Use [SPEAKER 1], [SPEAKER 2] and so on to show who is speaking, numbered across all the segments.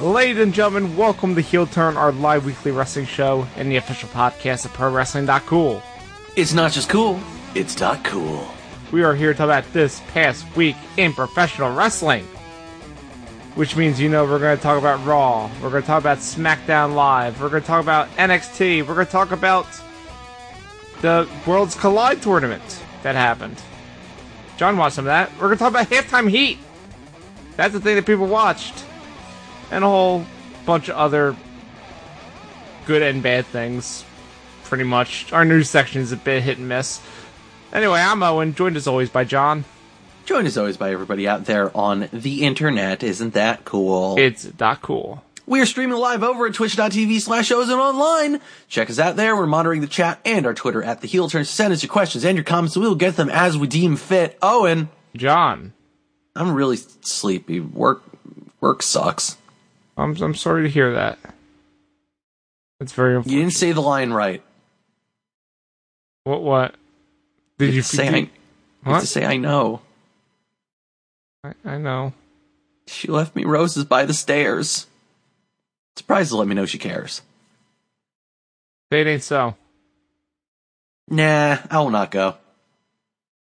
[SPEAKER 1] Ladies and gentlemen, welcome to Heel Turn, our live weekly wrestling show and the official podcast of ProWrestling.cool.
[SPEAKER 2] It's not just cool, it's not cool.
[SPEAKER 1] We are here to talk about this past week in professional wrestling. Which means, you know, we're going to talk about Raw, we're going to talk about SmackDown Live, we're going to talk about NXT, we're going to talk about the Worlds Collide tournament that happened. John watched some of that. We're going to talk about Halftime Heat. That's the thing that people watched. And a whole bunch of other good and bad things, pretty much. Our news section is a bit hit and miss. Anyway, I'm Owen, joined as always by John.
[SPEAKER 2] Joined as always by everybody out there on the internet. Isn't that cool?
[SPEAKER 1] It's not cool.
[SPEAKER 2] We're streaming live over at twitch.tv slash ozone online. Check us out there. We're monitoring the chat and our Twitter at the heel turn. Send us your questions and your comments. We will get them as we deem fit. Owen,
[SPEAKER 1] John,
[SPEAKER 2] I'm really sleepy. Work, work sucks.
[SPEAKER 1] I'm, I'm sorry to hear that. That's very
[SPEAKER 2] You
[SPEAKER 1] unfortunate.
[SPEAKER 2] didn't say the line right.
[SPEAKER 1] What? What? Did
[SPEAKER 2] You
[SPEAKER 1] you
[SPEAKER 2] have to say I, you
[SPEAKER 1] did-
[SPEAKER 2] have to
[SPEAKER 1] What?
[SPEAKER 2] say I know.
[SPEAKER 1] I, I know.
[SPEAKER 2] She left me roses by the stairs. Surprised to let me know she cares.
[SPEAKER 1] Say It ain't so.
[SPEAKER 2] Nah, I will not go.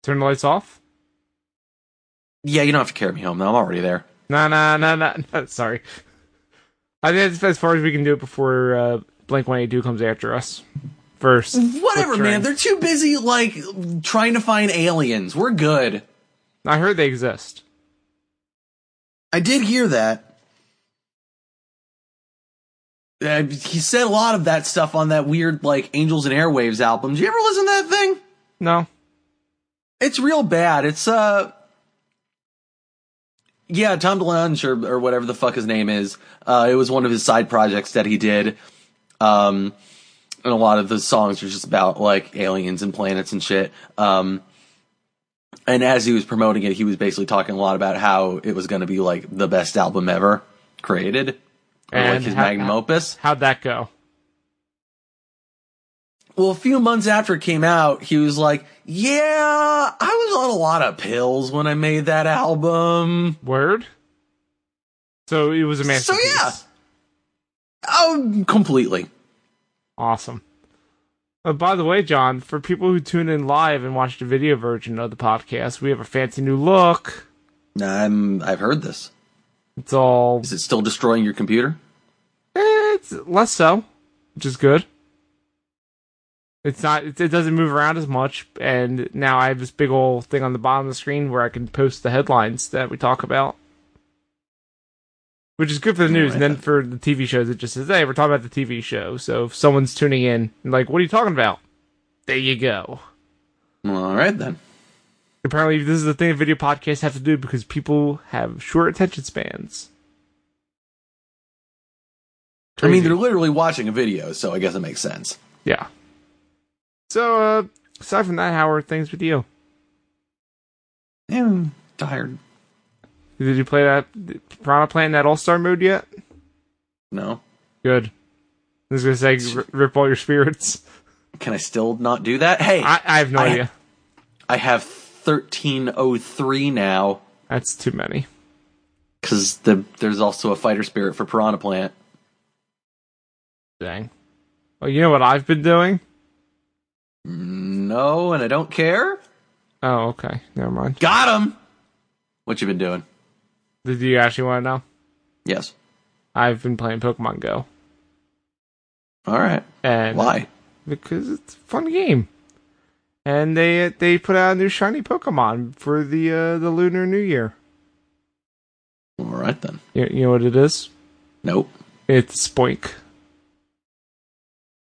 [SPEAKER 1] Turn the lights off.
[SPEAKER 2] Yeah, you don't have to carry me home though. I'm already there.
[SPEAKER 1] No, no, no, no, no. Sorry. I think that's as far as we can do it before uh, Blink One Eight Two comes after us. First,
[SPEAKER 2] Whatever,
[SPEAKER 1] Flip train.
[SPEAKER 2] man. They're too busy like trying to find aliens. We're good.
[SPEAKER 1] I heard they exist.
[SPEAKER 2] I did hear that. Uh, he said a lot of that stuff on that weird like Angels and Airwaves album. Did you ever listen to that thing?
[SPEAKER 1] No,
[SPEAKER 2] It's real bad. It's uh Yeah, Tom DeLonge or or whatever the fuck his name is. Uh it was one of his side projects that he did. Um and a lot of the songs are just about like aliens and planets and shit. Um and as he was promoting it, he was basically talking a lot about how it was going to be like the best album ever created, or like
[SPEAKER 1] And
[SPEAKER 2] his
[SPEAKER 1] how-
[SPEAKER 2] magnum opus.
[SPEAKER 1] how'd that go?
[SPEAKER 2] Well, a few months after it came out, he was like, Yeah, I was on a lot of pills when I made that album.
[SPEAKER 1] Word. So it was a
[SPEAKER 2] So,
[SPEAKER 1] masterpiece.
[SPEAKER 2] yeah. Oh, completely.
[SPEAKER 1] Awesome. Uh, by the way, John, for people who tune in live and watch the video version of the podcast, we have a fancy new look.
[SPEAKER 2] I'm, I've heard this.
[SPEAKER 1] It's all
[SPEAKER 2] Is it still destroying your computer?
[SPEAKER 1] eh, it's less so, which is good. It's not. It, it doesn't move around as much, and now I have this big old thing on the bottom of the screen where I can post the headlines that we talk about, which is good for the news. and
[SPEAKER 2] Alright,
[SPEAKER 1] then
[SPEAKER 2] then.
[SPEAKER 1] for the TV shows, it just says, "Hey, we're talking about the TV show." So if someone's tuning in, and like, "What are you talking about?" There you go.
[SPEAKER 2] Well, all right then.
[SPEAKER 1] Apparently, this is the thing that video podcasts have to do because people have short attention spans.
[SPEAKER 2] I mean,
[SPEAKER 1] Crazy.
[SPEAKER 2] they're literally watching a video, so I guess it makes sense.
[SPEAKER 1] yeah. So, uh, aside from that, how are things with you?
[SPEAKER 2] Yeah, I'm tired.
[SPEAKER 1] Did you play that Piranha playing that All Star mode yet?
[SPEAKER 2] No.
[SPEAKER 1] Good. I was gonna say r- rip all your spirits.
[SPEAKER 2] Can I still not do that? Hey, I,
[SPEAKER 1] I, I have no
[SPEAKER 2] I-
[SPEAKER 1] idea.
[SPEAKER 2] have 1303 now
[SPEAKER 1] That's too many.
[SPEAKER 2] because the, there's also a fighter spirit for Piranha Plant.
[SPEAKER 1] Dang. Well, Oh, you know what I've been doing?
[SPEAKER 2] No, and I don't care.
[SPEAKER 1] Oh, okay. Never mind.
[SPEAKER 2] Got him. What you been doing?
[SPEAKER 1] Did you actually want to know?
[SPEAKER 2] Yes.
[SPEAKER 1] I've been playing Pokemon Go,
[SPEAKER 2] All right.
[SPEAKER 1] and
[SPEAKER 2] Why?
[SPEAKER 1] because it's a fun game. And they they put out a new shiny Pokemon for the uh, the Lunar New Year.
[SPEAKER 2] All right then.
[SPEAKER 1] You, you know what it is?
[SPEAKER 2] Nope.
[SPEAKER 1] It's Spoink.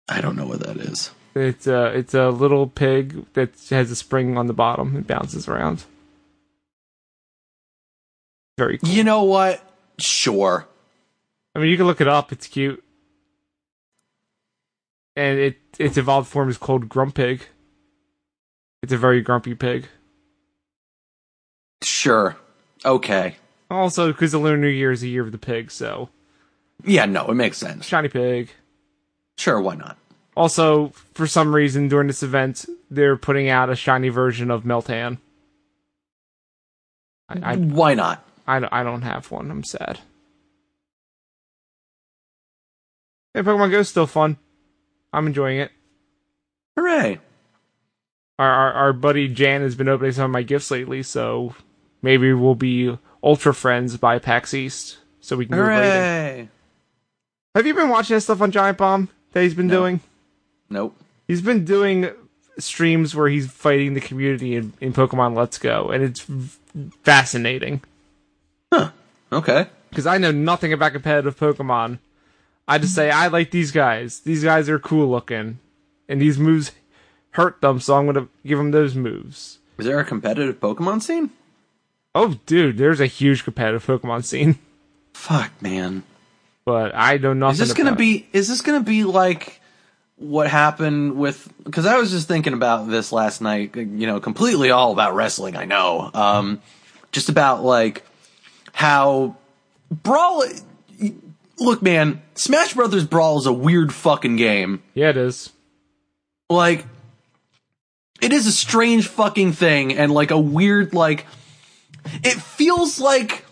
[SPEAKER 2] I don't know what that is.
[SPEAKER 1] It's a it's a little pig that has a spring on the bottom and bounces around. Very. Cool.
[SPEAKER 2] You know what? Sure.
[SPEAKER 1] I mean, you can look it up. It's cute. And it its evolved form is called Grumpig. It's a very grumpy pig.
[SPEAKER 2] Sure. Okay.
[SPEAKER 1] Also, because the Lunar New Year is the year of the pig, so
[SPEAKER 2] Yeah, no, it makes sense.
[SPEAKER 1] shiny pig.
[SPEAKER 2] Sure, why not?
[SPEAKER 1] Also, for some reason during this event, they're putting out a shiny version of Meltan. I I,
[SPEAKER 2] why not?
[SPEAKER 1] I, don't- I don't have one. I'm sad. And Pokemon Go's still fun. I'm enjoying it.
[SPEAKER 2] Hooray!
[SPEAKER 1] Our, our our buddy Jan has been opening some of my gifts lately, so maybe we'll be Ultra Friends by PAX East, so we can go raiding.
[SPEAKER 2] Hooray!
[SPEAKER 1] Have you been watching that stuff on Giant Bomb that he's been
[SPEAKER 2] No.
[SPEAKER 1] doing?
[SPEAKER 2] Nope.
[SPEAKER 1] He's been doing streams where he's fighting the community in, in Pokemon Let's Go, and it's v- fascinating.
[SPEAKER 2] Okay.
[SPEAKER 1] because I know nothing about competitive Pokemon. I just say I like these guys. These guys are cool looking, and these moves hurt them, so I'm gonna give them those moves.
[SPEAKER 2] Is there a competitive Pokemon scene?
[SPEAKER 1] Oh, dude, there's a huge competitive Pokemon scene,
[SPEAKER 2] Fuck, man.
[SPEAKER 1] but I know nothing.
[SPEAKER 2] Is this gonna
[SPEAKER 1] about it.
[SPEAKER 2] be? Is this gonna be like what happened with? Because I was just thinking about this last night. You know, completely all about wrestling. I know. Um, just about like how brawl. Look, man, Smash Brothers Brawl is a weird fucking game.
[SPEAKER 1] Yeah, it is.
[SPEAKER 2] Like, it is a strange fucking thing, and like a weird like. It feels like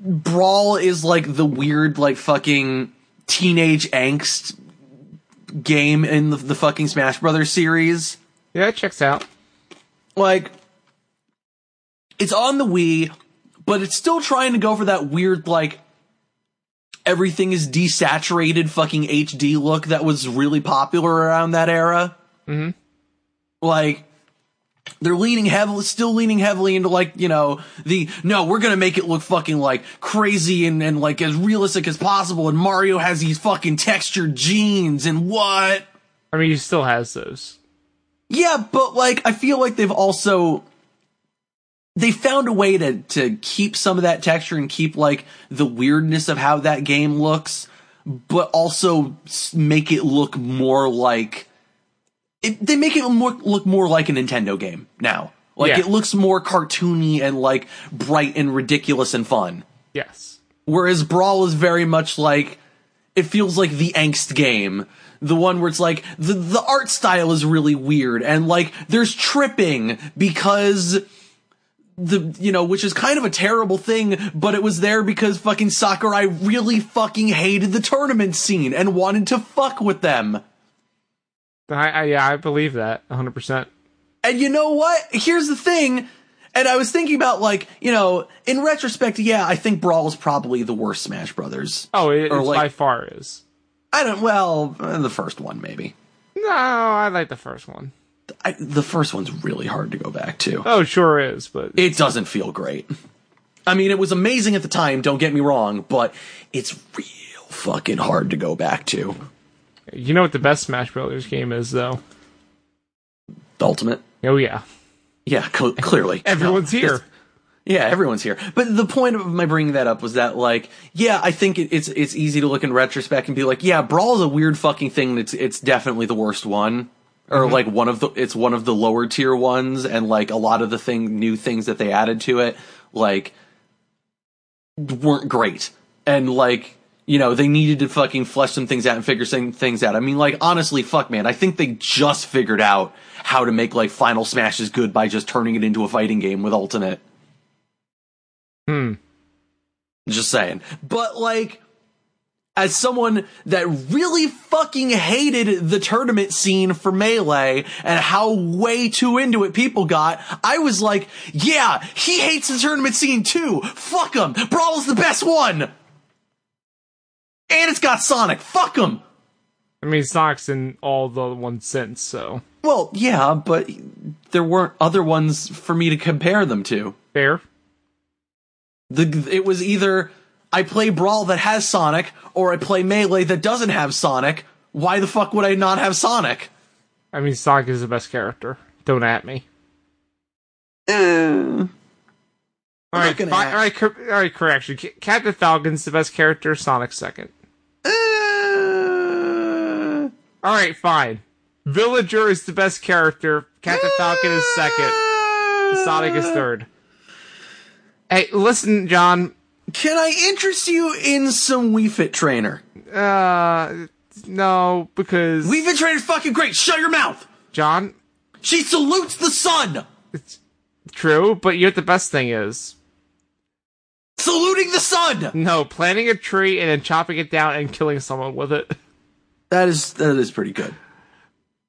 [SPEAKER 2] brawl is like the weird like fucking teenage angst game in the, the fucking Smash Brothers series.
[SPEAKER 1] Yeah, it checks out.
[SPEAKER 2] Like it's on the Wii, but it's still trying to go for that weird like everything is desaturated fucking HD look that was really popular around that era. Mm-hmm. Like they're leaning heavily, still leaning heavily into like, you know, the, no, we're gonna make it look fucking like crazy and, and like as realistic as possible. And Mario has these fucking textured jeans and what?
[SPEAKER 1] I mean, he still has those.
[SPEAKER 2] Yeah, but like, I feel like they've also, they found a way to, to keep some of that texture and keep like the weirdness of how that game looks, but also s- make it look more like, it, they make it more, look more like a Nintendo game now. Like
[SPEAKER 1] Yeah.
[SPEAKER 2] it looks more cartoony and like bright and ridiculous and fun.
[SPEAKER 1] Yes.
[SPEAKER 2] Whereas Brawl is very much like it feels like the angst game. The one where it's like the the art style is really weird and like there's tripping because the you know, which is kind of a terrible thing, but it was there because fucking Sakurai really fucking hated the tournament scene and wanted to fuck with them.
[SPEAKER 1] I, I yeah, I believe that 100. percent
[SPEAKER 2] And you know what? Here's the thing. And I was thinking about like, you know, in retrospect, yeah, I think Brawl is probably the worst Smash Brothers.
[SPEAKER 1] Oh, it, it's
[SPEAKER 2] Or, like-
[SPEAKER 1] by far is.
[SPEAKER 2] I don't. Well, uh, the first one maybe.
[SPEAKER 1] No, I like the first one.
[SPEAKER 2] I, the first one's really hard to go back to.
[SPEAKER 1] Oh, it sure is, but
[SPEAKER 2] It doesn't feel great. I mean, it was amazing at the time. Don't get me wrong, but it's real fucking hard to go back to.
[SPEAKER 1] you know what the best Smash Brothers game is, though.
[SPEAKER 2] The ultimate.
[SPEAKER 1] Oh yeah,
[SPEAKER 2] Yeah, cl- clearly.
[SPEAKER 1] everyone's
[SPEAKER 2] No,
[SPEAKER 1] here.
[SPEAKER 2] it's- Yeah, everyone's here. But the point of my bringing that up was that, like, yeah, I think it, it's it's easy to look in retrospect and be like, yeah, Brawl's a weird fucking thing. and It's it's definitely the worst one, or like one of the it's one of the lower tier ones, and like a lot of the thing new things that they added to it, like, weren't great, and like. You know, they needed to fucking flesh some things out and figure some things out. I mean, like, honestly, fuck, man. I think they just figured out how to make, like, Final Smashes good by just turning it into a fighting game with Ultimate.
[SPEAKER 1] Hmm.
[SPEAKER 2] Just saying. But like, as someone that really fucking hated the tournament scene for Melee and how way too into it people got, I was like, yeah, he hates the tournament scene too. Fuck him. Brawl's the best one. And it's got Sonic. Fuck him.
[SPEAKER 1] I mean, Sonic's in all the ones since, so
[SPEAKER 2] Well, yeah, but there weren't other ones for me to compare them to.
[SPEAKER 1] fair.
[SPEAKER 2] the it was either I play Brawl that has Sonic or I play Melee that doesn't have Sonic. Why the fuck would I not have Sonic?
[SPEAKER 1] I mean, Sonic is the best character. Don't at me. All
[SPEAKER 2] Uh, I'm not
[SPEAKER 1] right,
[SPEAKER 2] gonna
[SPEAKER 1] fi-
[SPEAKER 2] at-
[SPEAKER 1] all right, cor- all right. Correction: C- Captain Falcon's the best character. Sonic second.
[SPEAKER 2] uh,
[SPEAKER 1] All right, fine. Villager is the best character. Captain Falcon is second. Sonic is third. Hey, listen, John.
[SPEAKER 2] Can I interest you in some Wii Fit Trainer?
[SPEAKER 1] Uh, no, because
[SPEAKER 2] Wii Fit Trainer's fucking great. Shut your mouth.
[SPEAKER 1] John.
[SPEAKER 2] She salutes the sun.
[SPEAKER 1] It's true, but you know what the best thing is?
[SPEAKER 2] Saluting the sun.
[SPEAKER 1] No, planting a tree and then chopping it down and killing someone with it.
[SPEAKER 2] That is that is pretty good.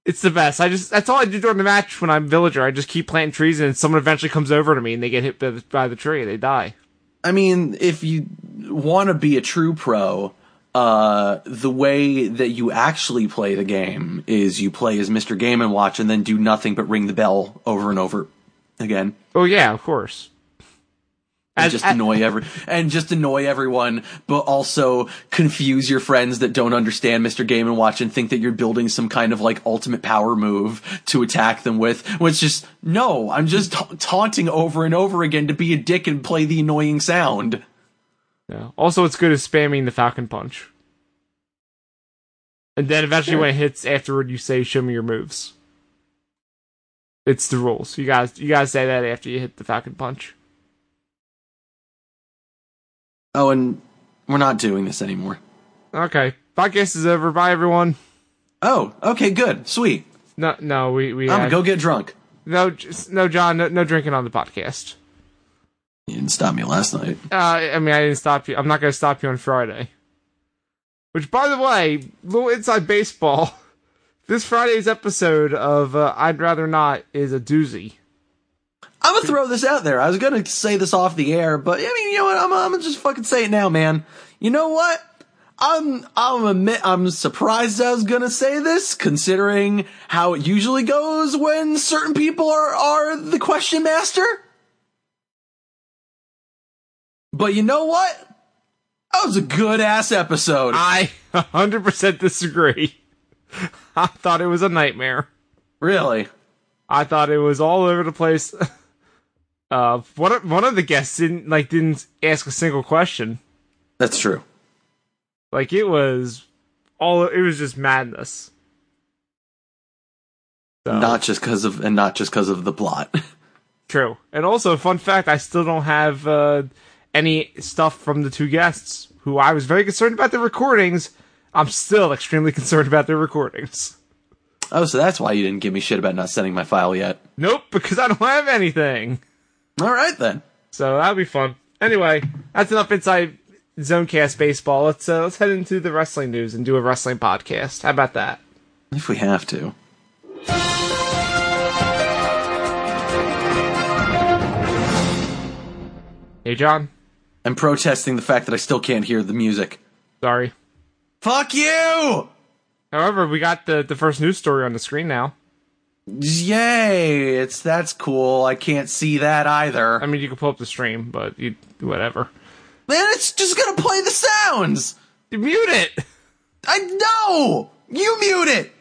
[SPEAKER 1] It's the best. I just that's all I do during the match when I'm villager. I just keep planting trees and someone eventually comes over to me and they get hit by the, by the tree and they die.
[SPEAKER 2] I mean, if you want to be a true pro, uh, the way that you actually play the game is you play as Mr. Game and Watch and then do nothing but ring the bell over and over again.
[SPEAKER 1] Oh yeah, of course.
[SPEAKER 2] And
[SPEAKER 1] As-
[SPEAKER 2] just
[SPEAKER 1] as-
[SPEAKER 2] annoy every and just annoy everyone, but also confuse your friends that don't understand Mr. Game and Watch and think that you're building some kind of like ultimate power move to attack them with. Which just no, I'm just ta- taunting over and over again to be a dick and play the annoying sound.
[SPEAKER 1] Yeah. Also, it's good at spamming the Falcon Punch. And then eventually, when it hits afterward, you say, "Show me your moves." It's the rules. You guys, you guys say that after you hit the Falcon Punch.
[SPEAKER 2] Oh, and we're not doing this anymore.
[SPEAKER 1] Okay, podcast is over. Bye, everyone.
[SPEAKER 2] Oh, okay, good, sweet.
[SPEAKER 1] No, no, we we
[SPEAKER 2] I'm gonna
[SPEAKER 1] had-
[SPEAKER 2] go get drunk.
[SPEAKER 1] no, just, no, John, no, no drinking on the podcast.
[SPEAKER 2] You didn't stop me last night.
[SPEAKER 1] Uh, I mean, I didn't stop you. I'm not going to stop you on Friday. Which, by the way, little inside baseball. This Friday's episode of uh, I'd Rather Not is a doozy.
[SPEAKER 2] I'm gonna throw this out there. I was gonna say this off the air, but I mean, you know what? I'm, I'm gonna just fucking say it now, man. You know what? I'm I'm admit, I'm surprised I was gonna say this, considering how it usually goes when certain people are are the question master. But you know what? That was a good ass episode.
[SPEAKER 1] I 100% disagree. I thought it was a nightmare.
[SPEAKER 2] really?
[SPEAKER 1] I thought it was all over the place. Uh, one of, one of the guests didn't like didn't ask a single question.
[SPEAKER 2] That's true.
[SPEAKER 1] Like it was all it was just madness. So,
[SPEAKER 2] Not just because of and not just because of the plot.
[SPEAKER 1] true. And also, fun fact: I still don't have uh, any stuff from the two guests who I was very concerned about their recordings. I'm still extremely concerned about their recordings.
[SPEAKER 2] oh, so that's why you didn't give me shit about not sending my file yet.
[SPEAKER 1] Nope, because I don't have anything.
[SPEAKER 2] All right then.
[SPEAKER 1] So that'll be fun. Anyway, that's enough inside Zonecast baseball. Let's uh, let's head into the wrestling news and do a wrestling podcast. How about that?
[SPEAKER 2] If we have to.
[SPEAKER 1] Hey, John.
[SPEAKER 2] I'm protesting the fact that I still can't hear the music.
[SPEAKER 1] Sorry.
[SPEAKER 2] Fuck you!
[SPEAKER 1] However, we got the the first news story on the screen now.
[SPEAKER 2] Yay! It's that's cool. I can't see that either.
[SPEAKER 1] I mean, you can pull up the stream, but you whatever.
[SPEAKER 2] Man, it's just gonna play the sounds.
[SPEAKER 1] You mute it.
[SPEAKER 2] I know. You mute it.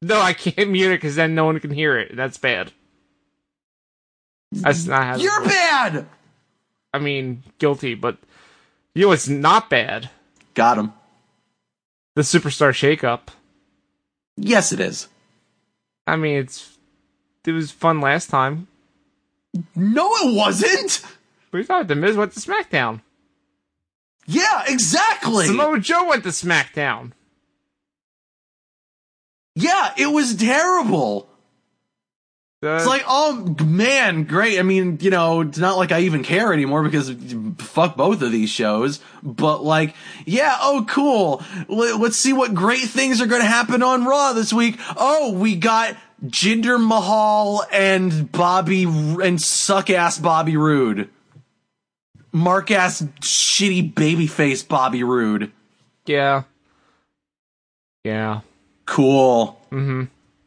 [SPEAKER 1] No, I can't mute it because then no one can hear it. That's bad. That's not how.
[SPEAKER 2] You're bad.
[SPEAKER 1] I mean, guilty, but you know it's not bad.
[SPEAKER 2] Got him.
[SPEAKER 1] The superstar shakeup.
[SPEAKER 2] Yes, it is.
[SPEAKER 1] I mean, it's it was fun last time.
[SPEAKER 2] No, it wasn't.
[SPEAKER 1] We thought the Miz went to SmackDown.
[SPEAKER 2] Yeah, exactly.
[SPEAKER 1] Samoa Joe went to SmackDown.
[SPEAKER 2] yeah, it was terrible.
[SPEAKER 1] Uh,
[SPEAKER 2] It's like, oh man, great. I mean, you know, it's not like I even care anymore because fuck both of these shows. But like, yeah, oh cool. Let- Let's see what great things are going to happen on Raw this week. Oh, we got Jinder Mahal and Bobby and suck ass Bobby Roode, Mark ass shitty babyface Bobby Roode.
[SPEAKER 1] yeah, yeah.
[SPEAKER 2] Cool.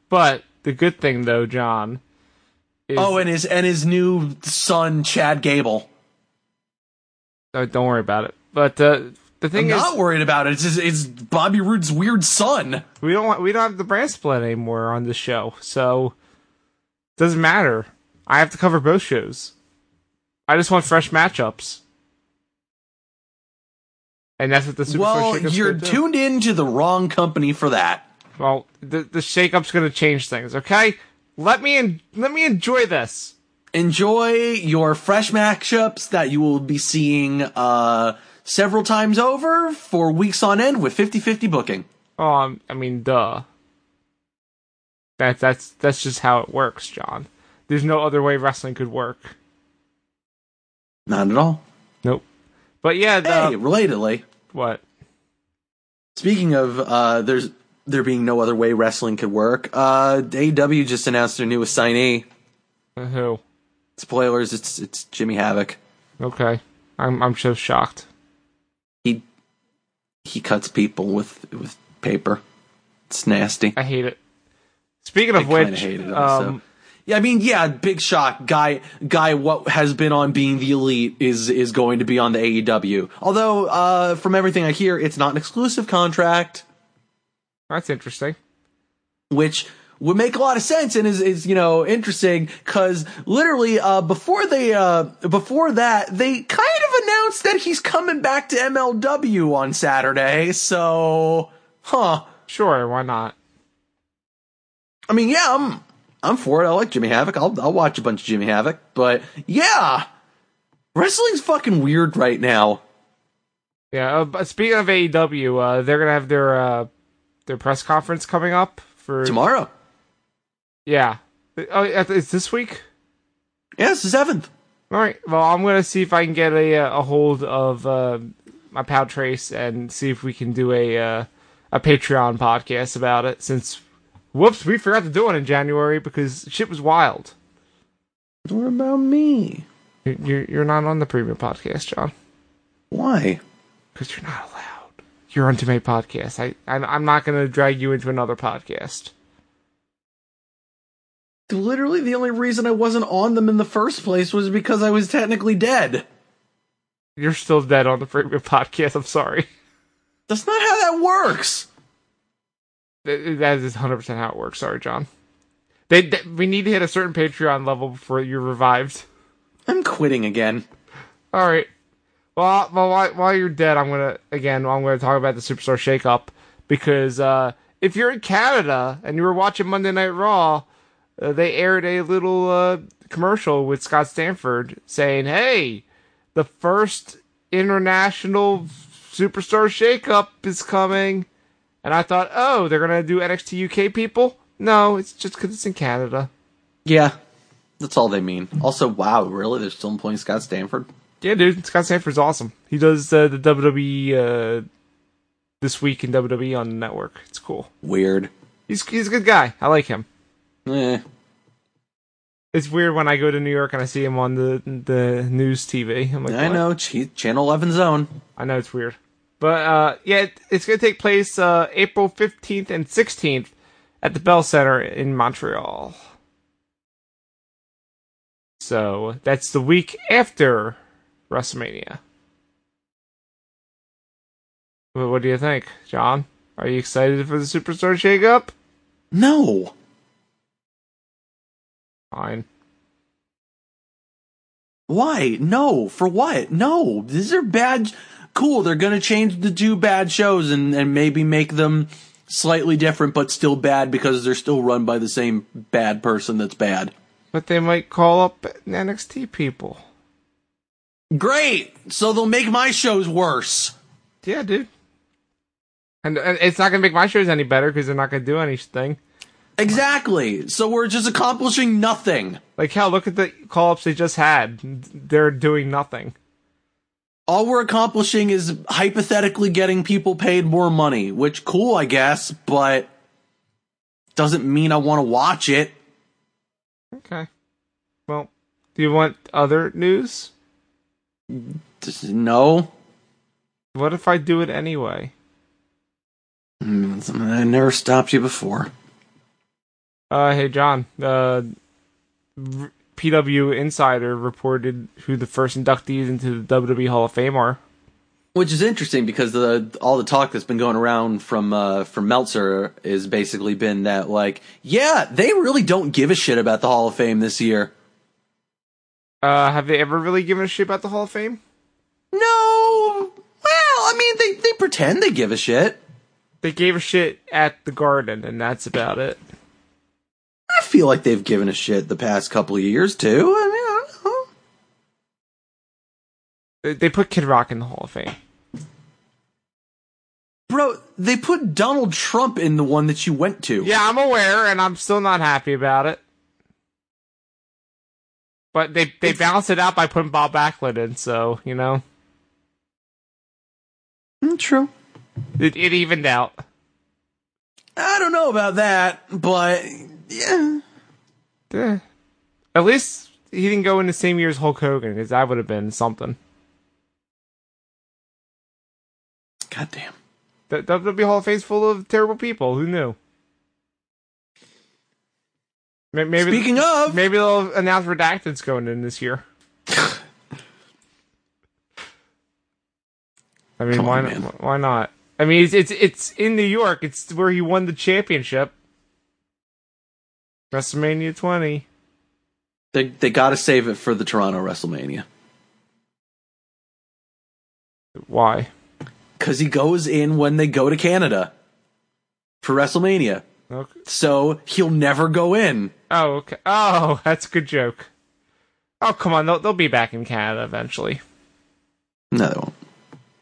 [SPEAKER 1] But the good thing though, John. Is,
[SPEAKER 2] Oh, and his and his new son Chad Gable.
[SPEAKER 1] Oh, don't worry about it. But uh, the thing
[SPEAKER 2] I'm
[SPEAKER 1] is,
[SPEAKER 2] not worried about it. It's, just, it's Bobby Roode's weird son.
[SPEAKER 1] we don't want, we don't have the brand split anymore on this show, so it doesn't matter. I have to cover both shows. I just want fresh matchups, and that's what the Superstar
[SPEAKER 2] well,
[SPEAKER 1] Shakeup's
[SPEAKER 2] you're
[SPEAKER 1] gonna do.
[SPEAKER 2] tuned in to the wrong company for that.
[SPEAKER 1] Well, the the shakeup's going to change things. Okay, let me en- let me enjoy this.
[SPEAKER 2] Enjoy your fresh matchups that you will be seeing uh, several times over for weeks on end with 50-50 booking.
[SPEAKER 1] Oh, I'm- I mean, duh. That that's that's just how it works, John. There's no other way wrestling could work.
[SPEAKER 2] Not at all.
[SPEAKER 1] Nope. But yeah, the,
[SPEAKER 2] Hey, relatedly,
[SPEAKER 1] what?
[SPEAKER 2] speaking of uh, there's there being no other way wrestling could work, uh, AEW just announced their new assignee.
[SPEAKER 1] Uh, Who?
[SPEAKER 2] Spoilers, it's it's Jimmy Havoc.
[SPEAKER 1] Okay, I'm I'm so shocked.
[SPEAKER 2] He he cuts people with with paper. It's nasty.
[SPEAKER 1] I hate it. Speaking of
[SPEAKER 2] Kinda
[SPEAKER 1] which,
[SPEAKER 2] hate it also.
[SPEAKER 1] um,
[SPEAKER 2] yeah, I mean, yeah, big shock. Guy, guy, what has been on being the elite is is going to be on the AEW. Although, uh, from everything I hear, it's not an exclusive contract,
[SPEAKER 1] that's interesting.
[SPEAKER 2] which would make a lot of sense and is is you know interesting because literally uh, before they uh, before that they kind of announced that he's coming back to MLW on Saturday. So, huh?
[SPEAKER 1] Sure, why not?
[SPEAKER 2] I mean, yeah, I'm I'm for it. I like Jimmy Havoc. I'll I'll watch a bunch of Jimmy Havoc, but yeah, wrestling's fucking weird right now.
[SPEAKER 1] Yeah. Uh, but speaking of AEW, uh, they're gonna have their uh, their press conference coming up for
[SPEAKER 2] Tomorrow,
[SPEAKER 1] Yeah. Oh, it's this week.
[SPEAKER 2] yeah, it's the seventh.
[SPEAKER 1] All right. Well, I'm gonna see if I can get a uh, a hold of uh, my pal Trace and see if we can do a uh, a Patreon podcast about it. Since whoops, we forgot to do one in January because shit was wild.
[SPEAKER 2] What about me?
[SPEAKER 1] You're- You're you're not on the premium podcast, John,
[SPEAKER 2] Why?
[SPEAKER 1] because you're not allowed. You're on Tomato Podcast. I I'm, I'm not gonna drag you into another podcast.
[SPEAKER 2] Literally, the only reason I wasn't on them in the first place was because I was technically dead.
[SPEAKER 1] You're still dead on the premium podcast. I'm sorry.
[SPEAKER 2] That's not how that works.
[SPEAKER 1] Th- That is 100% how it works. Sorry, John. They, they- we need to hit a certain Patreon level before you're revived.
[SPEAKER 2] I'm quitting again.
[SPEAKER 1] All right. Well, well while, while you're dead, I'm gonna again. I'm gonna talk about the Superstar Shakeup because uh, if you're in Canada and you were watching Monday Night Raw, uh, they aired a little uh, commercial with Scott Stanford saying, "Hey, the first international Superstar Shakeup is coming," and I thought, "Oh, they're gonna do NXT UK people." No, it's just because it's in Canada.
[SPEAKER 2] Yeah, that's all they mean. Also, wow, really? They're still employing Scott Stanford?
[SPEAKER 1] Yeah, dude, Scott Sanford's awesome. He does uh, the WWE uh, this week in WWE on the network. It's cool.
[SPEAKER 2] Weird.
[SPEAKER 1] He's he's a good guy. I like him.
[SPEAKER 2] Eh.
[SPEAKER 1] It's weird when I go to New York and I see him on the the news TV. I'm like,
[SPEAKER 2] I
[SPEAKER 1] "What?"
[SPEAKER 2] know. Ch- Channel 11's own.
[SPEAKER 1] I know it's weird, but uh, yeah, it, it's gonna take place uh, April fifteenth and sixteenth at the Bell Center in Montreal. So that's the week after WrestleMania. Wh- What do you think, John? Are you excited for the Superstar shakeup?
[SPEAKER 2] No.
[SPEAKER 1] Fine.
[SPEAKER 2] Why? No. For what? No. These are bad. Cool. They're gonna change the two bad shows and and maybe make them slightly different, but still bad because they're still run by the same bad person that's bad.
[SPEAKER 1] But they might call up NXT people.
[SPEAKER 2] Great. So they'll make my shows worse.
[SPEAKER 1] Yeah, dude. And, and it's not gonna make my shows any better because they're not gonna do anything.
[SPEAKER 2] Exactly. So we're just accomplishing nothing.
[SPEAKER 1] Like hell, look at the call ups they just had. They're doing nothing.
[SPEAKER 2] All we're accomplishing is hypothetically getting people paid more money, which cool, I guess, but doesn't mean I want to watch it.
[SPEAKER 1] Okay. Well, do you want other news?
[SPEAKER 2] Just, no.
[SPEAKER 1] What if I do it anyway?
[SPEAKER 2] Mm, something that never stopped you before.
[SPEAKER 1] Uh, hey John. Uh, R- PW Insider reported who the first inductees into the WWE Hall of Fame are.
[SPEAKER 2] Which is interesting because the all the talk that's been going around from uh, from Meltzer is basically been that like, yeah, they really don't give a shit about the Hall of Fame this year.
[SPEAKER 1] Uh, have they ever really given a shit about the Hall of Fame?
[SPEAKER 2] No, well, I mean, they they pretend they give a shit.
[SPEAKER 1] They gave a shit at the Garden, and that's about it.
[SPEAKER 2] I feel like they've given a shit the past couple of years too. I mean, I don't know.
[SPEAKER 1] They- They put Kid Rock in the Hall of Fame.
[SPEAKER 2] Bro, they put Donald Trump in the one that you went to.
[SPEAKER 1] Yeah, I'm aware, and I'm still not happy about it. But they they
[SPEAKER 2] It's-
[SPEAKER 1] balanced it out by putting Bob Backlund in, so you know
[SPEAKER 2] Mm, true?
[SPEAKER 1] It, it evened out.
[SPEAKER 2] I don't know about that, but yeah.
[SPEAKER 1] Eh. At least he didn't go in the same year as Hulk Hogan, because that would have been something.
[SPEAKER 2] Goddamn.
[SPEAKER 1] The the WWE Hall of Fame's full of terrible people. Who knew? May- Maybe
[SPEAKER 2] Speaking of,
[SPEAKER 1] maybe they'll announce redacted's going in this year. I mean,
[SPEAKER 2] Come
[SPEAKER 1] why
[SPEAKER 2] on,
[SPEAKER 1] not?
[SPEAKER 2] man.
[SPEAKER 1] Why not? I mean, it's, it's it's in New York. It's where he won the championship. WrestleMania 20.
[SPEAKER 2] they they got to save it for the Toronto WrestleMania
[SPEAKER 1] Why?
[SPEAKER 2] because he goes in when they go to Canada for WrestleMania,
[SPEAKER 1] Okay.
[SPEAKER 2] so he'll never go in.
[SPEAKER 1] Oh, okay. Oh, that's a good joke. Oh, come on. They'll, they'll be back in Canada eventually.
[SPEAKER 2] No, they won't.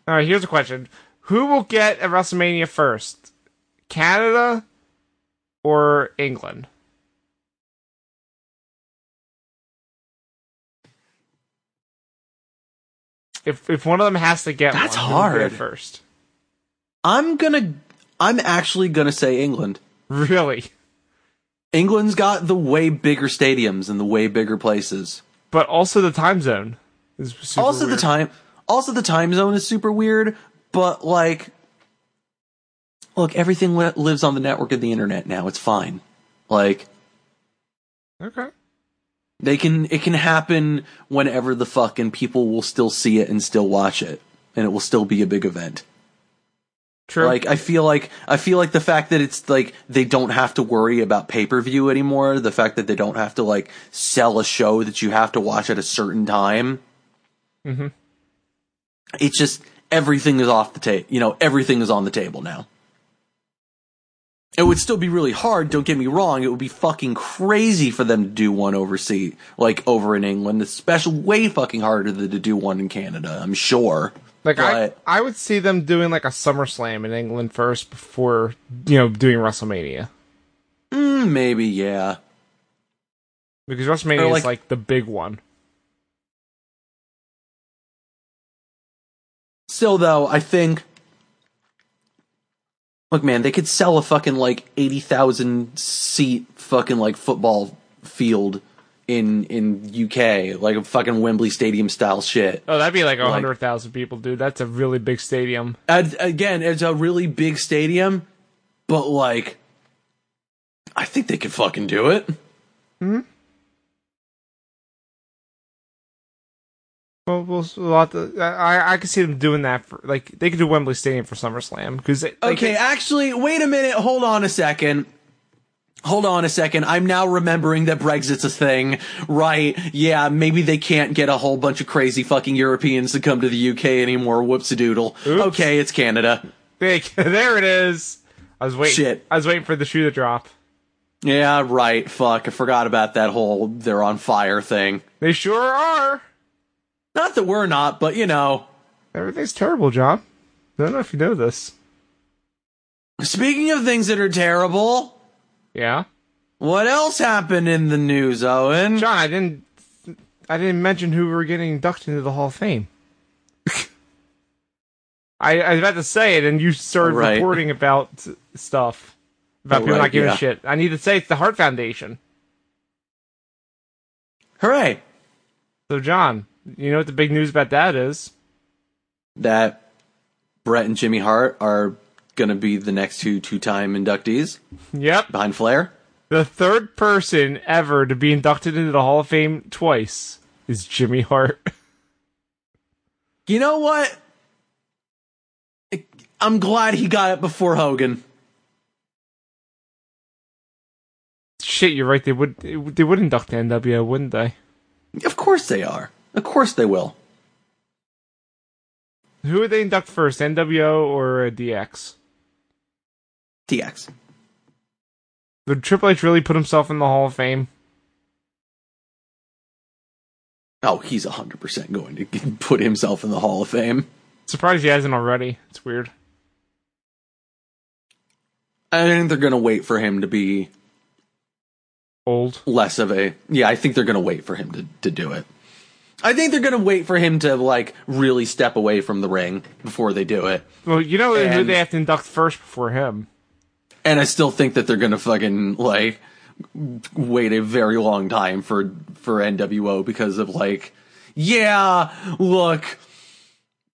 [SPEAKER 1] All right, here's a question: Who will get at WrestleMania first, Canada or England? If if one of them has to get
[SPEAKER 2] That's
[SPEAKER 1] one, who will get
[SPEAKER 2] hard.
[SPEAKER 1] it first.
[SPEAKER 2] I'm gonna. I'm actually gonna say England.
[SPEAKER 1] Really,
[SPEAKER 2] England's got the way bigger stadiums and the way bigger places.
[SPEAKER 1] but also the time zone is super
[SPEAKER 2] also
[SPEAKER 1] weird.
[SPEAKER 2] the time also the time zone is super weird but like look everything li- lives on the network of the internet now it's fine like
[SPEAKER 1] Okay,
[SPEAKER 2] they can it can happen whenever the fuck and people will still see it and still watch it and it will still be a big event
[SPEAKER 1] true.
[SPEAKER 2] like i feel like i feel like the fact that it's like they don't have to worry about pay-per-view anymore the fact that they don't have to like sell a show that you have to watch at a certain time
[SPEAKER 1] hmm
[SPEAKER 2] it's just everything is off the table. You know, everything is on the table now. It would still be really hard. Don't get me wrong. It would be fucking crazy for them to do one overseas, like over in England. It's special, way fucking harder than to do one in Canada. I'm sure.
[SPEAKER 1] Like
[SPEAKER 2] Right.
[SPEAKER 1] I, I would see them doing like a SummerSlam in England first before you know doing WrestleMania
[SPEAKER 2] Mm, maybe, yeah.
[SPEAKER 1] because WrestleMania
[SPEAKER 2] Or,
[SPEAKER 1] is
[SPEAKER 2] like-
[SPEAKER 1] like the big one.
[SPEAKER 2] Still, though, I think. Look, man, they could sell a fucking like eighty thousand seat fucking like football field in in UK, like a fucking Wembley Stadium style shit.
[SPEAKER 1] Oh, that'd be like a
[SPEAKER 2] Like-
[SPEAKER 1] hundred thousand people, dude. That's a really big stadium.
[SPEAKER 2] And again, it's a really big stadium, but like, I think they could fucking do it.
[SPEAKER 1] Well, we'll, we'll have to, I I could see them doing that for like they could do Wembley Stadium for SummerSlam because
[SPEAKER 2] Okay, actually, wait a minute. Hold on a second. Hold on a second. I'm now remembering that Brexit's a thing. Right. Yeah, maybe they can't get a whole bunch of crazy fucking Europeans to come to the UK anymore. Whoops a doodle.
[SPEAKER 1] Oops.
[SPEAKER 2] Okay, it's Canada.
[SPEAKER 1] there it is. I was waiting.
[SPEAKER 2] Shit.
[SPEAKER 1] I was waiting for the shoe to drop.
[SPEAKER 2] Yeah, right. Fuck. I forgot about that whole they're on fire thing.
[SPEAKER 1] They sure are.
[SPEAKER 2] Not that we're not, but you know.
[SPEAKER 1] Everything's terrible, John. I don't know if you know this.
[SPEAKER 2] Speaking of things that are terrible.
[SPEAKER 1] Yeah,
[SPEAKER 2] What else happened in the news, Owen?
[SPEAKER 1] John. I didn't. I didn't mention who were getting inducted into the Hall of Fame. I, I was about to say it, and you started
[SPEAKER 2] Right.
[SPEAKER 1] reporting about s- stuff about
[SPEAKER 2] Oh,
[SPEAKER 1] people not
[SPEAKER 2] right,
[SPEAKER 1] giving
[SPEAKER 2] yeah.
[SPEAKER 1] a shit. I need to say it's the Hart Foundation.
[SPEAKER 2] Hooray!
[SPEAKER 1] So, John, you know what the big news about that is?
[SPEAKER 2] That Brett and Jimmy Hart are gonna be the next two two-time inductees
[SPEAKER 1] Yep,
[SPEAKER 2] behind Flair.
[SPEAKER 1] the third person ever to be inducted into the Hall of Fame twice is Jimmy Hart.
[SPEAKER 2] You know what? I'm glad he got it before Hogan.
[SPEAKER 1] shit, you're right. They would they would induct the NWO, wouldn't they?
[SPEAKER 2] Of course they are. Of course they will.
[SPEAKER 1] Who would they induct first, NWO or uh, DX?
[SPEAKER 2] DX.
[SPEAKER 1] Would Triple H really put himself in the Hall of Fame?
[SPEAKER 2] Oh, he's 100% going to put himself in the Hall of Fame.
[SPEAKER 1] Surprised he hasn't already. It's weird.
[SPEAKER 2] I think they're gonna wait for him to be
[SPEAKER 1] Old.
[SPEAKER 2] less of a. Yeah, I think they're gonna wait for him to, to do it. I think they're gonna wait for him to like really step away from the ring before they do it.
[SPEAKER 1] Well, you know who
[SPEAKER 2] And-
[SPEAKER 1] they have to induct first before him.
[SPEAKER 2] And I still think that they're gonna fucking like wait a very long time for for NWO because of like, yeah, look,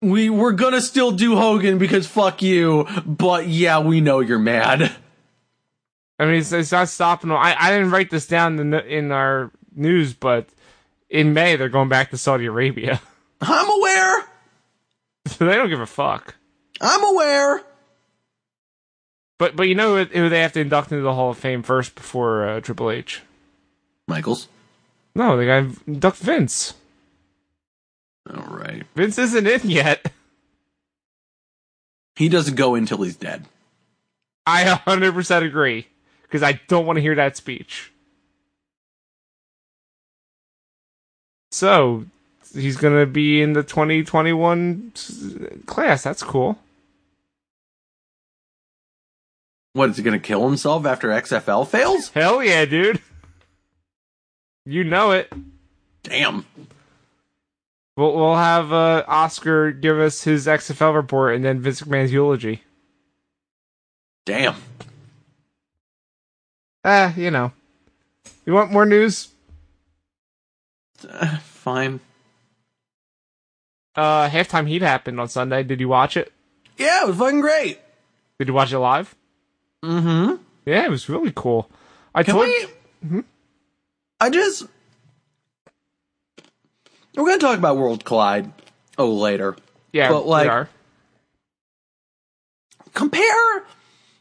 [SPEAKER 2] we we're gonna still do Hogan because fuck you, but yeah, we know you're mad.
[SPEAKER 1] I mean, it's, it's not stopping them. I, I didn't write this down in, the, in our news, but in May they're going back to Saudi Arabia,
[SPEAKER 2] I'm aware.
[SPEAKER 1] so they don't give a fuck.
[SPEAKER 2] I'm aware.
[SPEAKER 1] But but you know who, who they have to induct into the Hall of Fame first before uh, Triple H?
[SPEAKER 2] Michaels.
[SPEAKER 1] No, they got to induct Vince.
[SPEAKER 2] All right.
[SPEAKER 1] Vince isn't in yet.
[SPEAKER 2] He doesn't go until he's dead.
[SPEAKER 1] I 100% agree because I don't want to hear that speech. So he's gonna be in the 2021 s- class. That's cool.
[SPEAKER 2] What is he gonna kill himself after XFL fails?
[SPEAKER 1] Hell yeah, dude. You know it.
[SPEAKER 2] Damn.
[SPEAKER 1] We'll we'll have uh, Oscar give us his XFL report and then Vince McMahon's eulogy.
[SPEAKER 2] Damn.
[SPEAKER 1] Ah, you know. You want more news?
[SPEAKER 2] Uh, fine.
[SPEAKER 1] Uh, halftime heat happened on Sunday. Did you watch it?
[SPEAKER 2] Yeah, it was fucking great.
[SPEAKER 1] Did you watch it live?
[SPEAKER 2] Mm-hmm.
[SPEAKER 1] Yeah, it was really cool. I
[SPEAKER 2] Can
[SPEAKER 1] told
[SPEAKER 2] we? Hmm? I just. We're gonna talk about World Collide. Oh, later.
[SPEAKER 1] yeah,
[SPEAKER 2] but,
[SPEAKER 1] we
[SPEAKER 2] like,
[SPEAKER 1] are.
[SPEAKER 2] Compare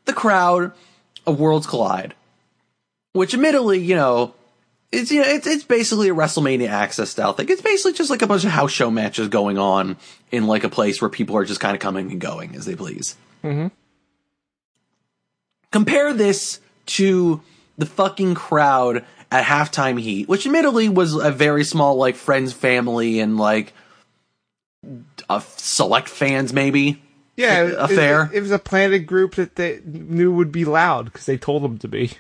[SPEAKER 2] the crowd of Worlds Collide, which, admittedly, you know, it's you know, it's it's basically a WrestleMania access style thing. It's basically just like a bunch of house show matches going on in like a place where people are just kind of coming and going as they please.
[SPEAKER 1] Mhm.
[SPEAKER 2] Compare this to the fucking crowd at halftime heat, which admittedly was a very small like friends, family, and like uh, select fans maybe.
[SPEAKER 1] Yeah,
[SPEAKER 2] A- affair.
[SPEAKER 1] It, it was a planted group that they knew would be loud because they told them to be.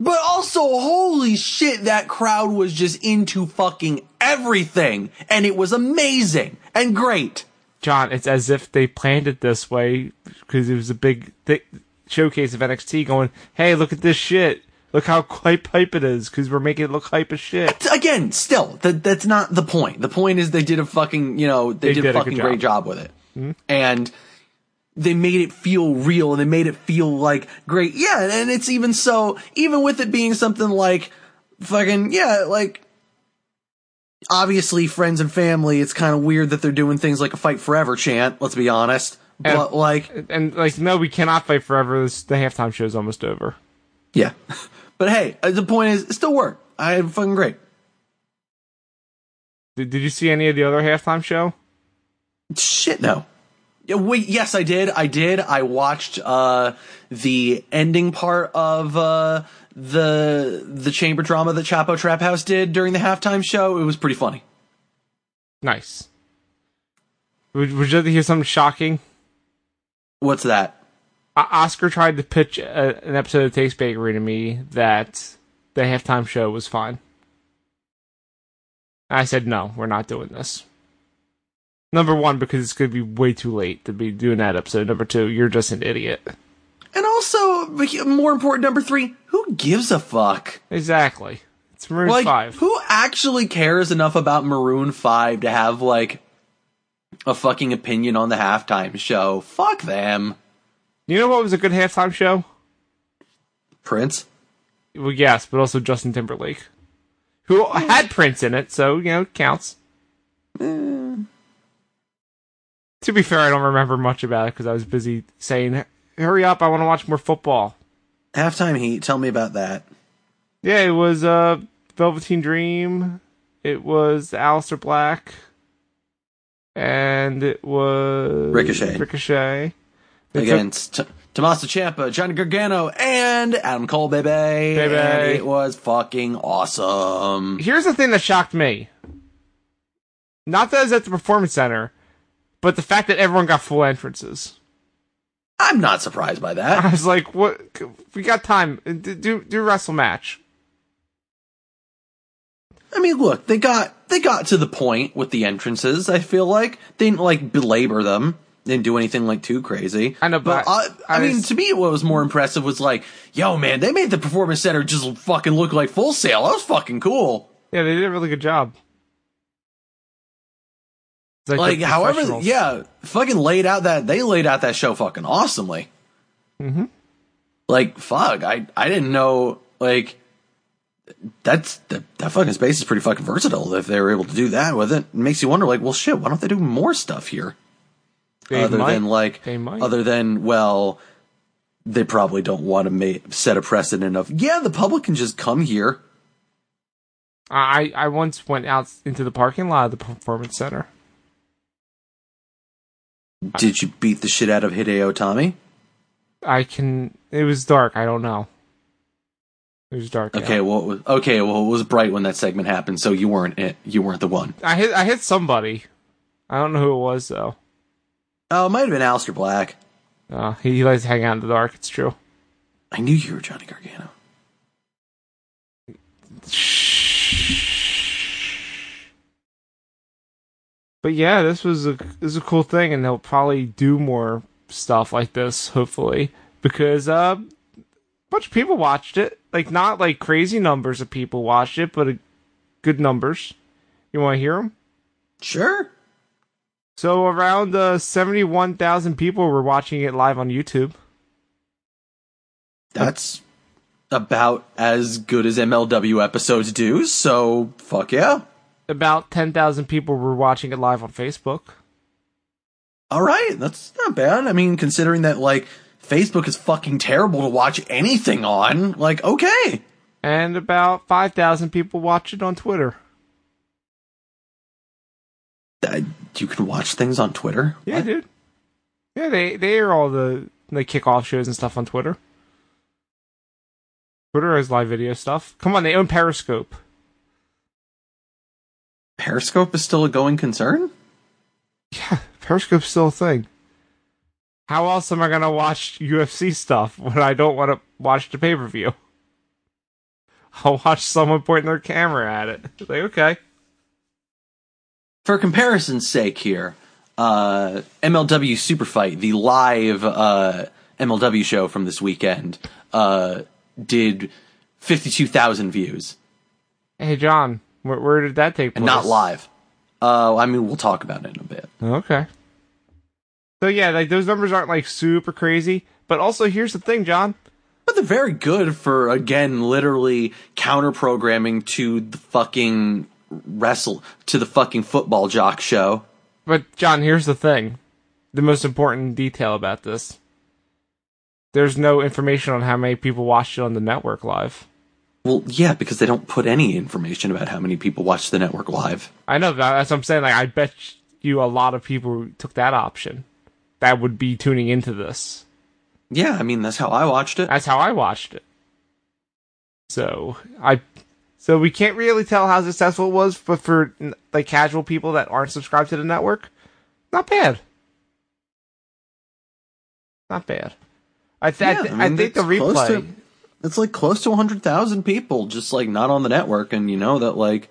[SPEAKER 2] But also, holy shit, that crowd was just into fucking everything. And it was amazing and great.
[SPEAKER 1] John, it's as if they planned it this way because it was a big thick showcase of NXT. Going, hey, look at this shit. Look how hype hype it is because we're making it look hype as shit.
[SPEAKER 2] Again, still, that, that's not the point. The point is they did a fucking, you know, they,
[SPEAKER 1] They
[SPEAKER 2] did,
[SPEAKER 1] did a
[SPEAKER 2] a
[SPEAKER 1] good Mm-hmm.
[SPEAKER 2] fucking great job with it. And they made it feel real and they made it feel like great. Yeah. And it's even so, even with it being something like fucking, yeah, like obviously friends and family, it's kind of weird that they're doing things like a fight forever chant. Let's be honest.
[SPEAKER 1] And-
[SPEAKER 2] But like,
[SPEAKER 1] And like, no, we cannot fight forever. This, the halftime show is almost over.
[SPEAKER 2] Yeah. But hey, uh, the point is, it still worked. I had fucking great.
[SPEAKER 1] Did, did you see any of the other halftime show?
[SPEAKER 2] Shit, no. Yeah, Wait, yes, I did. I did. I watched uh, the ending part of uh, the the chamber drama that Chapo Trap House did during the halftime show. It was pretty funny.
[SPEAKER 1] Nice. Would, would you like to hear something shocking?
[SPEAKER 2] What's that?
[SPEAKER 1] O- Oscar tried to pitch a, an episode of Taste Bakery to me that the halftime show was fine. I said, no, we're not doing this. Number one, because it's going to be way too late to be doing that episode. Number two, you're just an idiot.
[SPEAKER 2] And also, more important, number three, who gives a fuck?
[SPEAKER 1] Exactly. It's Maroon
[SPEAKER 2] like
[SPEAKER 1] 5.
[SPEAKER 2] who actually cares enough about Maroon 5 to have like a fucking opinion on the halftime show? Fuck them.
[SPEAKER 1] You know what was a good halftime show?
[SPEAKER 2] Prince.
[SPEAKER 1] Well, yes, but also Justin Timberlake, who had Prince in it, so, you know, it counts. To be fair, I don't remember much about it because I was busy saying, hurry up, I want to watch more football.
[SPEAKER 2] Halftime Heat. Tell me about that.
[SPEAKER 1] Yeah, it was uh, Velveteen Dream, it was Alistair Black, and it was
[SPEAKER 2] Ricochet.
[SPEAKER 1] Ricochet. They took-
[SPEAKER 2] Against T- Tommaso Ciampa, Johnny Gargano, and Adam Cole, baby.
[SPEAKER 1] Baby.
[SPEAKER 2] And it was fucking awesome.
[SPEAKER 1] here's the thing that shocked me. Not that it was at the performance center, but the fact that everyone got full entrances.
[SPEAKER 2] I'm not surprised by that.
[SPEAKER 1] I was like, "What? We got time. Do do, do a wrestle match."
[SPEAKER 2] I mean, look, they got they got to the point with the entrances. I feel like they didn't like belabor them. Didn't do anything like too crazy.
[SPEAKER 1] I know, but
[SPEAKER 2] I, I,
[SPEAKER 1] I
[SPEAKER 2] mean,
[SPEAKER 1] was-
[SPEAKER 2] to me, what was more impressive was like, yo, man, they made the performance center just fucking look like Full Sail. That was fucking cool.
[SPEAKER 1] Yeah, they did a really good job. It's
[SPEAKER 2] Like,
[SPEAKER 1] they're
[SPEAKER 2] however,
[SPEAKER 1] professionals.
[SPEAKER 2] yeah, fucking laid out that they laid out that show fucking awesomely. Mm-hmm. Like, fuck, I I didn't know like that's that, that fucking space is pretty fucking versatile. If they were able to do that with it, it makes you wonder, like, well, shit, why don't they do more stuff here
[SPEAKER 1] They
[SPEAKER 2] other
[SPEAKER 1] might.
[SPEAKER 2] than like
[SPEAKER 1] They might.
[SPEAKER 2] other than well, they probably don't want to make set a precedent of yeah, the public can just come here.
[SPEAKER 1] I I once went out into the parking lot of the performance center.
[SPEAKER 2] Did you beat the shit out of Hideo Tommy?
[SPEAKER 1] I can. It was dark. I don't know. It was dark.
[SPEAKER 2] Okay,
[SPEAKER 1] Yeah.
[SPEAKER 2] well, it was, okay, well, it was bright when that segment happened, so you weren't it. You weren't the one.
[SPEAKER 1] I hit. I hit somebody. I don't know who it was though.
[SPEAKER 2] Oh, it might have been Alistair Black.
[SPEAKER 1] Uh, he, he likes to hang out in the dark. It's true.
[SPEAKER 2] I knew you were Johnny Gargano.
[SPEAKER 1] But yeah, this was a this is a cool thing, and they'll probably do more stuff like this, hopefully, because uh, a bunch of people watched it. Like not like crazy numbers of people watched it, but a, good numbers. You want to hear them?
[SPEAKER 2] Sure.
[SPEAKER 1] So around uh, seventy one thousand people were watching it live on YouTube.
[SPEAKER 2] That's about as good as MLW episodes do, so fuck yeah.
[SPEAKER 1] About ten thousand people were watching it live on Facebook.
[SPEAKER 2] All right, that's not bad. I mean, considering that, like, Facebook is fucking terrible to watch anything on, like, okay.
[SPEAKER 1] and about 5,000 people watch it on Twitter.
[SPEAKER 2] That- you can watch things on Twitter.
[SPEAKER 1] Yeah, dude. Yeah, they they air all the the kickoff shows and stuff on Twitter. Twitter has live video stuff. Come on, they own Periscope.
[SPEAKER 2] Periscope is still a going concern?
[SPEAKER 1] Yeah, Periscope's still a thing. How else am I gonna watch UFC stuff when I don't want to watch the pay per view? I'll watch someone pointing their camera at it. It's like, okay,
[SPEAKER 2] for comparison's sake here, uh, MLW Superfight, the live uh, MLW show from this weekend, uh, did 52,000 views.
[SPEAKER 1] hey John, where, where did that take place?
[SPEAKER 2] And not live. Uh, I mean, we'll talk about it in a bit.
[SPEAKER 1] Okay. So yeah, like those numbers aren't like super crazy, but also here's the thing, John.
[SPEAKER 2] But they're very good for, again, literally counter programming to the fucking wrestle, to the fucking football jock show.
[SPEAKER 1] But John, here's the thing. The most important detail about this. There's no information on how many people watched it on the network live.
[SPEAKER 2] Well, yeah, because they don't put any information about how many people watch the network live.
[SPEAKER 1] I know that- that's what I'm saying. Like I bet you a lot of people took that option. That would be tuning into this.
[SPEAKER 2] Yeah, I mean, that's how I watched it.
[SPEAKER 1] That's how I watched it. So I, so we can't really tell how successful it was, but for like casual people that aren't subscribed to the network, not bad. Not bad. I, th- I,
[SPEAKER 2] Yeah,
[SPEAKER 1] th-
[SPEAKER 2] I
[SPEAKER 1] I,
[SPEAKER 2] mean,
[SPEAKER 1] think the
[SPEAKER 2] it's close
[SPEAKER 1] replay.
[SPEAKER 2] to- it's like close to 100,000 people just like not on the network and you know that like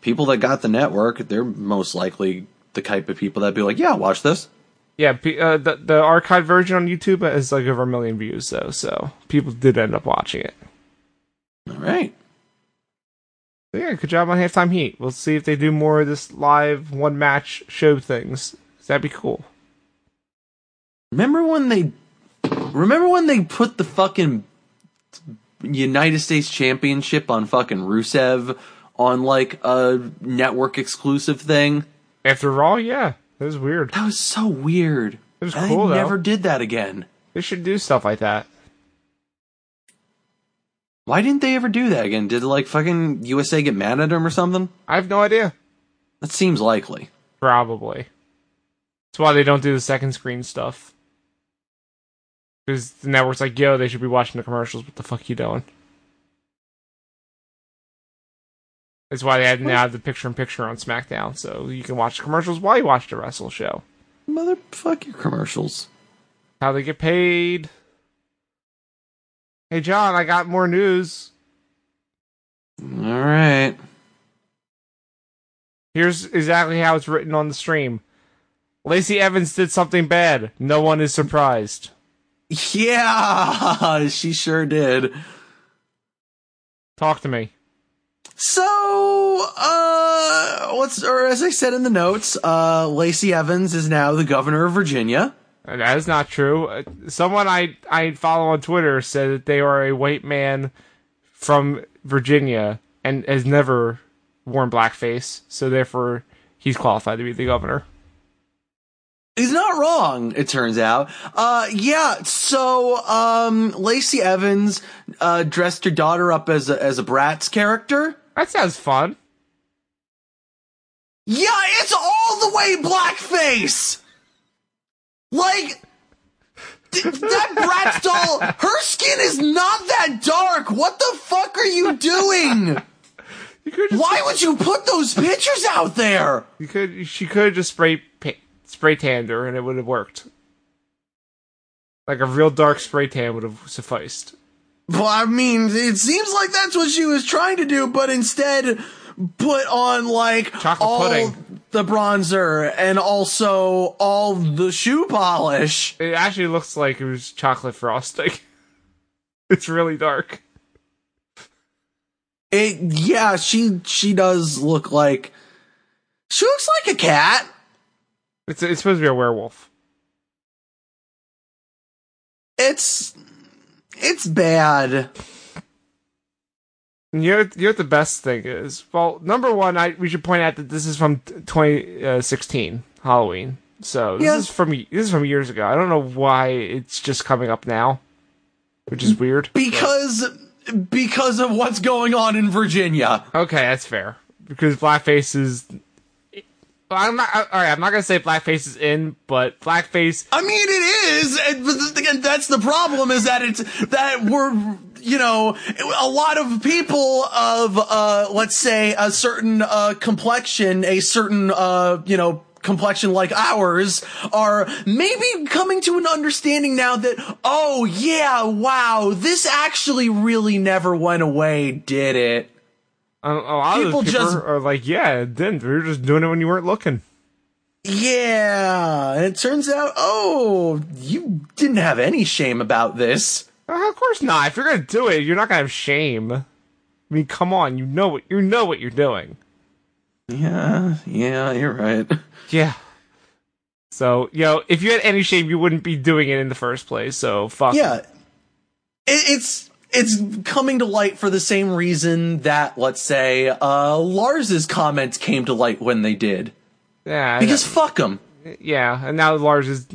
[SPEAKER 2] people that got the network they're most likely the type of people that be like yeah watch this
[SPEAKER 1] Yeah, pe- uh, the the archive version on YouTube is like over a million views though, so people did end up watching it.
[SPEAKER 2] all right
[SPEAKER 1] So yeah, good job on halftime heat. We'll see if they do more of this live one match show things. That'd be cool.
[SPEAKER 2] remember when they remember when they put the fucking United States championship on fucking Rusev on like a network exclusive thing
[SPEAKER 1] After all, yeah, that was weird.
[SPEAKER 2] that was so weird
[SPEAKER 1] It was
[SPEAKER 2] And
[SPEAKER 1] cool, though.
[SPEAKER 2] they never did that again
[SPEAKER 1] They should do stuff like that.
[SPEAKER 2] why didn't they ever do that again did like fucking USA get mad at him or something
[SPEAKER 1] I have no idea.
[SPEAKER 2] That seems likely.
[SPEAKER 1] Probably. That's why they don't do the second screen stuff. Because the network's like, yo, they should be watching the commercials. What the fuck you doing? That's why they had now have the picture in picture on SmackDown, so you can watch the commercials while you watch the wrestle show.
[SPEAKER 2] Motherfuck your commercials.
[SPEAKER 1] How they get paid. Hey John, I got more news.
[SPEAKER 2] All right.
[SPEAKER 1] Here's exactly how it's written on the stream. Lacey Evans did something bad. No one is surprised.
[SPEAKER 2] Yeah, she sure did.
[SPEAKER 1] Talk to me.
[SPEAKER 2] So, uh, what's, or as I said in the notes, uh, Lacey Evans is now the governor of Virginia.
[SPEAKER 1] Uh, That is not true. Uh, Someone I I follow on Twitter said that they are a white man from Virginia and has never worn blackface, so therefore he's qualified to be the governor.
[SPEAKER 2] He's not wrong, it turns out. Uh, yeah, so, um, Lacey Evans, uh, dressed her daughter up as a, as a Bratz character.
[SPEAKER 1] That sounds fun.
[SPEAKER 2] Yeah, it's all the way blackface! Like, th- that Bratz doll, her skin is not that dark! What the fuck are you doing?
[SPEAKER 1] You could just,
[SPEAKER 2] Why would you put those pictures out there?
[SPEAKER 1] you could she could have just spray pa- spray tanned her and it would have worked. Like a real dark spray tan would have sufficed.
[SPEAKER 2] Well, I mean, it seems like that's what she was trying to do, but instead put on like
[SPEAKER 1] Chocolate
[SPEAKER 2] all
[SPEAKER 1] pudding.
[SPEAKER 2] the bronzer and also all the shoe polish.
[SPEAKER 1] It actually looks like it was chocolate frosting. it's really dark.
[SPEAKER 2] It yeah, she she does look like she looks like a cat.
[SPEAKER 1] It's it's supposed to be a werewolf.
[SPEAKER 2] It's it's bad.
[SPEAKER 1] And You know, you know what the best thing is? Well, number one, I we should point out that this is from t- 2016 Halloween, so this
[SPEAKER 2] Yeah.
[SPEAKER 1] is from this is from years ago. I don't know why it's just coming up now, which is weird.
[SPEAKER 2] Because because of what's going on in Virginia.
[SPEAKER 1] Okay, that's fair because blackface is. Well, I'm not all right. I'm not gonna say blackface is in, but blackface.
[SPEAKER 2] I mean, it is. and- but th- Again, that's the problem is that it's that we're you know a lot of people of uh let's say a certain uh complexion, a certain uh you know complexion like ours are maybe coming to an understanding now that oh yeah wow this actually really never went away did it
[SPEAKER 1] A a lot of
[SPEAKER 2] People
[SPEAKER 1] those people
[SPEAKER 2] just-
[SPEAKER 1] are like, yeah, it didn't. We were just doing it when you weren't looking.
[SPEAKER 2] yeah and it turns out oh you didn't have any shame about this
[SPEAKER 1] Uh, of course not. If you're gonna do it, you're not gonna have shame. I mean, come on. You know what you know what you're doing.
[SPEAKER 2] Yeah, yeah, you're right.
[SPEAKER 1] Yeah. So you know, if you had any shame, you wouldn't be doing it in the first place. So fuck.
[SPEAKER 2] Yeah, it, it's it's coming to light for the same reason that let's say uh Lars's comments came to light when they did
[SPEAKER 1] Yeah. I-
[SPEAKER 2] because fuck 'em.
[SPEAKER 1] yeah. And now Lars is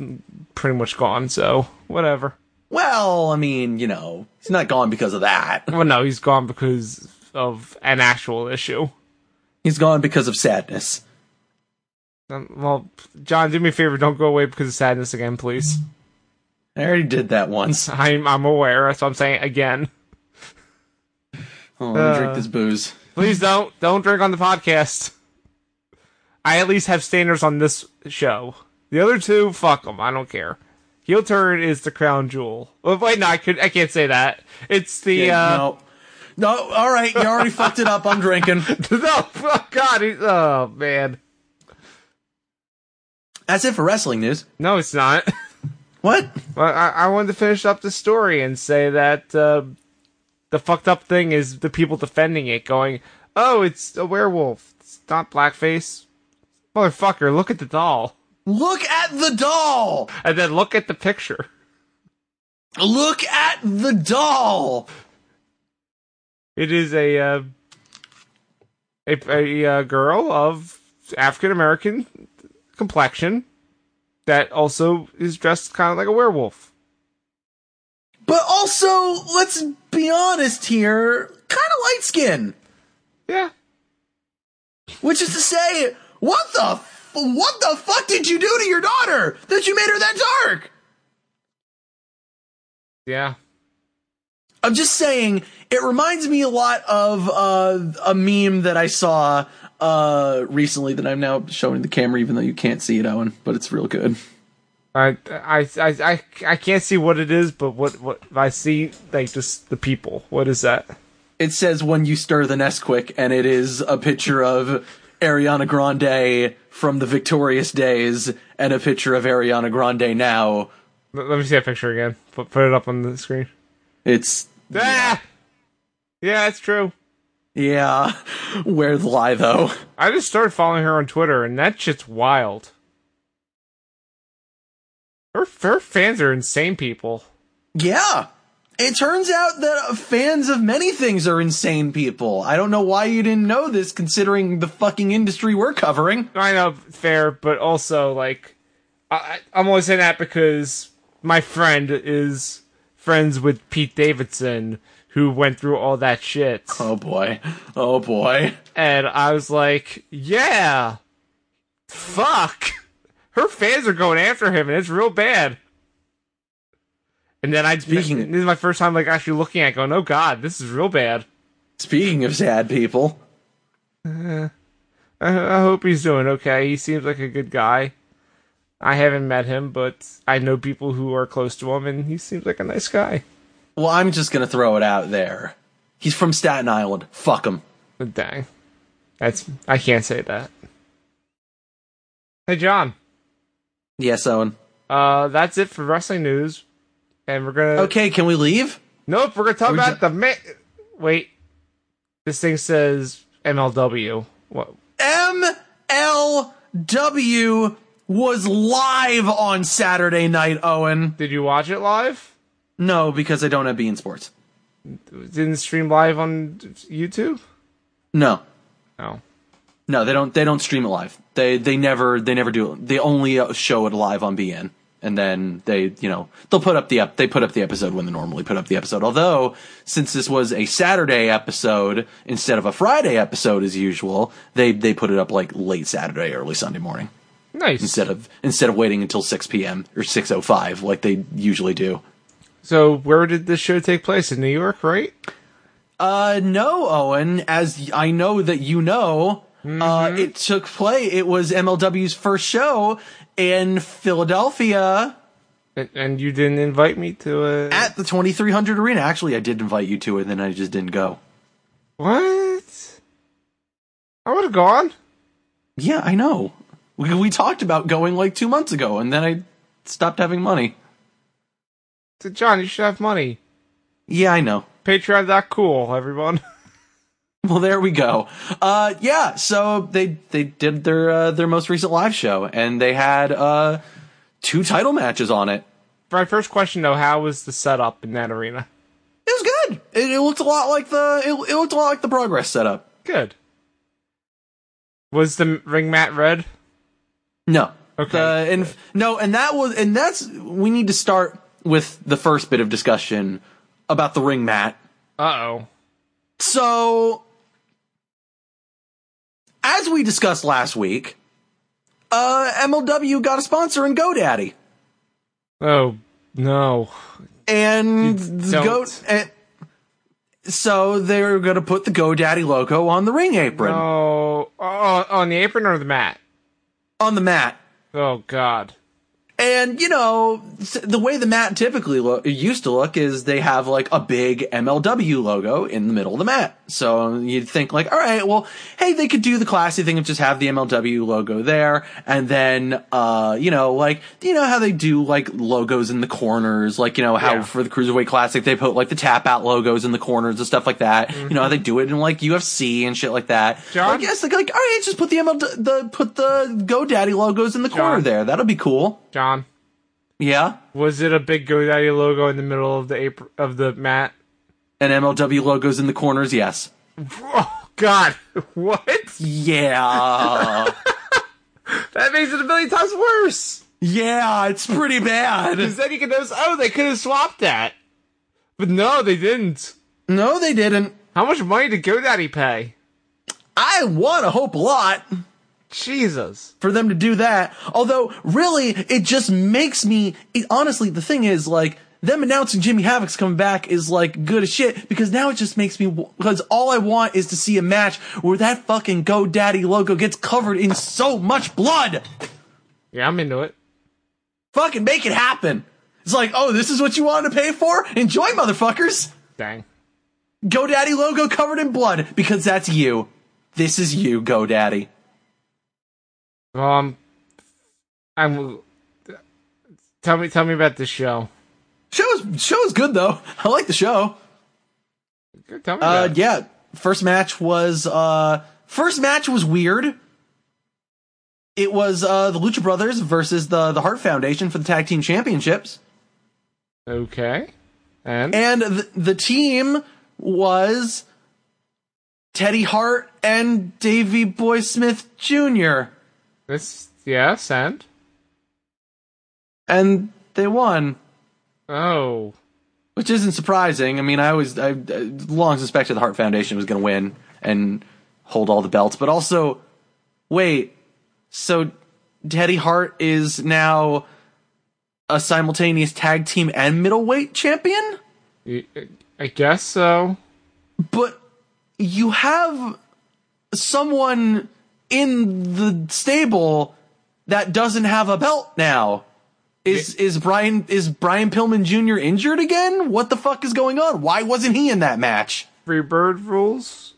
[SPEAKER 1] pretty much gone. So whatever.
[SPEAKER 2] Well, I mean, you know, he's not gone because of that.
[SPEAKER 1] Well, no, he's gone because of an actual issue.
[SPEAKER 2] He's gone because of sadness.
[SPEAKER 1] Um, well, John, do me a favor. Don't go away because of sadness again, please.
[SPEAKER 2] I already did that once.
[SPEAKER 1] I'm I'm aware. That's what I'm saying again.
[SPEAKER 2] Oh, let me
[SPEAKER 1] Uh.
[SPEAKER 2] drink this booze.
[SPEAKER 1] Please don't don't drink on the podcast. I at least have standards on this show. The other two, fuck them. I don't care. Heel turn is the crown jewel. Well, wait, no, I could I can't say that. It's the uh,
[SPEAKER 2] no. No, all right, you already fucked it up. I'm drinking.
[SPEAKER 1] no. oh god, he- oh man,
[SPEAKER 2] That's it for wrestling news.
[SPEAKER 1] no, it's not.
[SPEAKER 2] What?
[SPEAKER 1] Well, I, I wanted to finish up the story and say that uh, the fucked up thing is the people defending it, going, "Oh, it's a werewolf. It's not blackface, motherfucker. Look at the doll,
[SPEAKER 2] Look at the doll.
[SPEAKER 1] and then look at the picture."
[SPEAKER 2] Look at the doll.
[SPEAKER 1] It is a uh, a, a uh, girl of African American complexion that also is dressed kind of like a werewolf.
[SPEAKER 2] But also, let's be honest here, kind of light skin.
[SPEAKER 1] Yeah,
[SPEAKER 2] Which is to say, what the f- what the fuck did you do to your daughter that you made her that dark?
[SPEAKER 1] yeah.
[SPEAKER 2] I'm just saying, it reminds me a lot of uh, a meme that I saw uh, recently that I'm now showing the camera, even though you can't see it, Owen. But it's real good.
[SPEAKER 1] I, I I I I can't see what it is, but what what I see like just the people. What is that?
[SPEAKER 2] It says when you stir the nest quick, and it is a picture of Ariana Grande from the victorious days and a picture of Ariana Grande now.
[SPEAKER 1] Let let me see that picture again. Put, put it up on the screen.
[SPEAKER 2] It's
[SPEAKER 1] Ah! Yeah, it's true.
[SPEAKER 2] yeah, where the lie though.
[SPEAKER 1] I just started following her on Twitter, and that shit's wild. Her her fans are insane people.
[SPEAKER 2] Yeah. It turns out that fans of many things are insane people. I don't know why you didn't know this considering the fucking industry we're covering.
[SPEAKER 1] I know, fair, but also like, I, I- I'm only saying that because my friend is friends with Pete Davidson, who went through all that shit,
[SPEAKER 2] Oh boy. Oh boy.
[SPEAKER 1] and I was like, yeah, fuck, her fans are going after him, and it's real bad. And then I
[SPEAKER 2] Speaking-
[SPEAKER 1] this is my first time like actually looking at, it going, oh god, this is real bad.
[SPEAKER 2] Speaking of sad people,
[SPEAKER 1] I, I hope he's doing okay. He seems like a good guy. I haven't met him, but I know people who are close to him, and he seems like a nice guy.
[SPEAKER 2] well, I'm just gonna throw it out there. He's from Staten Island. Fuck him.
[SPEAKER 1] But dang, that's I can't say that. Hey, John.
[SPEAKER 2] Yes, Owen.
[SPEAKER 1] Uh, that's it for wrestling news, and we're gonna.
[SPEAKER 2] Okay, can we leave?
[SPEAKER 1] Nope, we're gonna talk
[SPEAKER 2] We
[SPEAKER 1] about the
[SPEAKER 2] ju-
[SPEAKER 1] ma- Wait, this thing says MLW. What?
[SPEAKER 2] MLW was live on Saturday night, Owen.
[SPEAKER 1] Did you watch it live?
[SPEAKER 2] No, because I don't have Bean Sports.
[SPEAKER 1] Didn't stream live on YouTube?
[SPEAKER 2] No.
[SPEAKER 1] No.
[SPEAKER 2] No, they don't. They don't stream it live. They they never they never do it. They only uh, show it live on BN, and then they you know they'll put up the ep- they put up the episode when they normally put up the episode. Although since this was a Saturday episode instead of a Friday episode as usual, they they put it up like late Saturday, early Sunday morning
[SPEAKER 1] Nice.
[SPEAKER 2] instead of instead of waiting until six p.m. or six o five like they usually do.
[SPEAKER 1] So, where did this show take place? In New York, right?
[SPEAKER 2] Uh, no, Owen. As y- I know that you know, uh, it took play. It was MLW's first show in Philadelphia
[SPEAKER 1] And, and you didn't invite me to it.
[SPEAKER 2] at the 2300 Arena. Actually, I did invite you to it, then I just didn't go.
[SPEAKER 1] what? I would have gone.
[SPEAKER 2] Yeah, I know. We, we talked about going like two months ago, and then I stopped having money.
[SPEAKER 1] So, John, you should have money.
[SPEAKER 2] Yeah, I know.
[SPEAKER 1] Patreon.cool, everyone.
[SPEAKER 2] Well, there we go. Uh, yeah, so they they did their uh, their most recent live show, and they had uh, two title matches on it.
[SPEAKER 1] My first question, though, how was the setup in that arena?
[SPEAKER 2] It was good. It, it looked a lot like the it, it looked a lot like the progress setup.
[SPEAKER 1] Good. Was the ring mat red?
[SPEAKER 2] No.
[SPEAKER 1] Okay.
[SPEAKER 2] The- and no, and that was and that's we need to start with the first bit of discussion about the ring mat.
[SPEAKER 1] Uh oh.
[SPEAKER 2] So as we discussed last week, uh MLW got a sponsor in GoDaddy.
[SPEAKER 1] Oh, no.
[SPEAKER 2] And
[SPEAKER 1] don't.
[SPEAKER 2] Go and, so they're going to put the GoDaddy logo on the ring apron
[SPEAKER 1] Oh, oh, on the apron or the mat?
[SPEAKER 2] on the mat.
[SPEAKER 1] Oh, God.
[SPEAKER 2] And you know s- the way the mat typically lo- used to look is they have like a big MLW logo in the middle of the mat. So you'd think like, all right, well, hey, they could do the classy thing of just have the MLW logo there, and then uh, you know, like you know how they do like logos in the corners, like you know how
[SPEAKER 1] Yeah.
[SPEAKER 2] for the Cruiserweight Classic they put like the tap out logos in the corners and stuff like that. You know how they do it in like UFC and shit like that.
[SPEAKER 1] Mm-hmm. John?
[SPEAKER 2] Like, yes, like, like all right, just put the MLW, the put the GoDaddy logos in the corner
[SPEAKER 1] John?
[SPEAKER 2] there. That'll be cool.
[SPEAKER 1] John,
[SPEAKER 2] Yeah.
[SPEAKER 1] was it a big GoDaddy logo in the middle of the apron, of the mat?
[SPEAKER 2] And MLW logos in the corners, yes.
[SPEAKER 1] Oh, God. What?
[SPEAKER 2] Yeah.
[SPEAKER 1] That makes it a million times worse.
[SPEAKER 2] yeah, it's pretty bad.
[SPEAKER 1] Because then you can notice, oh, they could have swapped that. But no, they didn't.
[SPEAKER 2] No, they didn't.
[SPEAKER 1] How much money did GoDaddy pay?
[SPEAKER 2] I want to hope a lot
[SPEAKER 1] Jesus.
[SPEAKER 2] for them to do that. Although, really, it just makes me. It, honestly, the thing is, like, them announcing Jimmy Havoc's coming back is, like, good as shit because now it just makes me. Because all I want is to see a match where that fucking GoDaddy logo gets covered in so much blood.
[SPEAKER 1] Yeah, I'm into it.
[SPEAKER 2] Fucking make it happen. It's like, oh, this is what you wanted to pay for? Enjoy, motherfuckers.
[SPEAKER 1] Dang.
[SPEAKER 2] GoDaddy logo covered in blood because that's you. This is you, GoDaddy.
[SPEAKER 1] Well, I'm, Um, I'm. Tell me, tell me about this show.
[SPEAKER 2] Show is show is good though. I like the show.
[SPEAKER 1] Tell me.
[SPEAKER 2] Uh,
[SPEAKER 1] about it.
[SPEAKER 2] yeah. First match was uh first match was weird. It was uh the Lucha Brothers versus the the Hart Foundation for the tag team championships,
[SPEAKER 1] Okay. And,
[SPEAKER 2] and the, the team was Teddy Hart and Davy Boy Smith Jr.
[SPEAKER 1] this, yes, and
[SPEAKER 2] and they won,
[SPEAKER 1] oh,
[SPEAKER 2] which isn't surprising. I mean, I always I, I long suspected the Hart Foundation was going to win and hold all the belts, but also wait, so Teddy Hart is now a simultaneous tag team and middleweight champion?
[SPEAKER 1] y- I guess so.
[SPEAKER 2] But you have someone in the stable that doesn't have a belt now. Is is Brian is Brian Pillman Jr. injured again? What the fuck is going on? Why wasn't he in that match?
[SPEAKER 1] Free bird rules.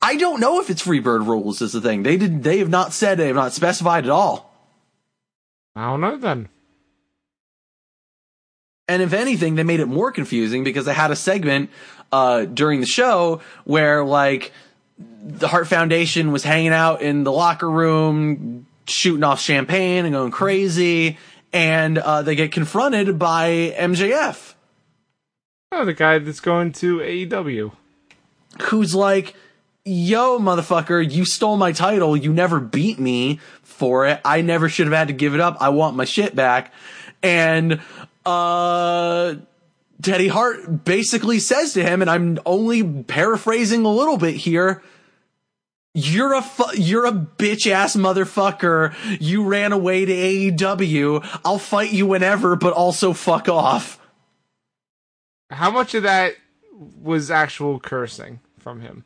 [SPEAKER 2] I don't know if it's Freebird rules is the thing. They did they have not said they have not specified at all.
[SPEAKER 1] I don't know then.
[SPEAKER 2] And if anything, they made it more confusing because they had a segment uh, during the show where, like, the Hart Foundation was hanging out in the locker room, shooting off champagne and going crazy, and uh, they get confronted by MJF,
[SPEAKER 1] Oh, the guy that's going to E AEW.
[SPEAKER 2] who's like, Yo, motherfucker, you stole my title. You never beat me for it. I never should have had to give it up. I want my shit back. And, uh, Teddy Hart basically says to him, and I'm only paraphrasing a little bit here. You're a fu- you're a bitch ass motherfucker. You ran away to AEW. I'll fight you whenever, but also fuck off.
[SPEAKER 1] How much of that was actual cursing from him?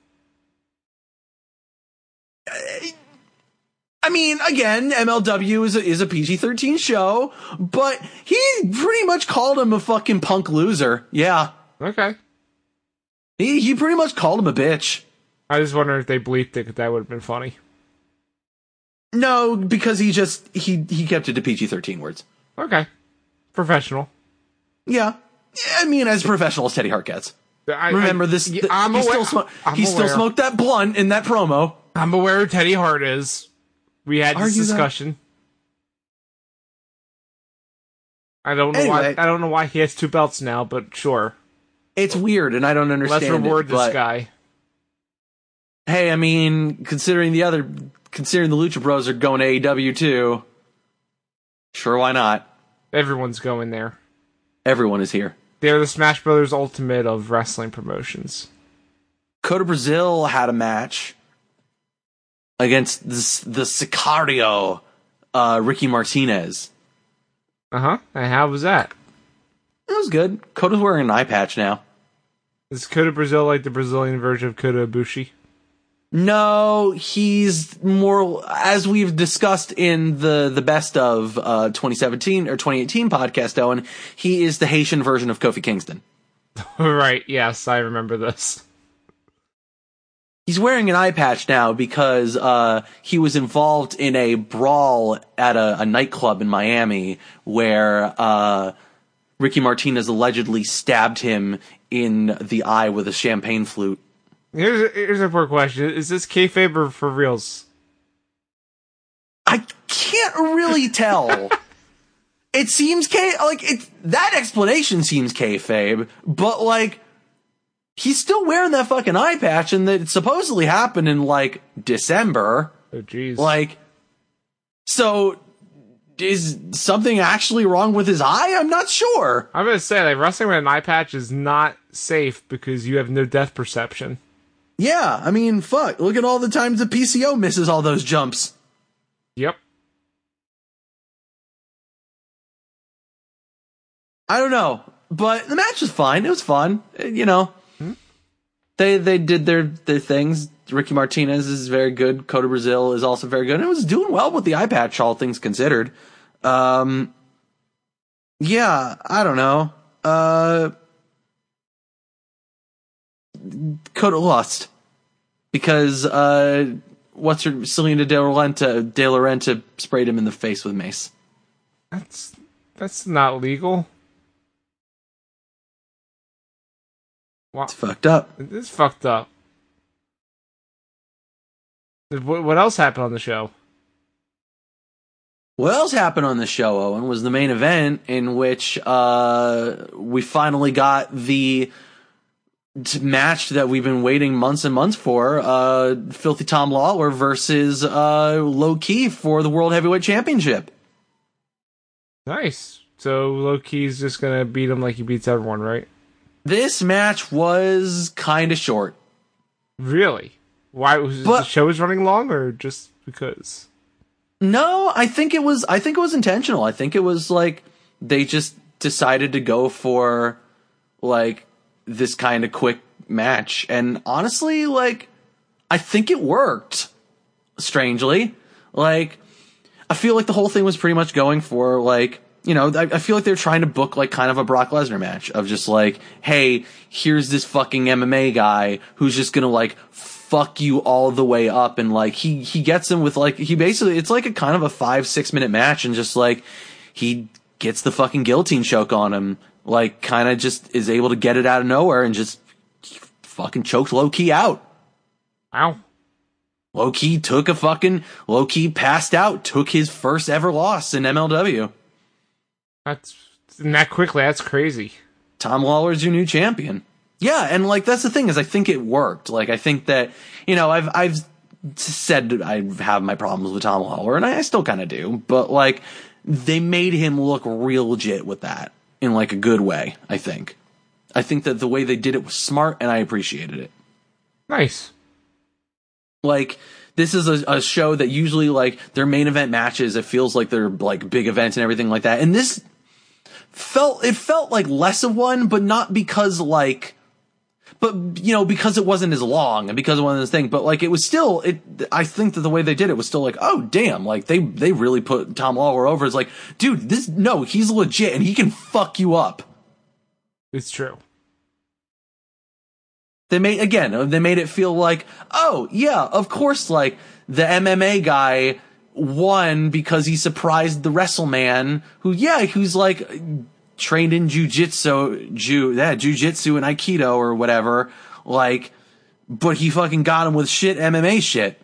[SPEAKER 2] I mean, again, MLW is a, is a PG thirteen show, but he pretty much called him a fucking punk loser. Yeah,
[SPEAKER 1] Okay.
[SPEAKER 2] he he pretty much called him a bitch.
[SPEAKER 1] I just wonder if they bleeped it 'cause that would have been funny.
[SPEAKER 2] No, because he just he he kept it to PG thirteen words.
[SPEAKER 1] Okay. Professional.
[SPEAKER 2] Yeah, I mean, as professional as Teddy Hart gets.
[SPEAKER 1] I,
[SPEAKER 2] Remember
[SPEAKER 1] I-
[SPEAKER 2] this?
[SPEAKER 1] yeah,
[SPEAKER 2] th-
[SPEAKER 1] I'm
[SPEAKER 2] he
[SPEAKER 1] aware.
[SPEAKER 2] Still smo-
[SPEAKER 1] I'm
[SPEAKER 2] he still
[SPEAKER 1] aware.
[SPEAKER 2] smoked that blunt in that promo.
[SPEAKER 1] I'm aware who Teddy Hart is. We had
[SPEAKER 2] Are
[SPEAKER 1] this
[SPEAKER 2] you though?
[SPEAKER 1] discussion. I don't know why.
[SPEAKER 2] Anyway.
[SPEAKER 1] I don't know why he has two belts now, but sure.
[SPEAKER 2] It's weird, and I don't understand.
[SPEAKER 1] Let's reward
[SPEAKER 2] it,
[SPEAKER 1] this
[SPEAKER 2] but-
[SPEAKER 1] guy.
[SPEAKER 2] Hey, I mean, considering the other, considering the Lucha Bros are going to AEW too, sure, why not?
[SPEAKER 1] Everyone's going there.
[SPEAKER 2] Everyone is here.
[SPEAKER 1] They're the Smash Brothers Ultimate of wrestling promotions.
[SPEAKER 2] Coda Brazil had a match against this, the Sicario, uh, Ricky Martinez.
[SPEAKER 1] Uh huh. And how was that?
[SPEAKER 2] It was good. Coda's wearing an eye patch now.
[SPEAKER 1] Is Kota Brazil like the Brazilian version of Kota Ibushi?
[SPEAKER 2] No, he's more as we've discussed in the the best of uh 2017 or 2018 podcast Owen, he is the Haitian version of Kofi Kingston.
[SPEAKER 1] right. Yes, I remember this.
[SPEAKER 2] He's wearing an eye patch now because uh, he was involved in a brawl at a, a nightclub in Miami where uh, Ricky Martinez allegedly stabbed him in the eye with a champagne flute.
[SPEAKER 1] Here's a, here's a poor question: Is this kayfabe or for reals?
[SPEAKER 2] I can't really tell. it seems k like it. That explanation seems kayfabe, but like he's still wearing that fucking eye patch, and that it supposedly happened in like December.
[SPEAKER 1] Oh, jeez.
[SPEAKER 2] Like, so is something actually wrong with his eye? I'm not sure.
[SPEAKER 1] I'm gonna say like wrestling with an eye patch is not safe because you have no depth perception.
[SPEAKER 2] Yeah, I mean, fuck. Look at all the times the PCO misses all those jumps.
[SPEAKER 1] Yep.
[SPEAKER 2] I don't know, but the match was fine. It was fun. Uh, You know, they they did their their things. Ricky Martinez is very good. Coda Brazil is also very good. And it was doing well with the eye patch, all things considered. Um, yeah, I don't know. Uh, Coda lost because uh, what's her Selena De Laurenta De Laurenta sprayed him in the face with mace.
[SPEAKER 1] That's that's not legal. Wow,
[SPEAKER 2] It's fucked up.
[SPEAKER 1] this is fucked up. What what else happened on the show?
[SPEAKER 2] What else happened on the show, Owen, was the main event in which uh, we finally got the t- match that we've been waiting months and months for uh, Filthy Tom Lawler versus uh, Low Key for the World Heavyweight Championship.
[SPEAKER 1] Nice. So low key's just gonna beat him like he beats everyone, right?
[SPEAKER 2] This match was kind of short.
[SPEAKER 1] Really? Why was the
[SPEAKER 2] But-
[SPEAKER 1] show was running long, or just because?
[SPEAKER 2] No, I think it was. I think it was intentional. I think it was like they just decided to go for like this kind of quick match, and honestly, like I think it worked. Strangely, like I feel like the whole thing was pretty much going for like you know I, I feel like they're trying to book like kind of a Brock Lesnar match of just like hey here's this fucking MMA guy who's just gonna like fuck you all the way up and like he he gets him with like he basically it's like a kind of a five six minute match and just like he gets the fucking guillotine choke on him like kind of just is able to get it out of nowhere and just fucking choked low key out.
[SPEAKER 1] Wow.
[SPEAKER 2] Low key took a fucking low key passed out, took his first ever loss in MLW.
[SPEAKER 1] That's and that quickly. That's crazy.
[SPEAKER 2] Tom Lawler's your new champion. Yeah, and like that's the thing is I think it worked. Like I think that you know I've I've said I have my problems with Tom Lawler, and I, I still kind of do, but like they made him look real legit with that in like a good way. I think. I think that the way they did it was smart, and I appreciated it.
[SPEAKER 1] Nice.
[SPEAKER 2] like this is a, a show that usually like their main event matches it feels like they're like big events and everything like that and this felt it felt like less of one but not because like but you know because it wasn't as long and because it wasn't this thing but like it was still it i think that the way they did it was still like oh damn like they they really put tom lawler over as like dude this no he's legit and he can fuck you up
[SPEAKER 1] It's true.
[SPEAKER 2] They made again. They made it feel like, oh yeah, of course. Like the MMA guy won because he surprised the WrestleMan, who yeah, who's like trained in jujitsu, ju that jujitsu and aikido or whatever. Like, but he fucking got him with shit MMA shit.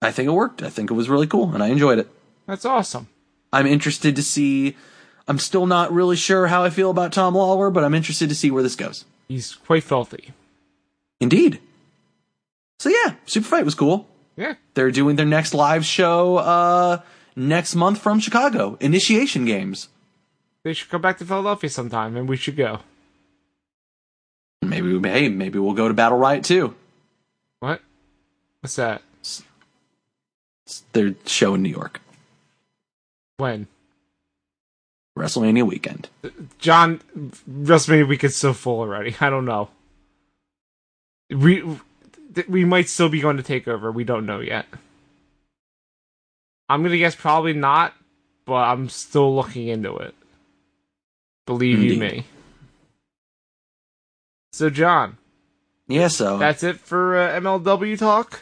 [SPEAKER 2] I think it worked. I think it was really cool, and I enjoyed it.
[SPEAKER 1] That's awesome.
[SPEAKER 2] I'm interested to see. I'm still not really sure how I feel about Tom Lawler, but I'm interested to see where this goes.
[SPEAKER 1] He's quite filthy.
[SPEAKER 2] Indeed. So yeah, Super Fight was cool.
[SPEAKER 1] Yeah.
[SPEAKER 2] They're doing their next live show uh next month from Chicago. Initiation Games.
[SPEAKER 1] They should come back to Philadelphia sometime, and we should go.
[SPEAKER 2] Maybe we hey, maybe we'll go to Battle Riot too.
[SPEAKER 1] What? What's that?
[SPEAKER 2] It's their show in New York.
[SPEAKER 1] When?
[SPEAKER 2] WrestleMania weekend.
[SPEAKER 1] John, WrestleMania week is so full already. I don't know. We th- we might still be going to take over. We don't know yet. I'm gonna guess probably not, but I'm still looking into it. Believe you
[SPEAKER 2] Indeed.
[SPEAKER 1] me. So John,
[SPEAKER 2] Yeah, so
[SPEAKER 1] that's it for uh, MLW talk.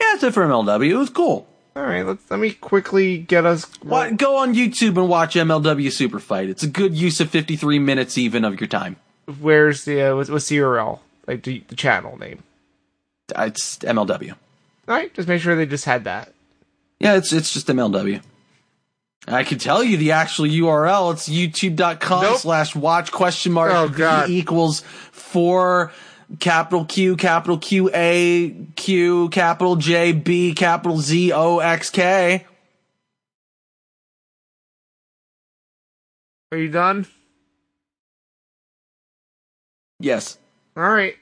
[SPEAKER 2] yeah, that's it for MLW. It was cool.
[SPEAKER 1] All right, let's let me quickly get us.
[SPEAKER 2] What, go on YouTube and watch MLW Super Fight. It's a good use of 53 minutes even of your time.
[SPEAKER 1] Where's the uh, what's, what's the URL? Like the, the channel name.
[SPEAKER 2] It's MLW.
[SPEAKER 1] All right, just make sure they just had that.
[SPEAKER 2] Yeah, it's it's just MLW. I can tell you the actual URL. It's youtube.com
[SPEAKER 1] Nope.
[SPEAKER 2] slash watch question mark
[SPEAKER 1] Oh, God.
[SPEAKER 2] E equals four capital Q, capital Q A Q, capital J B, capital Z O X K.
[SPEAKER 1] Are you done?
[SPEAKER 2] Yes.
[SPEAKER 1] All right.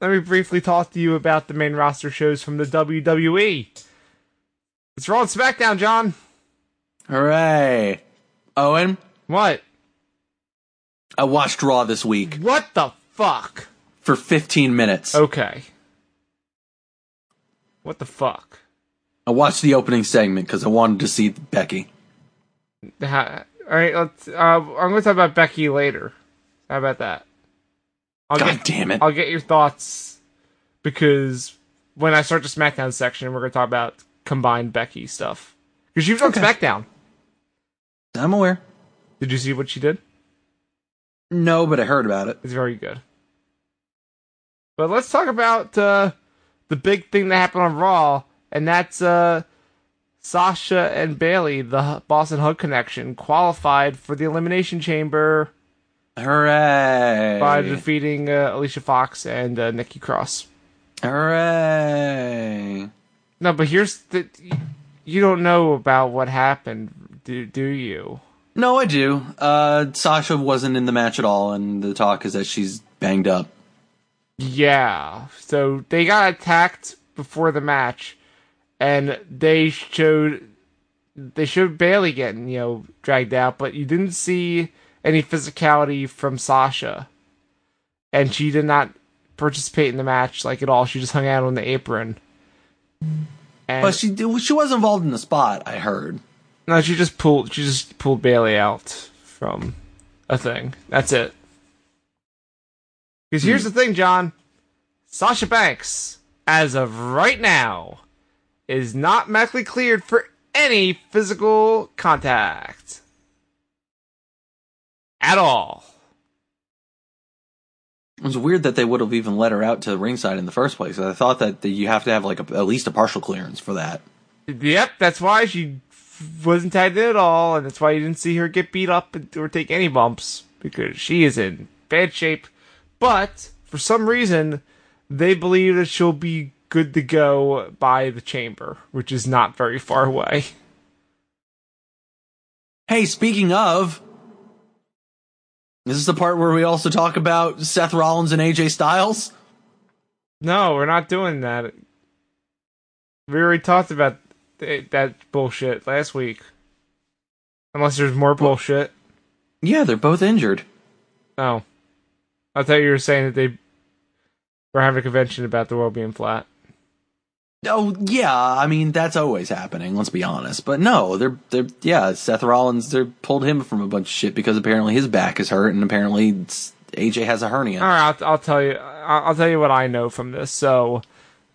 [SPEAKER 1] Let me briefly talk to you about the main roster shows from the WWE. It's Raw and SmackDown, John.
[SPEAKER 2] Hooray. Owen,
[SPEAKER 1] What?
[SPEAKER 2] I watched Raw this week
[SPEAKER 1] What the fuck?
[SPEAKER 2] for 15 minutes.
[SPEAKER 1] Okay. What the fuck?
[SPEAKER 2] I watched the opening segment because I wanted to see Becky.
[SPEAKER 1] Ha- All right, let's. Uh, I'm going to talk about Becky later. How about that? I'll
[SPEAKER 2] God
[SPEAKER 1] get,
[SPEAKER 2] damn it.
[SPEAKER 1] I'll get your thoughts because when I start the SmackDown section, we're gonna talk about combined Becky stuff because you've done
[SPEAKER 2] Okay.
[SPEAKER 1] SmackDown.
[SPEAKER 2] I'm aware.
[SPEAKER 1] Did you see what she did?
[SPEAKER 2] No, but I heard about it.
[SPEAKER 1] It's very good. But let's talk about uh, the big thing that happened on Raw, and that's uh, Sasha and Bailey, the Boston Hug connection, qualified for the Elimination Chamber
[SPEAKER 2] Hooray!
[SPEAKER 1] by defeating uh, Alicia Fox and uh, Nikki Cross.
[SPEAKER 2] Hooray!
[SPEAKER 1] No, but here's the you don't know about what happened, do do you?
[SPEAKER 2] No, I do. Uh, Sasha wasn't in the match at all, and the talk is that she's banged up.
[SPEAKER 1] Yeah. So they got attacked before the match, and they showed they showed Bailey getting you know dragged out, but you didn't see any physicality from Sasha, and she did not participate in the match like at all. She just hung out on the apron. And
[SPEAKER 2] But she did- she was involved in the spot. I heard.
[SPEAKER 1] no, she just pulled she just pulled Bailey out from a thing. That's it. Because here's the thing, John. Sasha Banks, as of right now, is not medically cleared for any physical contact. At all.
[SPEAKER 2] It was weird that they would have even let her out to ringside in the first place. I thought that the, you have to have like a, at least a partial clearance for that.
[SPEAKER 1] Yep, that's why she wasn't tagged in at all, and that's why you didn't see her get beat up or take any bumps because she is in bad shape. But for some reason, they believe that she'll be good to go by the chamber, which is not very far away.
[SPEAKER 2] Hey, speaking of, this is the part where we also talk about Seth Rollins and AJ Styles.
[SPEAKER 1] No, we're not doing that. We already talked about th- that bullshit last week. Unless there's more bullshit.
[SPEAKER 2] Yeah, they're both injured.
[SPEAKER 1] No. Oh. I thought you were saying that they were having a convention about the world being flat.
[SPEAKER 2] Oh yeah, I mean that's always happening. Let's be honest. But no, they're they're yeah. Seth Rollins they pulled him from a bunch of shit because apparently his back is hurt and apparently it's- AJ has a hernia.
[SPEAKER 1] All right, I'll, I'll tell you. I'll, I'll tell you what I know from this. So,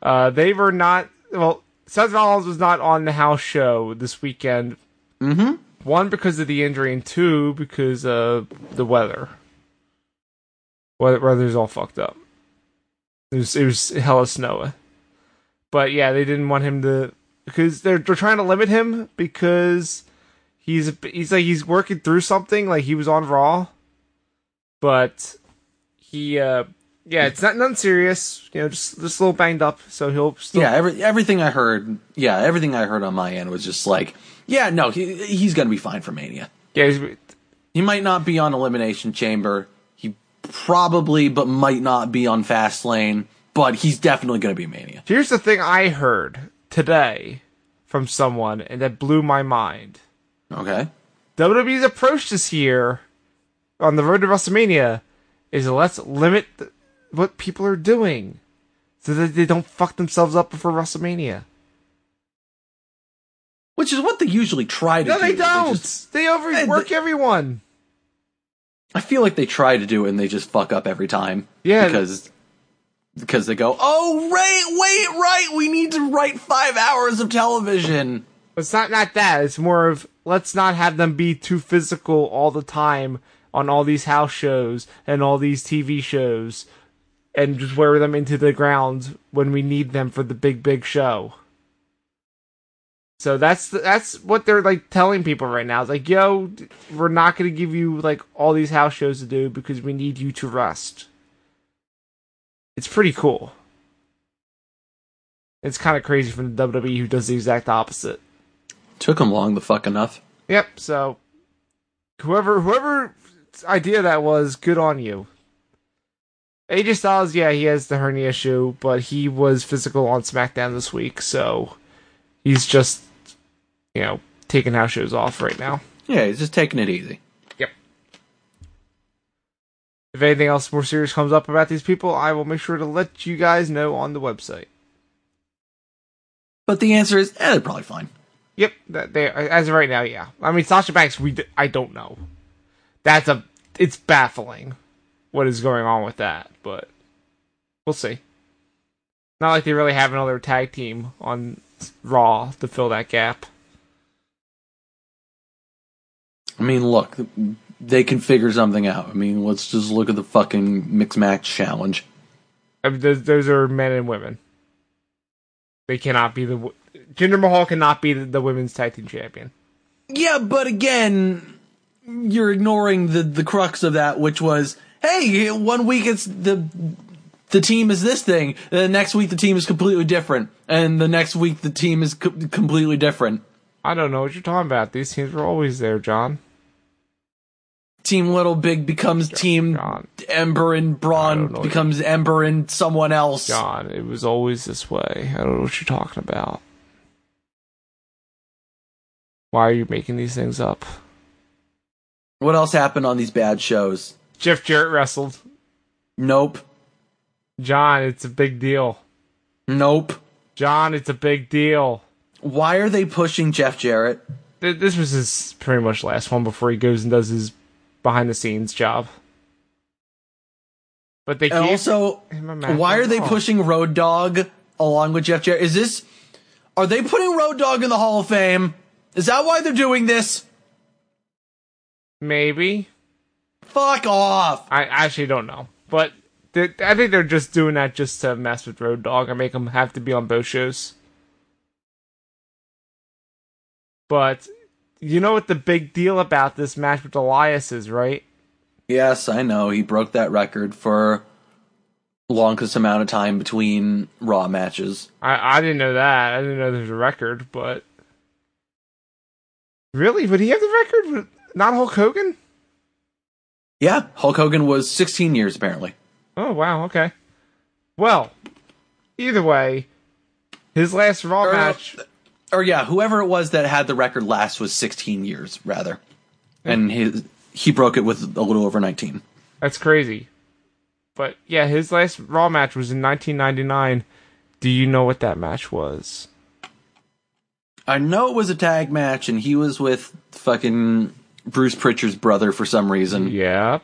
[SPEAKER 1] uh, they were not. Well, Seth Rollins was not on the house show this weekend. Mm-hmm. One because of the injury, and two because of the weather. Weather weather's all fucked up. It was it was hella snowing. But yeah, they didn't want him to because they're they're trying to limit him because he's he's like he's working through something like he was on Raw, but he uh yeah it's not nothing serious you know just just a little banged up so he'll still
[SPEAKER 2] Yeah, every, everything I heard. Yeah, everything I heard on my end was just like, yeah, no, he, he's gonna be fine for Mania.
[SPEAKER 1] yeah he's-
[SPEAKER 2] He might not be on Elimination Chamber. He probably, but might not be on Fastlane. But he's definitely gonna be Mania.
[SPEAKER 1] Here's the thing I heard today from someone, and that blew my mind.
[SPEAKER 2] Okay.
[SPEAKER 1] WWE's approach this year on the road to WrestleMania is let's limit th- what people are doing so that they don't fuck themselves up before WrestleMania.
[SPEAKER 2] Which is what they usually try to
[SPEAKER 1] No,
[SPEAKER 2] do.
[SPEAKER 1] they don't. They,
[SPEAKER 2] just-
[SPEAKER 1] overwork
[SPEAKER 2] they-
[SPEAKER 1] everyone.
[SPEAKER 2] I feel like they try to do it and they just fuck up every time.
[SPEAKER 1] Yeah.
[SPEAKER 2] Because because they go, oh right, wait, right, we need to write five hours of television.
[SPEAKER 1] It's not not that. It's more of let's not have them be too physical all the time on all these house shows and all these TV shows, and just wear them into the ground when we need them for the big big show. So that's the, that's what they're like telling people right now. It's like, yo, d- we're not going to give you like all these house shows to do because we need you to rest. It's pretty cool. It's kind of crazy from the WWE who does the exact opposite.
[SPEAKER 2] Took them long the fuck enough.
[SPEAKER 1] Yep. So whoever whoever idea that was, good on you. AJ Styles, yeah, he has the hernia issue, but he was physical on SmackDown this week, so he's just you know taking house shows off right now.
[SPEAKER 2] Yeah, he's just taking it easy.
[SPEAKER 1] If anything else more serious comes up about these people, I will make sure to let you guys know on the website.
[SPEAKER 2] But the answer is, eh, they're probably fine.
[SPEAKER 1] Yep, that they as of right now, yeah. I mean, Sasha Banks, we d- I don't know. That's a it's baffling what is going on with that, but we'll see. Not like they really have another tag team on Raw to fill that gap.
[SPEAKER 2] I mean, look, they can figure something out. I mean, let's just look at the fucking mix match challenge.
[SPEAKER 1] I mean, those, those are men and women. They cannot be the w- Jinder Mahal cannot be the, the women's tag team champion.
[SPEAKER 2] Yeah, but again, you're ignoring the the crux of that, which was, hey, one week it's the the team is this thing, and the next week the team is completely different, and the next week the team is co- completely different.
[SPEAKER 1] I don't know what you're talking about. These teams were always there, John.
[SPEAKER 2] Team Little Big becomes Team
[SPEAKER 1] John.
[SPEAKER 2] Ember and
[SPEAKER 1] I don't
[SPEAKER 2] Braun
[SPEAKER 1] know.
[SPEAKER 2] becomes Ember and someone else.
[SPEAKER 1] John, it was always this way. I don't know what you're talking about. Why are you making these things up?
[SPEAKER 2] What else happened on these bad shows?
[SPEAKER 1] Jeff Jarrett wrestled.
[SPEAKER 2] Nope.
[SPEAKER 1] John, it's a big deal.
[SPEAKER 2] Nope.
[SPEAKER 1] John, it's a big deal.
[SPEAKER 2] Why are they pushing Jeff Jarrett?
[SPEAKER 1] Th- This was his pretty much last one before he goes and does his behind the scenes job. But they
[SPEAKER 2] And
[SPEAKER 1] gave
[SPEAKER 2] also,
[SPEAKER 1] him a match
[SPEAKER 2] why
[SPEAKER 1] on
[SPEAKER 2] are they
[SPEAKER 1] Raw.
[SPEAKER 2] pushing Road Dog along with Jeff Jarrett? Is this are they putting Road Dog in the Hall of Fame? Is that why they're doing this?
[SPEAKER 1] maybe
[SPEAKER 2] Fuck off.
[SPEAKER 1] I actually don't know, but th- I think they're just doing that just to mess with Road Dog and make him have to be on both shows. But you know what the big deal about this match with Elias is, right?
[SPEAKER 2] Yes, I know. He broke that record for longest amount of time between Raw matches.
[SPEAKER 1] I I didn't know that. I didn't know there's a record, but really, would he have the record? Would- Not Hulk Hogan?
[SPEAKER 2] Yeah, Hulk Hogan was 16 years apparently.
[SPEAKER 1] Oh wow, okay. Well, either way, his last Raw
[SPEAKER 2] Or-
[SPEAKER 1] match.
[SPEAKER 2] Or yeah, whoever it was that had the record last was 16 years rather. And his he broke it with a little over 19.
[SPEAKER 1] That's crazy. But yeah, his last Raw match was in 1999. Do you know what that match was?
[SPEAKER 2] I know it was a tag match, and he was with fucking Bruce Pritchard's brother for some reason,
[SPEAKER 1] Yep.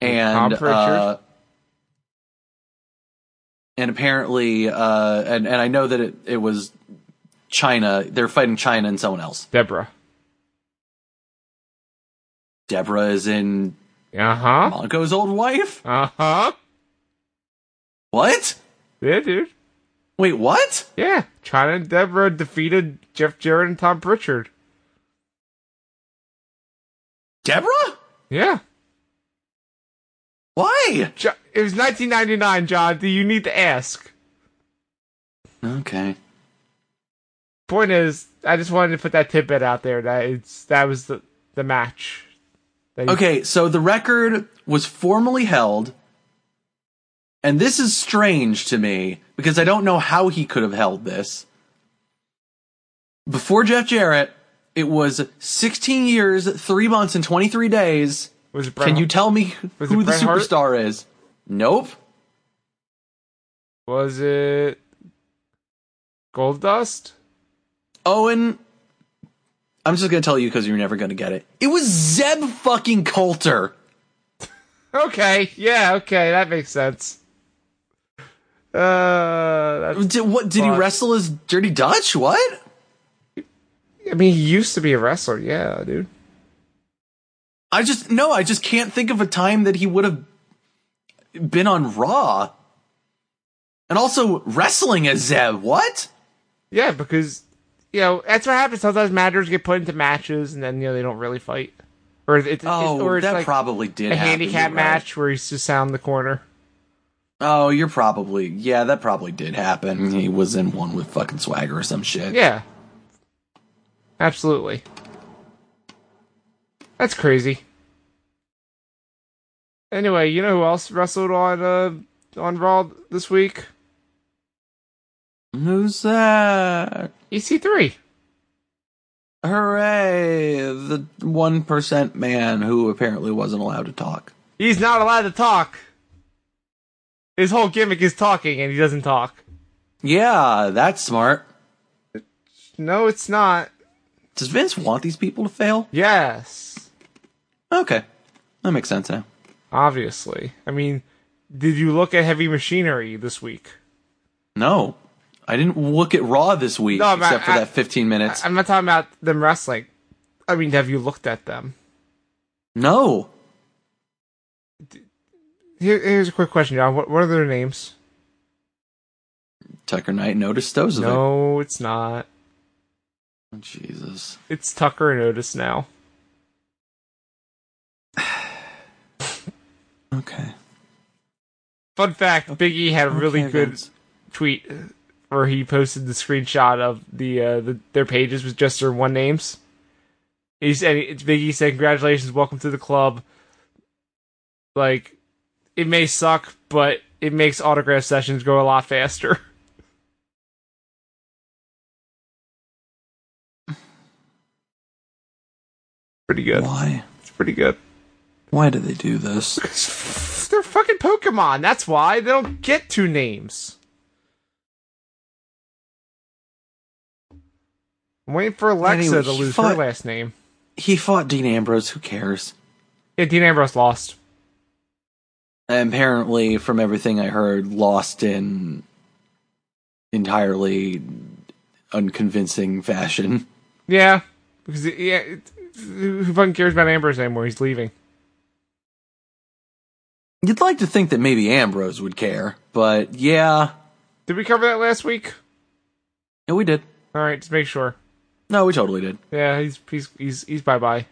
[SPEAKER 1] Tom
[SPEAKER 2] and
[SPEAKER 1] Pritchard?
[SPEAKER 2] uh, and apparently, uh, and and I know that it it was China. They're fighting China and someone else.
[SPEAKER 1] Deborah.
[SPEAKER 2] Deborah is in
[SPEAKER 1] Uh huh.
[SPEAKER 2] Monko's old wife.
[SPEAKER 1] Uh huh.
[SPEAKER 2] What?
[SPEAKER 1] Yeah, dude.
[SPEAKER 2] Wait, what?
[SPEAKER 1] Yeah. China and Deborah defeated Jeff Jarrett and Tom Pritchard.
[SPEAKER 2] Deborah?
[SPEAKER 1] Yeah.
[SPEAKER 2] Why?
[SPEAKER 1] Jo- it was 1999, John. Do you need to ask?
[SPEAKER 2] Okay.
[SPEAKER 1] Point is, I just wanted to put that tidbit out there that it's that was the the match. That he-
[SPEAKER 2] Okay, so the record was formally held, and this is strange to me because I don't know how he could have held this. Before Jeff Jarrett, it was 16 years, 3 months, and 23 days.
[SPEAKER 1] was it Bret
[SPEAKER 2] Can you tell me
[SPEAKER 1] Was
[SPEAKER 2] who
[SPEAKER 1] it
[SPEAKER 2] the
[SPEAKER 1] Bret Hart?
[SPEAKER 2] superstar is? Nope.
[SPEAKER 1] was it Gold Dust?
[SPEAKER 2] Owen. I'm just going to tell you because you're never going to get it. It was Zeb fucking Coulter.
[SPEAKER 1] Okay, yeah, okay, that makes sense. Uh, that's,
[SPEAKER 2] Did, what, did he
[SPEAKER 1] Fuck.
[SPEAKER 2] wrestle as Dirty Dutch? What?
[SPEAKER 1] I mean, he used to be a wrestler, yeah, dude.
[SPEAKER 2] I just no, I just can't think of a time that he would have been on Raw. And also wrestling as Zeb. What?
[SPEAKER 1] Yeah, because you know that's what happens. Sometimes managers get put into matches, and then you know they don't really fight, or it's, it's
[SPEAKER 2] Oh,
[SPEAKER 1] or it's
[SPEAKER 2] that
[SPEAKER 1] like
[SPEAKER 2] probably did.
[SPEAKER 1] a
[SPEAKER 2] happen,
[SPEAKER 1] handicap
[SPEAKER 2] you're right.
[SPEAKER 1] match where he's just down the corner.
[SPEAKER 2] Oh, you're probably yeah. That probably did happen. He was in one with fucking Swagger or some shit.
[SPEAKER 1] Yeah, absolutely. That's crazy. Anyway, you know who else wrestled on uh on Raw this week?
[SPEAKER 2] Who's that?
[SPEAKER 1] E EC3.
[SPEAKER 2] Hooray! The one percent man who apparently wasn't allowed to talk.
[SPEAKER 1] He's not allowed to talk. His whole gimmick is talking, and he doesn't talk.
[SPEAKER 2] Yeah, that's smart.
[SPEAKER 1] No, it's not.
[SPEAKER 2] Does Vince want these people to fail?
[SPEAKER 1] Yes,
[SPEAKER 2] Okay, that makes sense now.
[SPEAKER 1] obviously. I mean, did you look at Heavy Machinery this week?
[SPEAKER 2] No, I didn't look at Raw this week
[SPEAKER 1] No, but
[SPEAKER 2] except for
[SPEAKER 1] I-
[SPEAKER 2] that 15 minutes.
[SPEAKER 1] I'm not talking about them wrestling. I mean, have you looked at them?
[SPEAKER 2] no,
[SPEAKER 1] Here, here's a quick question, John. What, what are their names?
[SPEAKER 2] Tucker Knight and Otis Dozier.
[SPEAKER 1] No, it's not.
[SPEAKER 2] Oh, Jesus.
[SPEAKER 1] It's Tucker and Otis now.
[SPEAKER 2] Okay.
[SPEAKER 1] Fun fact: Big E had a really
[SPEAKER 2] Okay,
[SPEAKER 1] good
[SPEAKER 2] Vince.
[SPEAKER 1] tweet where he posted the screenshot of the, uh, the their pages with just their one names. He said, it's "Big E said, congratulations, welcome to the club. Like, it may suck, but it makes autograph sessions go a lot faster." Pretty good.
[SPEAKER 2] Why?
[SPEAKER 1] It's pretty good.
[SPEAKER 2] Why do they do this?
[SPEAKER 1] They're fucking Pokemon. That's why they don't get two names. I'm waiting for Alexa
[SPEAKER 2] Anyway,
[SPEAKER 1] to
[SPEAKER 2] he
[SPEAKER 1] lose her
[SPEAKER 2] fought-
[SPEAKER 1] last name.
[SPEAKER 2] He fought Dean Ambrose. Who cares?
[SPEAKER 1] Yeah, Dean Ambrose lost.
[SPEAKER 2] And apparently, from everything I heard, lost in entirely unconvincing fashion.
[SPEAKER 1] Yeah, because yeah, it- who fucking cares about Ambrose anymore? He's leaving.
[SPEAKER 2] You'd like to think that maybe Ambrose would care, but yeah,
[SPEAKER 1] Did we cover that last week?
[SPEAKER 2] yeah, we did.
[SPEAKER 1] All right, just make sure.
[SPEAKER 2] No, we totally did.
[SPEAKER 1] Yeah, he's he's he's he's bye bye.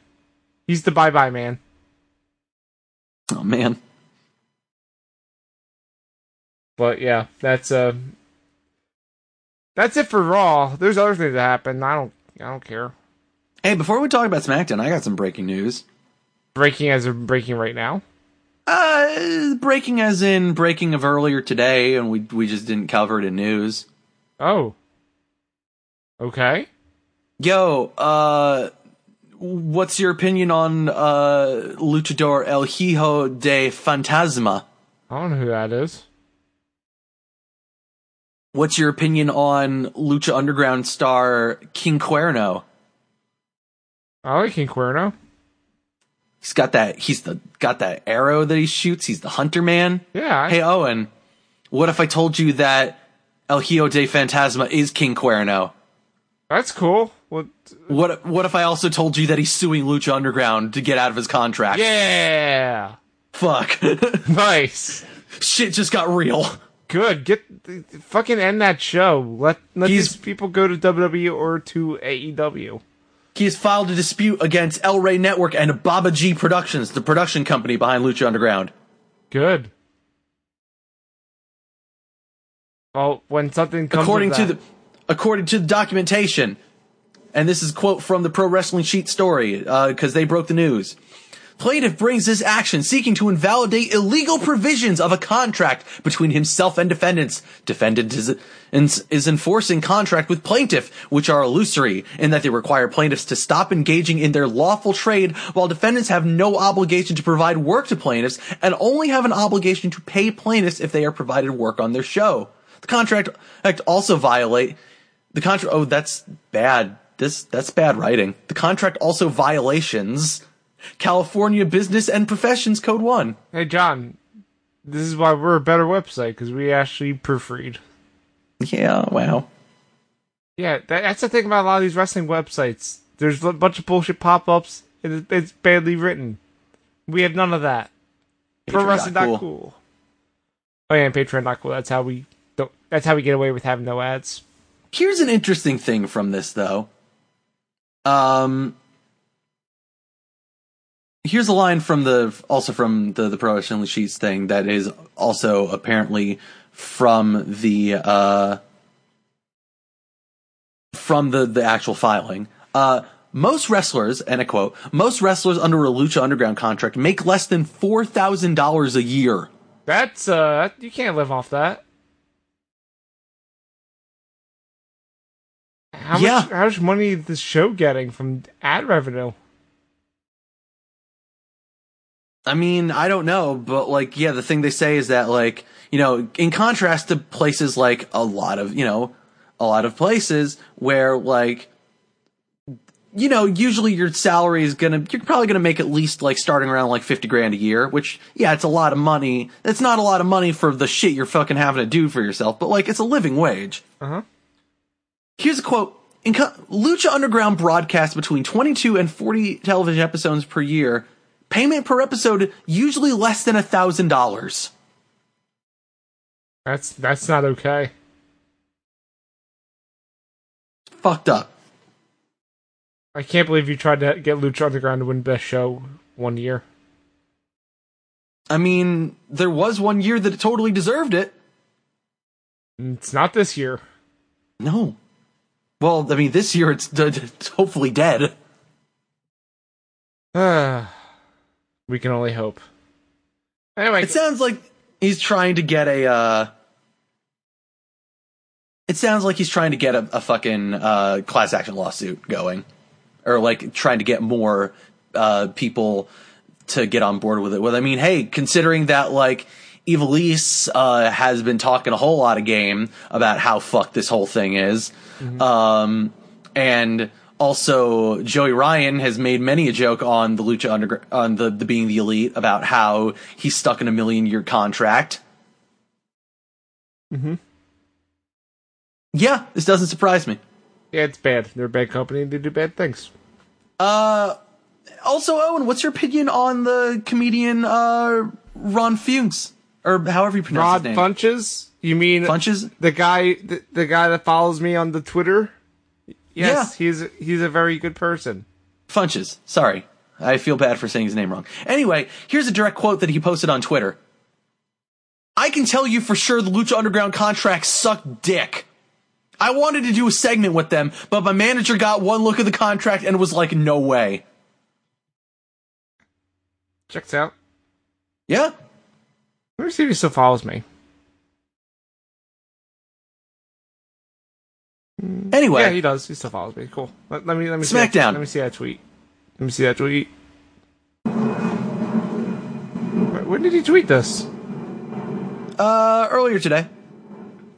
[SPEAKER 1] He's the bye bye man.
[SPEAKER 2] Oh man.
[SPEAKER 1] But yeah, that's uh that's it for Raw. There's other things that happen. I don't I don't care.
[SPEAKER 2] Hey, before we talk about SmackDown, I got some breaking news.
[SPEAKER 1] breaking as of breaking right now.
[SPEAKER 2] Uh, breaking as in breaking of earlier today, and we we just didn't cover it in news.
[SPEAKER 1] Oh. Okay.
[SPEAKER 2] Yo, uh, what's your opinion on uh Luchador El Hijo de Fantasma?
[SPEAKER 1] I don't know who that is.
[SPEAKER 2] What's your opinion on Lucha Underground star King Cuerno?
[SPEAKER 1] I like King Cuerno.
[SPEAKER 2] He's got that. He's the got that arrow that he shoots. He's the hunter man.
[SPEAKER 1] Yeah. I,
[SPEAKER 2] Hey uh, Owen, what if I told you that El Hijo de Fantasma is King Cuerno?
[SPEAKER 1] That's cool. Well,
[SPEAKER 2] What what if I also told you that he's suing Lucha Underground to get out of his contract?
[SPEAKER 1] yeah.
[SPEAKER 2] Fuck.
[SPEAKER 1] Nice.
[SPEAKER 2] Shit just got real.
[SPEAKER 1] Good. Get fucking end that show. Let let
[SPEAKER 2] He's-
[SPEAKER 1] these people go to WWE or to E AEW.
[SPEAKER 2] He has filed a dispute against El Rey Network and Baba G Productions, the production company behind Lucha Underground.
[SPEAKER 1] Good. Well, when something comes
[SPEAKER 2] according
[SPEAKER 1] of
[SPEAKER 2] to
[SPEAKER 1] that-
[SPEAKER 2] the according to the documentation and this is a quote from the pro wrestling sheet story because they broke the news plaintiff brings this action seeking to invalidate illegal provisions of a contract between himself and defendants defendant is is enforcing contract with plaintiff which are illusory in that they require plaintiffs to stop engaging in their lawful trade while defendants have no obligation to provide work to plaintiffs and only have an obligation to pay plaintiffs if they are provided work on their show the contract act also violate the contract. Oh, that's bad. This that's bad writing. The contract also violations California Business and Professions Code One.
[SPEAKER 1] Hey John, this is why we're a better website because we actually proofread.
[SPEAKER 2] Yeah. Wow.
[SPEAKER 1] Yeah, that, that's the thing about a lot of these wrestling websites. There's a bunch of bullshit pop ups, and it, it's badly written. We have none of that. Pro
[SPEAKER 2] Patreon
[SPEAKER 1] wrestling not
[SPEAKER 2] cool.
[SPEAKER 1] cool. Oh yeah, and Patreon not cool. That's how we don't. That's how we get away with having no ads.
[SPEAKER 2] Here's an interesting thing from this though. Um. Here's a line from the also from the the pro wrestling sheets thing that is also apparently from the uh from the, the actual filing. Uh, most wrestlers, and I quote, most wrestlers under a Lucha Underground contract make less than $4,000 a year.
[SPEAKER 1] That's uh, you can't live off that. How
[SPEAKER 2] Yeah.
[SPEAKER 1] much? How much money is the show getting from ad revenue?
[SPEAKER 2] I mean, I don't know, but like, yeah, the thing they say is that like, you know, in contrast to places like a lot of, you know, a lot of places where like you know, usually your salary is gonna, you're probably gonna make at least like starting around like 50 grand a year, which, yeah, it's a lot of money. It's not a lot of money for the shit you're fucking having to do for yourself, but like, it's a living wage. Uh huh. Here's a quote. In co- Lucha Underground broadcasts between 22 and 40 television episodes per year. Payment per episode usually less than a thousand dollars.
[SPEAKER 1] That's that's not okay.
[SPEAKER 2] Fucked up.
[SPEAKER 1] I can't believe you tried to get Lucha Underground to win Best Show one year.
[SPEAKER 2] I mean, there was one year that it totally deserved it.
[SPEAKER 1] It's not this year.
[SPEAKER 2] No. Well, I mean, this year it's, d- d- it's hopefully dead.
[SPEAKER 1] we can only hope. Anyway,
[SPEAKER 2] It sounds like he's trying to get a. Uh, it sounds like he's trying to get a, a fucking uh, class action lawsuit going, or like trying to get more uh, people to get on board with it. Well, I mean, hey, considering that like Evilise uh, has been talking a whole lot of game about how fucked this whole thing is, um, and also Joey Ryan has made many a joke on the Lucha Underground on the, the being the elite about how he's stuck in a million year contract.
[SPEAKER 1] Mhm.
[SPEAKER 2] Yeah, this doesn't surprise me.
[SPEAKER 1] yeah, it's bad. They're a bad company. They do bad things.
[SPEAKER 2] Uh, also, Owen, what's your opinion on the comedian uh, Ron Funes or however you pronounce
[SPEAKER 1] Rod
[SPEAKER 2] his name?
[SPEAKER 1] Funches? You mean
[SPEAKER 2] Funches?
[SPEAKER 1] the guy the, the guy that follows me on the Twitter? Yes, he's he's a very good person.
[SPEAKER 2] Funches. Sorry, I feel bad for saying his name wrong. Anyway, here's a direct quote that he posted on Twitter. I can tell you for sure the Lucha Underground contract sucked dick. I wanted to do a segment with them, but my manager got one look at the contract and was like, "No way."
[SPEAKER 1] Checks out.
[SPEAKER 2] Yeah,
[SPEAKER 1] Let me see if he still follows me.
[SPEAKER 2] Anyway,
[SPEAKER 1] Yeah, he does. He still follows me. Cool. Let, let me let me see that-
[SPEAKER 2] Smackdown.
[SPEAKER 1] let me see that tweet. Let me see that tweet. Wh- When did he tweet this?
[SPEAKER 2] uh, earlier today,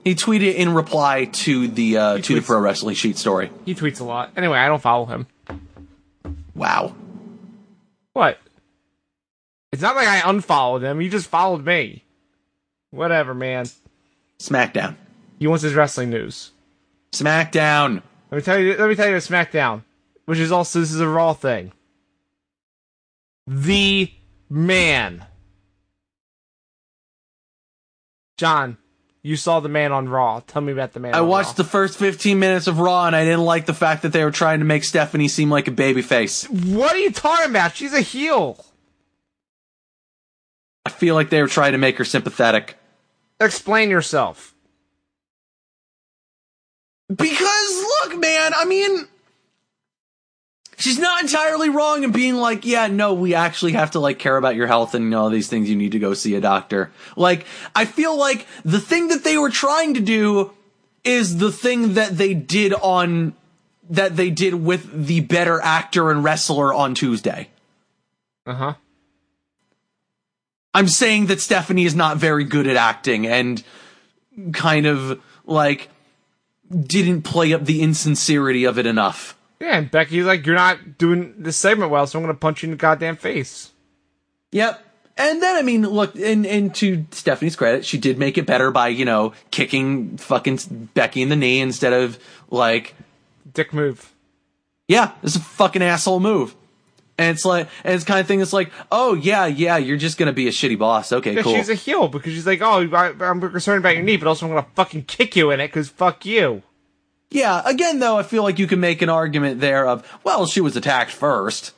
[SPEAKER 2] he tweeted in reply to the uh, to the
[SPEAKER 1] tweets-
[SPEAKER 2] pro wrestling sheet story.
[SPEAKER 1] He tweets a lot. Anyway, I don't follow him.
[SPEAKER 2] Wow.
[SPEAKER 1] What? It's not like I unfollowed him. You just followed me. Whatever, man.
[SPEAKER 2] SmackDown.
[SPEAKER 1] He wants his wrestling news.
[SPEAKER 2] SmackDown.
[SPEAKER 1] Let me tell you. Let me tell you a SmackDown, which is also this is a Raw thing. The man, John, you saw the man on Raw. Tell me about the man.
[SPEAKER 2] I watched the first 15 minutes of Raw and I didn't like the fact that they were trying to make Stephanie seem like a babyface.
[SPEAKER 1] the. What are you talking about? She's a heel.
[SPEAKER 2] I feel like they were trying to make her sympathetic.
[SPEAKER 1] Explain yourself.
[SPEAKER 2] Because look, man, I mean, she's not entirely wrong in being like, yeah, no, we actually have to like care about your health and all these things. You need to go see a doctor. Like, I feel like the thing that they were trying to do is the thing that they did on that they did with the better actor and wrestler on Tuesday.
[SPEAKER 1] Uh
[SPEAKER 2] Uh-huh.
[SPEAKER 1] huh.
[SPEAKER 2] I'm saying that Stephanie is not very good at acting and kind of like didn't play up the insincerity of it enough.
[SPEAKER 1] Yeah, and Becky's like, you're not doing this segment well, so I'm gonna punch you in the goddamn face.
[SPEAKER 2] Yep. And then I mean, look, and, and to Stephanie's credit, she did make it better by you know kicking fucking Becky in the knee instead of like,
[SPEAKER 1] Dick move.
[SPEAKER 2] yeah, this is a fucking asshole move. And it's like, and it's kind of thing that's like, oh yeah, yeah, you're just gonna be a shitty boss. Okay,
[SPEAKER 1] Yeah,
[SPEAKER 2] cool.
[SPEAKER 1] she's a heel because she's like, oh, I, I'm concerned about your knee, but also I'm gonna fucking kick you in it because fuck you.
[SPEAKER 2] yeah. Again, though, I feel like you can make an argument there of, well, she was attacked first.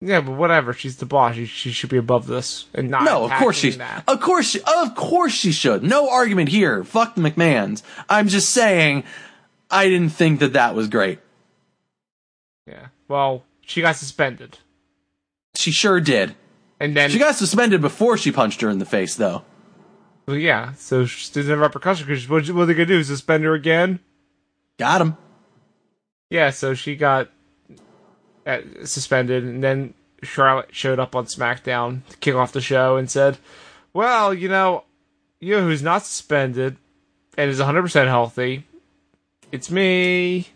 [SPEAKER 1] Yeah, but whatever. She's the boss. She, she should be above this and not.
[SPEAKER 2] No, of course
[SPEAKER 1] attacking
[SPEAKER 2] she's.
[SPEAKER 1] that.
[SPEAKER 2] Of course, she, of course she should. No argument here. Fuck the McMahons. I'm just saying, I didn't think that that was great.
[SPEAKER 1] Yeah. Well, she got suspended,
[SPEAKER 2] She sure did.
[SPEAKER 1] and then
[SPEAKER 2] She got suspended before she punched her in the face, though.
[SPEAKER 1] well, yeah. So she didn't have repercussions because what, what are they gonna do? Suspend her again?
[SPEAKER 2] Got him.
[SPEAKER 1] Yeah. So she got uh, suspended, and then Charlotte showed up on SmackDown to kick off the show and said, "Well, you know, you know who's not suspended and is 100 percent healthy? It's me."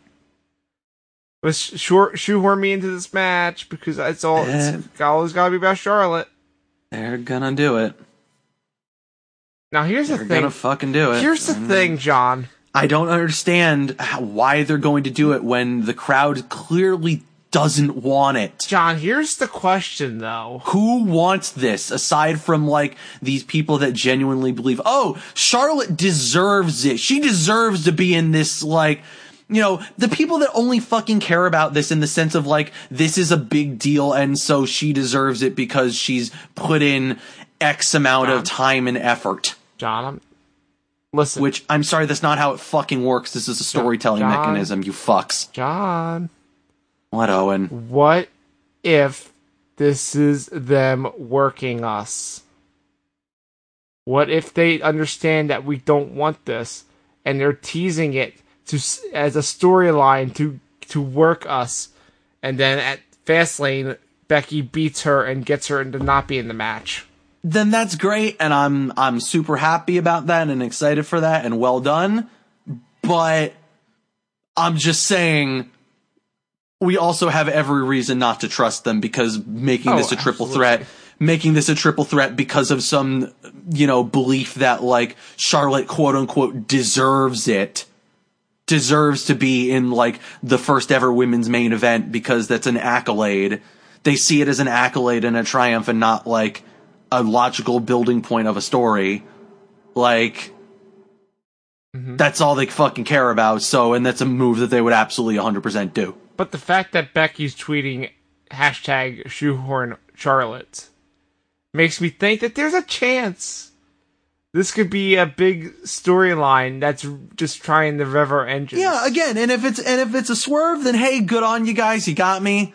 [SPEAKER 1] Let's short shoehorn me into this match because it's all it's
[SPEAKER 2] Eh.
[SPEAKER 1] always got to be about Charlotte.
[SPEAKER 2] They're gonna do it.
[SPEAKER 1] Now here's the
[SPEAKER 2] They're
[SPEAKER 1] thing.
[SPEAKER 2] gonna mm-hmm. fucking do it.
[SPEAKER 1] here's the thing, John.
[SPEAKER 2] I don't understand how, why they're going to do it when the crowd clearly doesn't want it.
[SPEAKER 1] John, here's the question though.
[SPEAKER 2] Who wants this aside from like these people that genuinely believe, oh, Charlotte deserves it. She deserves to be in this, like, you know, the people that only fucking care about this in the sense of like, this is a big deal and so she deserves it because she's put in X amount of time and effort.
[SPEAKER 1] John, I'm, listen,
[SPEAKER 2] Which I'm sorry, that's not how it fucking works. This is a storytelling
[SPEAKER 1] John.
[SPEAKER 2] mechanism, you fucks.
[SPEAKER 1] John,
[SPEAKER 2] What, Owen?
[SPEAKER 1] what if this is them working us? What if they understand that we don't want this and they're teasing it to s- as a storyline to to work us and then at Fastlane Becky beats her and gets her into not being the match.
[SPEAKER 2] Then that's great, and I'm I'm super happy about that and excited for that and well done. But I'm just saying we also have every reason not to trust them because making
[SPEAKER 1] Oh,
[SPEAKER 2] this a triple
[SPEAKER 1] absolutely.
[SPEAKER 2] threat making this a triple threat because of some you know belief that like Charlotte quote unquote deserves it deserves to be in like the first ever women's main event because that's an accolade. They see it as an accolade and a triumph and not like a logical building point of a story. Like that's all they fucking care about. So and that's a move that they would absolutely 100% do.
[SPEAKER 1] But the fact that Becky's tweeting hashtag shoehorn Charlotte makes me think that there's a chance this could be a big storyline that's just trying to rev our engines.
[SPEAKER 2] Yeah, again, and if it's and if it's a swerve, then hey, good on you guys, you got me.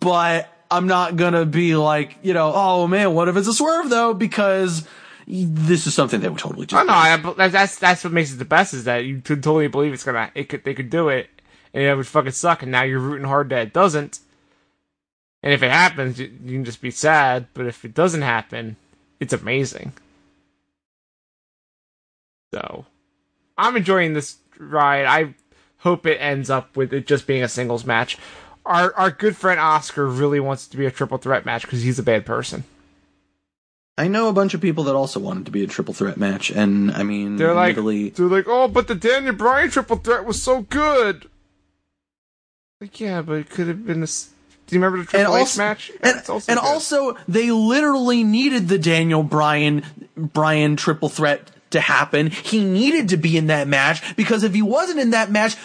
[SPEAKER 2] But I'm not gonna be like, you know, oh man, what if it's a swerve though? Because this is something they would totally do.
[SPEAKER 1] Oh, no, I, but that- that's that's what makes it the best is that you could totally believe it's gonna it could they could do it and it would fucking suck and now you're rooting hard that it doesn't. And if it happens, you, you can just be sad. But if it doesn't happen, it's amazing. So, I'm enjoying this ride. I hope it ends up with it just being a singles match. Our our good friend Oscar really wants it to be a triple threat match because he's a bad person.
[SPEAKER 2] I know a bunch of people that also wanted to be a triple threat match, and I mean,
[SPEAKER 1] They're like,
[SPEAKER 2] admittedly,
[SPEAKER 1] they're like, oh, but the Daniel Bryan triple threat was so good. Like, yeah, but it could have been this. Do you remember the
[SPEAKER 2] and
[SPEAKER 1] Triple H
[SPEAKER 2] also,
[SPEAKER 1] match? Yeah,
[SPEAKER 2] and,
[SPEAKER 1] it's also
[SPEAKER 2] and
[SPEAKER 1] good.
[SPEAKER 2] also, they literally needed the Daniel Bryan Bryan triple threat to happen. He needed to be in that match because if he wasn't in that match,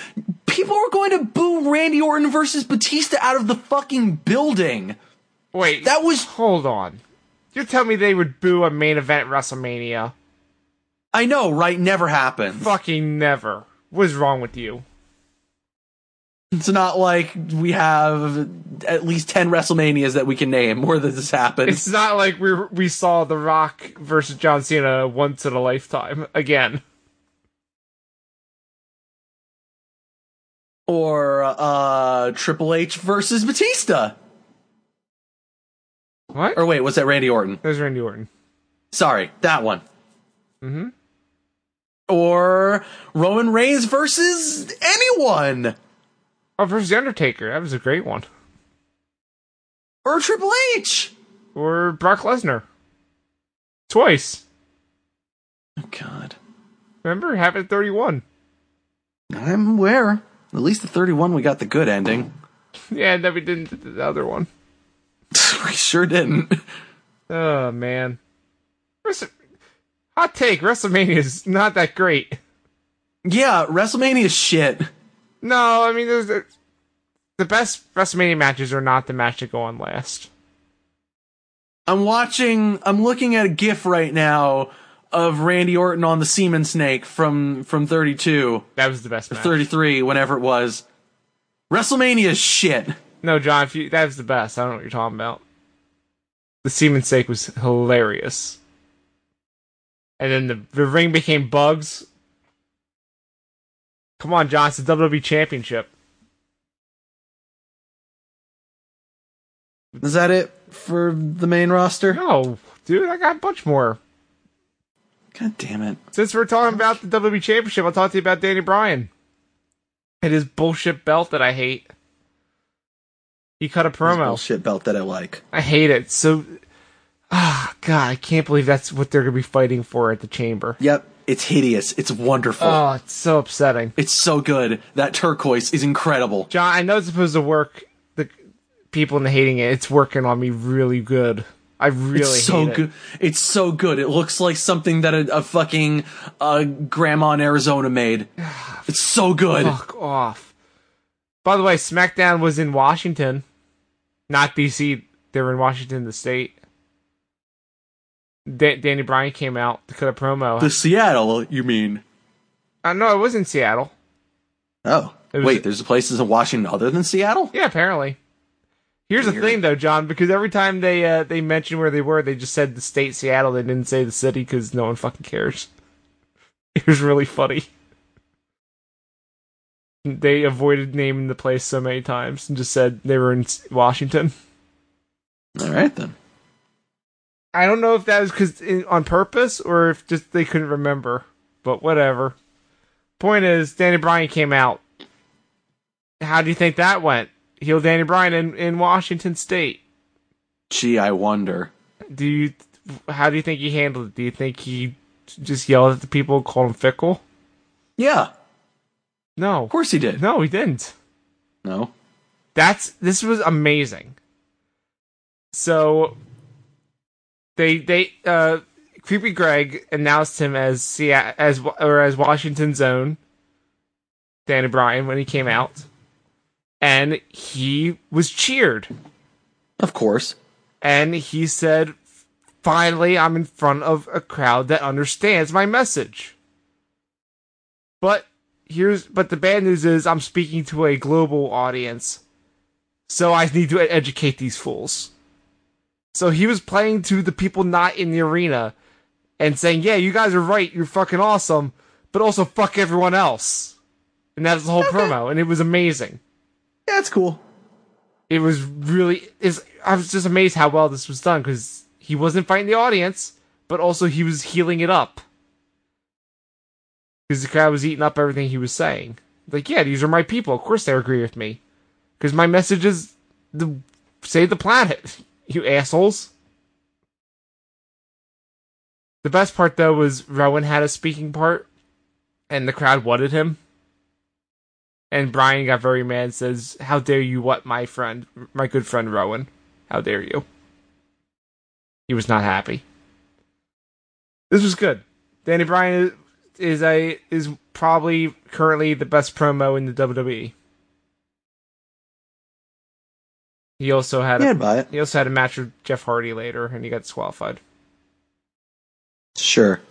[SPEAKER 2] people were going to boo Randy Orton versus Batista out of the fucking building.
[SPEAKER 1] wait,
[SPEAKER 2] That was
[SPEAKER 1] hold on. You're telling me they would boo a main event WrestleMania?
[SPEAKER 2] I know, right? Never happened.
[SPEAKER 1] Fucking never. What is wrong with you?
[SPEAKER 2] It's not like we have at least ten WrestleManias that we can name where this happened.
[SPEAKER 1] It's not like we we saw The Rock versus John Cena once in a lifetime again.
[SPEAKER 2] or uh Triple H versus Batista.
[SPEAKER 1] What?
[SPEAKER 2] Or wait, was that Randy Orton?
[SPEAKER 1] There's Randy Orton.
[SPEAKER 2] Sorry, that one. Mm-hmm. Or Roman Reigns versus anyone.
[SPEAKER 1] Oh, versus The Undertaker. That was a great one.
[SPEAKER 2] Or Triple H.
[SPEAKER 1] Or Brock Lesnar. Twice.
[SPEAKER 2] Oh god.
[SPEAKER 1] Remember, it happened at 31.
[SPEAKER 2] I'm aware. At least the 31 we got the good ending.
[SPEAKER 1] Yeah, and then we didn't do the other one.
[SPEAKER 2] we sure didn't.
[SPEAKER 1] Oh man. Wrestle- Hot take, WrestleMania is not that great.
[SPEAKER 2] Yeah, WrestleMania is shit.
[SPEAKER 1] No, I mean there's, there's- the best WrestleMania matches are not the match that go on last.
[SPEAKER 2] I'm watching I'm looking at a gif right now of Randy Orton on the semen snake from from 32.
[SPEAKER 1] That was the best match.
[SPEAKER 2] 33, whenever it was. WrestleMania is shit.
[SPEAKER 1] No, John, if you, that was the best. I don't know what you're talking about. The semen steak was hilarious. And then the, the ring became bugs. Come on, John, it's the WWE Championship.
[SPEAKER 2] Is that it for the main roster?
[SPEAKER 1] No, dude, I got a bunch more.
[SPEAKER 2] God damn it.
[SPEAKER 1] Since we're talking about the E WWE Championship, I'll talk to you about Danny Bryan and his bullshit belt that I hate. He cut a promo.
[SPEAKER 2] bullshit belt that I like.
[SPEAKER 1] I hate it. So, ah, God, I can't believe that's what they're gonna be fighting for at the chamber.
[SPEAKER 2] Yep, it's hideous. It's wonderful.
[SPEAKER 1] Oh, it's so upsetting.
[SPEAKER 2] It's so good. That turquoise is incredible.
[SPEAKER 1] John, I know it's supposed to work. The people in the hating it, it's working on me really good. I really
[SPEAKER 2] It's so
[SPEAKER 1] hate it.
[SPEAKER 2] good. It's so good. It looks like something that a, a fucking uh, grandma in Arizona made. It's so good.
[SPEAKER 1] Fuck off. By the way, SmackDown was in Washington, not DC. They were in Washington, the state. Da- Danny Bryan came out to cut a promo.
[SPEAKER 2] The Seattle, you mean?
[SPEAKER 1] uh, no, it was in Seattle.
[SPEAKER 2] Oh,
[SPEAKER 1] It was-
[SPEAKER 2] wait. There's places in Washington other than Seattle.
[SPEAKER 1] Yeah, apparently. Here's the
[SPEAKER 2] Weird.
[SPEAKER 1] thing, though, John, because every time they uh, they mentioned where they were, they just said the state Seattle. They didn't say the city because no one fucking cares. It was really funny. They avoided naming the place so many times and just said they were in S- Washington.
[SPEAKER 2] All right then.
[SPEAKER 1] I don't know if that was because on purpose or if just they couldn't remember, but whatever. Point is, Danny Bryan came out. How do you think that went? Heel Danny Bryan in, in Washington State.
[SPEAKER 2] Gee, I wonder.
[SPEAKER 1] Do you? How do you think he handled it? Do you think he just yelled at the people, and called them fickle?
[SPEAKER 2] Yeah,
[SPEAKER 1] No,
[SPEAKER 2] of course he did.
[SPEAKER 1] no, he didn't.
[SPEAKER 2] No.
[SPEAKER 1] That's this was amazing. So they they uh creepy Greg announced him as Sea- as or as Washington's own Danny Bryan when he came out, and he was cheered,
[SPEAKER 2] Of course.
[SPEAKER 1] and he said, "Finally, I'm in front of a crowd that understands my message." But here's but the bad news is I'm speaking to a global audience. So I need to educate these fools. So he was playing to the people not in the arena and saying, "Yeah, you guys are right. You're fucking awesome, but also fuck everyone else." And that was the whole promo, and it was amazing.
[SPEAKER 2] Yeah, it's cool.
[SPEAKER 1] It was really is I was just amazed how well this was done cuz he wasn't fighting the audience, but also he was healing it up. Cuz the crowd was eating up everything he was saying. Like, yeah, these are my people. Of course they agree with me. Cuz my message is the save the planet, you assholes. The best part though was Rowan had a speaking part and the crowd wanted him. And Brian got very mad and says, How dare you what my friend my good friend Rowan? How dare you? He was not happy. This was good. Danny Bryan is, is a is probably currently the best promo in the E. WWE. He also had
[SPEAKER 2] Yeah,
[SPEAKER 1] a
[SPEAKER 2] I'd buy it.
[SPEAKER 1] he also had a match with Jeff Hardy later, and he got disqualified.
[SPEAKER 2] Sure.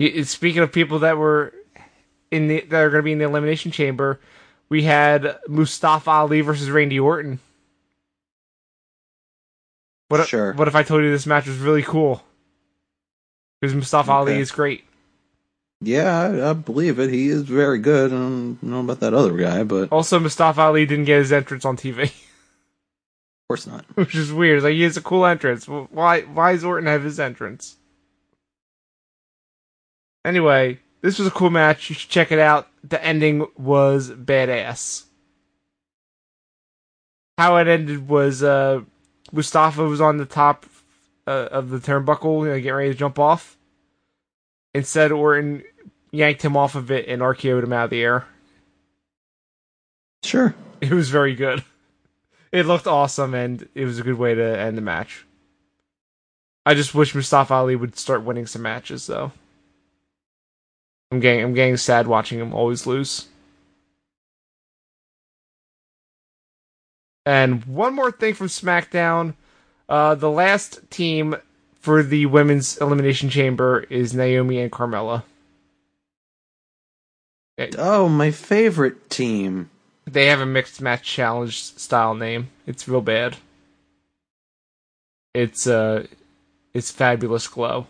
[SPEAKER 1] Y- Speaking of people that were in the that are going to be in the elimination chamber, we had Mustafa Ali versus Randy Orton. What if-
[SPEAKER 2] Sure.
[SPEAKER 1] what if I told you this match was really cool? Because Mustafa Ali
[SPEAKER 2] Okay.
[SPEAKER 1] is great.
[SPEAKER 2] Yeah, I, I believe it. He is very good. I don't know about that other guy, but of
[SPEAKER 1] Also, Mustafa Ali didn't get his entrance on TV,
[SPEAKER 2] course not.
[SPEAKER 1] which is weird. It's Like he has a cool entrance. Wh- Why? Why does Orton have his entrance? Anyway, this was a cool match. You should check it out. The ending was badass. How it ended was uh, Mustafa was on the top uh, of the turnbuckle, you know, getting ready to jump off. Instead, Orton yanked him off of it and RKO'd him out of the air.
[SPEAKER 2] Sure.
[SPEAKER 1] It was very good. It looked awesome, and it was a good way to end the match. I just wish Mustafa Ali would start winning some matches, though. I'm getting I'm getting sad watching him always lose. And one more thing from SmackDown, uh, the last team for the women's elimination chamber is Naomi and Carmella.
[SPEAKER 2] Oh, my favorite team.
[SPEAKER 1] They have a mixed match challenge style name. It's real bad. It's uh it's fabulous glow.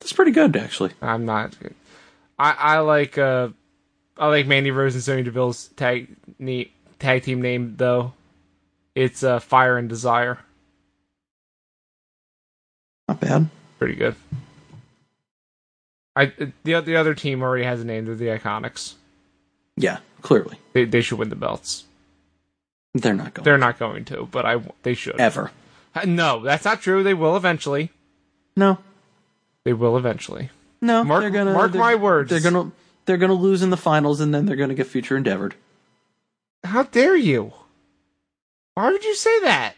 [SPEAKER 2] That's pretty good, actually.
[SPEAKER 1] I'm not I I like uh I like Mandy Rose and Sonya Deville's tag ne- tag team name though. It's uh Fire and Desire.
[SPEAKER 2] Not bad.
[SPEAKER 1] Pretty good. I the the other team already has a name, they're the Iconics.
[SPEAKER 2] Yeah, clearly
[SPEAKER 1] They, they should win the belts.
[SPEAKER 2] they're not going
[SPEAKER 1] They're not going to, but I they should.
[SPEAKER 2] ever.
[SPEAKER 1] Uh, No, that's not true. They will eventually.
[SPEAKER 2] No,
[SPEAKER 1] They will eventually.
[SPEAKER 2] no.
[SPEAKER 1] Mark-
[SPEAKER 2] they're gonna,
[SPEAKER 1] mark
[SPEAKER 2] they're-
[SPEAKER 1] my words.
[SPEAKER 2] They're gonna they're gonna lose in the finals, and then they're gonna get future endeavored.
[SPEAKER 1] How dare you? Why would you say that?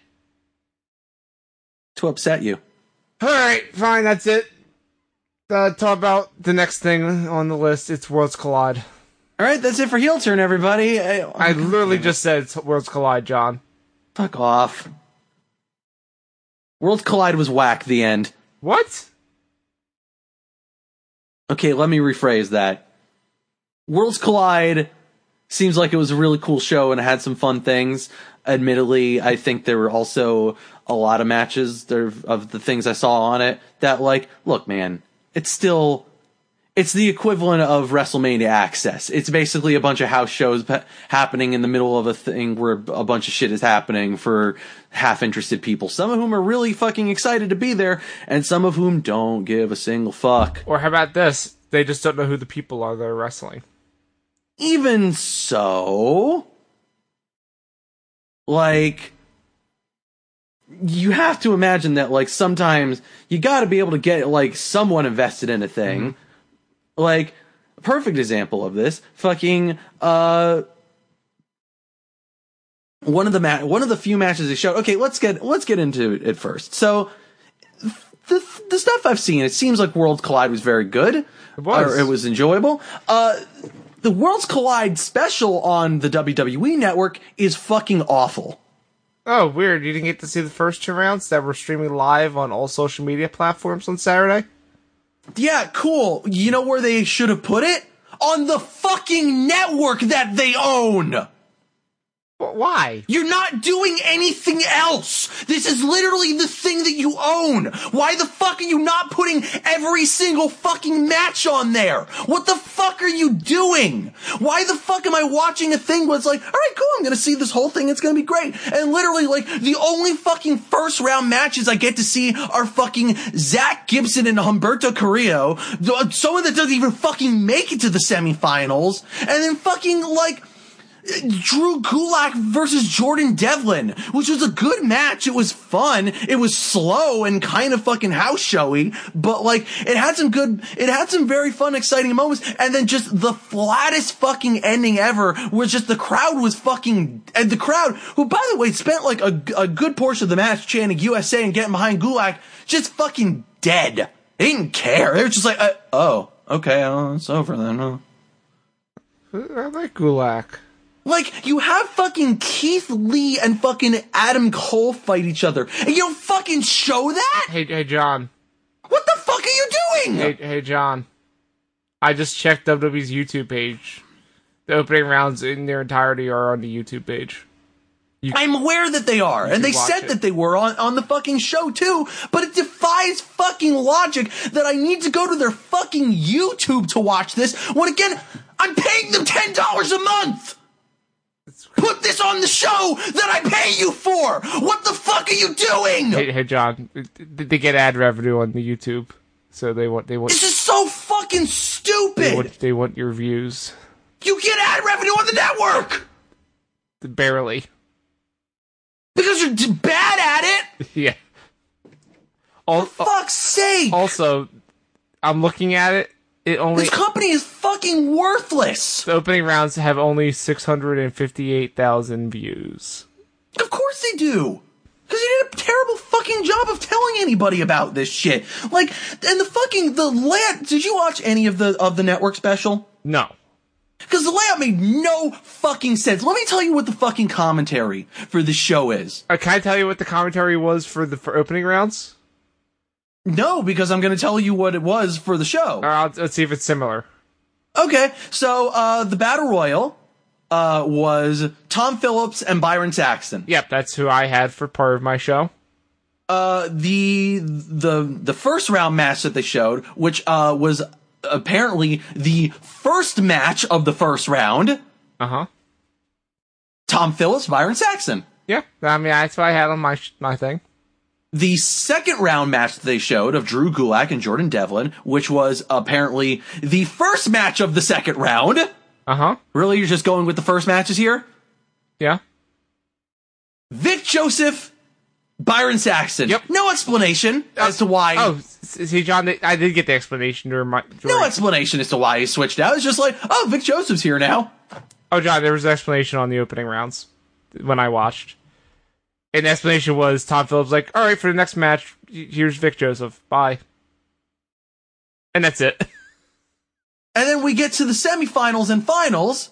[SPEAKER 2] to upset you.
[SPEAKER 1] All right, fine. That's it. Uh, talk about the next thing on the list. It's Worlds Collide.
[SPEAKER 2] All right, that's it for heel turn, everybody. I,
[SPEAKER 1] I literally just said it's Worlds Collide, John.
[SPEAKER 2] fuck off. Worlds Collide was whack. The end.
[SPEAKER 1] What?
[SPEAKER 2] Okay, let me rephrase that. Worlds Collide seems like it was a really cool show and it had some fun things. Admittedly, I think there were also a lot of matches there of the things I saw on it that like, look, man, it's still it's the equivalent of WrestleMania Access. It's basically a bunch of house shows pa- happening in the middle of a thing where a bunch of shit is happening for half interested people, some of whom are really fucking excited to be there and some of whom don't give a single fuck.
[SPEAKER 1] Or how about this? They just don't know who the people are that are wrestling.
[SPEAKER 2] even so, like, you have to imagine that, like, sometimes you got to be able to get, like, someone invested in a thing. Like, a perfect example of this fucking, uh, one of the ma- one of the few matches they showed. Okay, let's get let's get into it first. So, the the stuff I've seen, it seems like Worlds Collide was very good. It
[SPEAKER 1] was.
[SPEAKER 2] it was enjoyable. Uh, the Worlds Collide special on the WWE Network is fucking awful.
[SPEAKER 1] Oh, weird. You didn't get to see the first two rounds that were streaming live on all social media platforms on Saturday?
[SPEAKER 2] Yeah, cool. You know where they should have put it? On the fucking network that they own.
[SPEAKER 1] Wh- Why?
[SPEAKER 2] You're not doing anything else. This is literally the thing that you own. Why the fuck are you not putting every single fucking match on there? What the fuck are you doing? Why the fuck am I watching a thing where it's like, all right, cool, I'm gonna see this whole thing. It's gonna be great. And literally, like, the only fucking first round matches I get to see are fucking Zach Gibson and Humberto Carrillo. th- Someone that doesn't even fucking make it to the semifinals. And then fucking, like, Drew Gulak versus Jordan Devlin, which was a good match. It was fun. It was slow and kind of fucking house showy, but like it had some good, it had some very fun, exciting moments. And then just the flattest fucking ending ever was just the crowd was fucking, and the crowd, who by the way spent like a, a good portion of the match chanting USA and getting behind Gulak, just fucking dead. They didn't care. They were just like, uh, oh, okay, oh, it's over then. huh?
[SPEAKER 1] I like Gulak.
[SPEAKER 2] Like, you have fucking Keith Lee and fucking Adam Cole fight each other, and you don't fucking show that?
[SPEAKER 1] Hey, hey, John.
[SPEAKER 2] What the fuck are you doing?
[SPEAKER 1] Hey, hey, John. I just checked WWE's YouTube page. The opening rounds in their entirety are on the YouTube page.
[SPEAKER 2] I'm aware that they are, and they
[SPEAKER 1] watch
[SPEAKER 2] said
[SPEAKER 1] it.
[SPEAKER 2] that they were on, on the fucking show too, but it defies fucking logic that I need to go to their fucking YouTube to watch this, when again, I'm paying them $10 a month! Put this on the show that I pay you for! What the fuck are you doing?
[SPEAKER 1] Hey, hey, John. They they get ad revenue on the YouTube, so they want they want
[SPEAKER 2] This is so fucking
[SPEAKER 1] they
[SPEAKER 2] stupid!
[SPEAKER 1] want, they want your views.
[SPEAKER 2] You get ad revenue on the network
[SPEAKER 1] Barely.
[SPEAKER 2] because you're d- bad at it.
[SPEAKER 1] Yeah. Al-
[SPEAKER 2] Fuck's sake!
[SPEAKER 1] also, I'm looking at it. It only
[SPEAKER 2] This company is fucking worthless.
[SPEAKER 1] the opening rounds have only 658,000 views.
[SPEAKER 2] Of course they do. Because you did a terrible fucking job of telling anybody about this shit. Like, and the fucking the layout. Did you watch any of the of the network special?
[SPEAKER 1] No.
[SPEAKER 2] Because the layout made no fucking sense. Let me tell you what the fucking commentary for this show is.
[SPEAKER 1] Uh, can I tell you what the commentary was for the for opening rounds?
[SPEAKER 2] No, because I'm going to tell you what it was for the show.
[SPEAKER 1] Or Uh, I'll, let's see if it's similar.
[SPEAKER 2] Okay, so uh, the battle royal uh, was Tom Phillips and Byron Saxton.
[SPEAKER 1] Yep, that's who I had for part of my show.
[SPEAKER 2] Uh, the the the first round match that they showed, which uh, was apparently the first match of the first round,
[SPEAKER 1] Uh huh.
[SPEAKER 2] Tom Phillips, Byron Saxton.
[SPEAKER 1] Yeah, I mean that's what I had on my sh- my thing.
[SPEAKER 2] The second round match that they showed of Drew Gulak and Jordan Devlin, which was apparently the first match of the second round,
[SPEAKER 1] Uh Uh huh.
[SPEAKER 2] Really, you're just going with the first matches here?
[SPEAKER 1] Yeah.
[SPEAKER 2] Vic Joseph, Byron Saxton.
[SPEAKER 1] Yep.
[SPEAKER 2] No explanation as to why.
[SPEAKER 1] Oh, s- see, John, th- I did get the explanation during my. During,
[SPEAKER 2] No explanation as to why he switched out. It's just like, oh, Vic Joseph's here now.
[SPEAKER 1] oh, John, there was an explanation on the opening rounds when I watched. And the explanation was Tom Phillips like, all right, for the next match, y- here's Vic Joseph. Bye. And that's it.
[SPEAKER 2] And then we get to the semifinals and finals.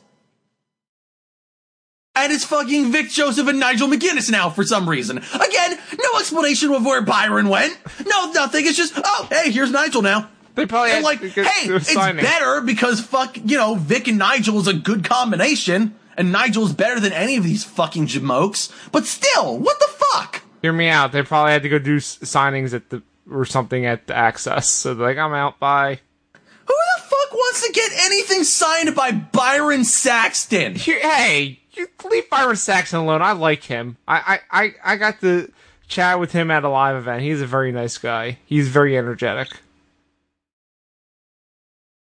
[SPEAKER 2] And it's fucking Vic Joseph and Nigel McGuinness now for some reason. Again, no explanation of where Byron went. No, nothing. It's just, oh, hey, here's Nigel now.
[SPEAKER 1] They probably
[SPEAKER 2] And
[SPEAKER 1] had-
[SPEAKER 2] like,
[SPEAKER 1] because
[SPEAKER 2] hey,
[SPEAKER 1] it was
[SPEAKER 2] it's
[SPEAKER 1] signing.
[SPEAKER 2] better because fuck, you know, Vic and Nigel is a good combination, and Nigel's better than any of these fucking jamokes. But still, what the fuck?
[SPEAKER 1] Hear me out. They probably had to go do s- signings at the or something at the Access. So they're like, I'm out. Bye.
[SPEAKER 2] Who the fuck wants to get anything signed by Byron Saxton?
[SPEAKER 1] Here- hey, you leave Byron Saxon alone. I like him. I, I, I, I got to chat with him at a live event. He's a very nice guy. He's very energetic.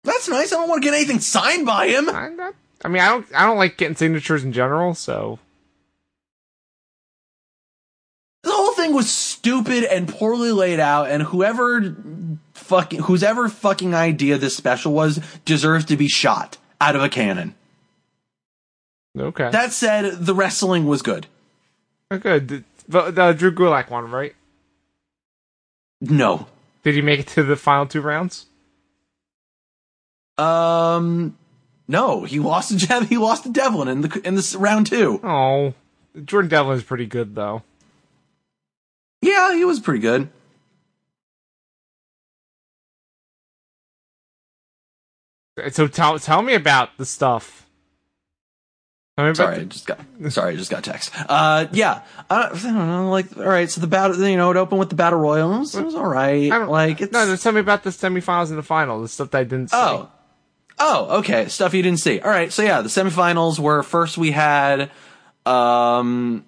[SPEAKER 2] That's nice. I don't want to get anything signed by him.
[SPEAKER 1] I, I- I mean, I don't, I don't like getting signatures in general. So
[SPEAKER 2] The whole thing was stupid and poorly laid out, and whoever fucking whose ever fucking idea this special was deserves to be shot out of a cannon.
[SPEAKER 1] okay,
[SPEAKER 2] That said, the wrestling was good.
[SPEAKER 1] Oh, good. The, the, the Drew Gulak one, right?
[SPEAKER 2] No.
[SPEAKER 1] Did he make it to the final two rounds?
[SPEAKER 2] Um no, he lost to Jeff, he lost to Devlin in the in this round 2.
[SPEAKER 1] Oh, Jordan Devlin's pretty good though.
[SPEAKER 2] Yeah, he was pretty good.
[SPEAKER 1] So tell, tell me about the stuff. Tell me about
[SPEAKER 2] Sorry, I just got sorry, I just got text. Uh, yeah, I don't, I don't know. Like, all right, so the battle, you know, it opened with the battle royal. It was, it was all right.
[SPEAKER 1] I don't-
[SPEAKER 2] Like, it's
[SPEAKER 1] no, no, tell me about the semifinals and the final, the stuff that I didn't see.
[SPEAKER 2] Oh. Oh, okay. Stuff you didn't see. All right. So yeah, the semifinals were first we had um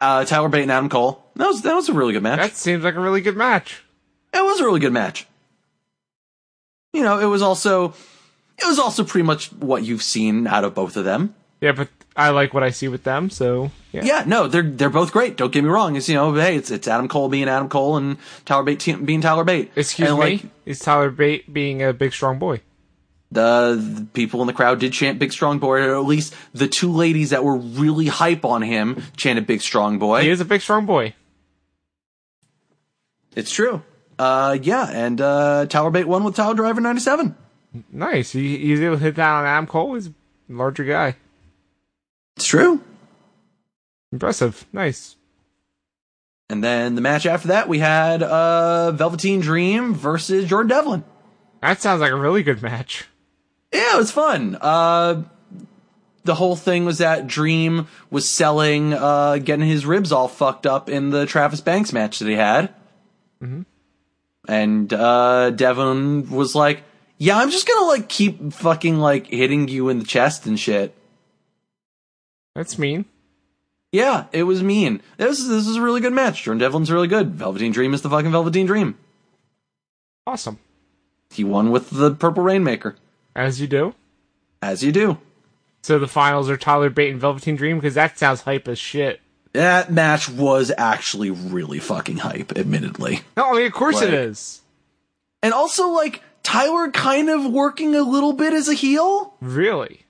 [SPEAKER 2] uh Tyler Bate and Adam Cole. That was that was a really good match.
[SPEAKER 1] that seems like a really good match.
[SPEAKER 2] it was a really good match. You know, it was also it was also pretty much what you've seen out of both of them.
[SPEAKER 1] Yeah, but I like what I see with them, so yeah.
[SPEAKER 2] Yeah, no, they're they're both great. Don't get me wrong. It's you know, hey, it's it's Adam Cole being Adam Cole and Tyler Bate te- being Tyler Bate.
[SPEAKER 1] Excuse
[SPEAKER 2] And,
[SPEAKER 1] me,
[SPEAKER 2] like,
[SPEAKER 1] is Tyler Bate being a big strong boy?
[SPEAKER 2] the, the people in the crowd did chant Big Strong Boy, or at least the two ladies that were really hype on him chanted Big Strong Boy.
[SPEAKER 1] He is a big strong boy.
[SPEAKER 2] It's true. Uh, yeah, and uh, Tower Bait won with Tower Driver 97.
[SPEAKER 1] Nice. He, he's able to hit down on Adam Cole. He's a larger guy.
[SPEAKER 2] It's true.
[SPEAKER 1] Impressive. Nice.
[SPEAKER 2] And then the match after that, we had uh, Velveteen Dream versus Jordan Devlin.
[SPEAKER 1] That sounds like a really good match.
[SPEAKER 2] Yeah, it was fun. Uh, the whole thing was that Dream was selling, uh, getting his ribs all fucked up in the Travis Banks match that he had. And uh, Devon was like, "Yeah, I'm just gonna like keep fucking like hitting you in the chest and shit."
[SPEAKER 1] That's mean.
[SPEAKER 2] Yeah, it was mean. This this is a really good match. Jordan Devlin's really good. Velveteen Dream is the fucking Velveteen Dream.
[SPEAKER 1] Awesome.
[SPEAKER 2] He won with the Purple Rainmaker,
[SPEAKER 1] As you do.
[SPEAKER 2] as you do.
[SPEAKER 1] So the finals are Tyler Bate and Velveteen Dream because that sounds hype as shit.
[SPEAKER 2] That match was actually really fucking hype, admittedly.
[SPEAKER 1] No, I mean of course it
[SPEAKER 2] Like-
[SPEAKER 1] is.
[SPEAKER 2] And also, like, Tyler kind of working a little bit as a heel.
[SPEAKER 1] Really.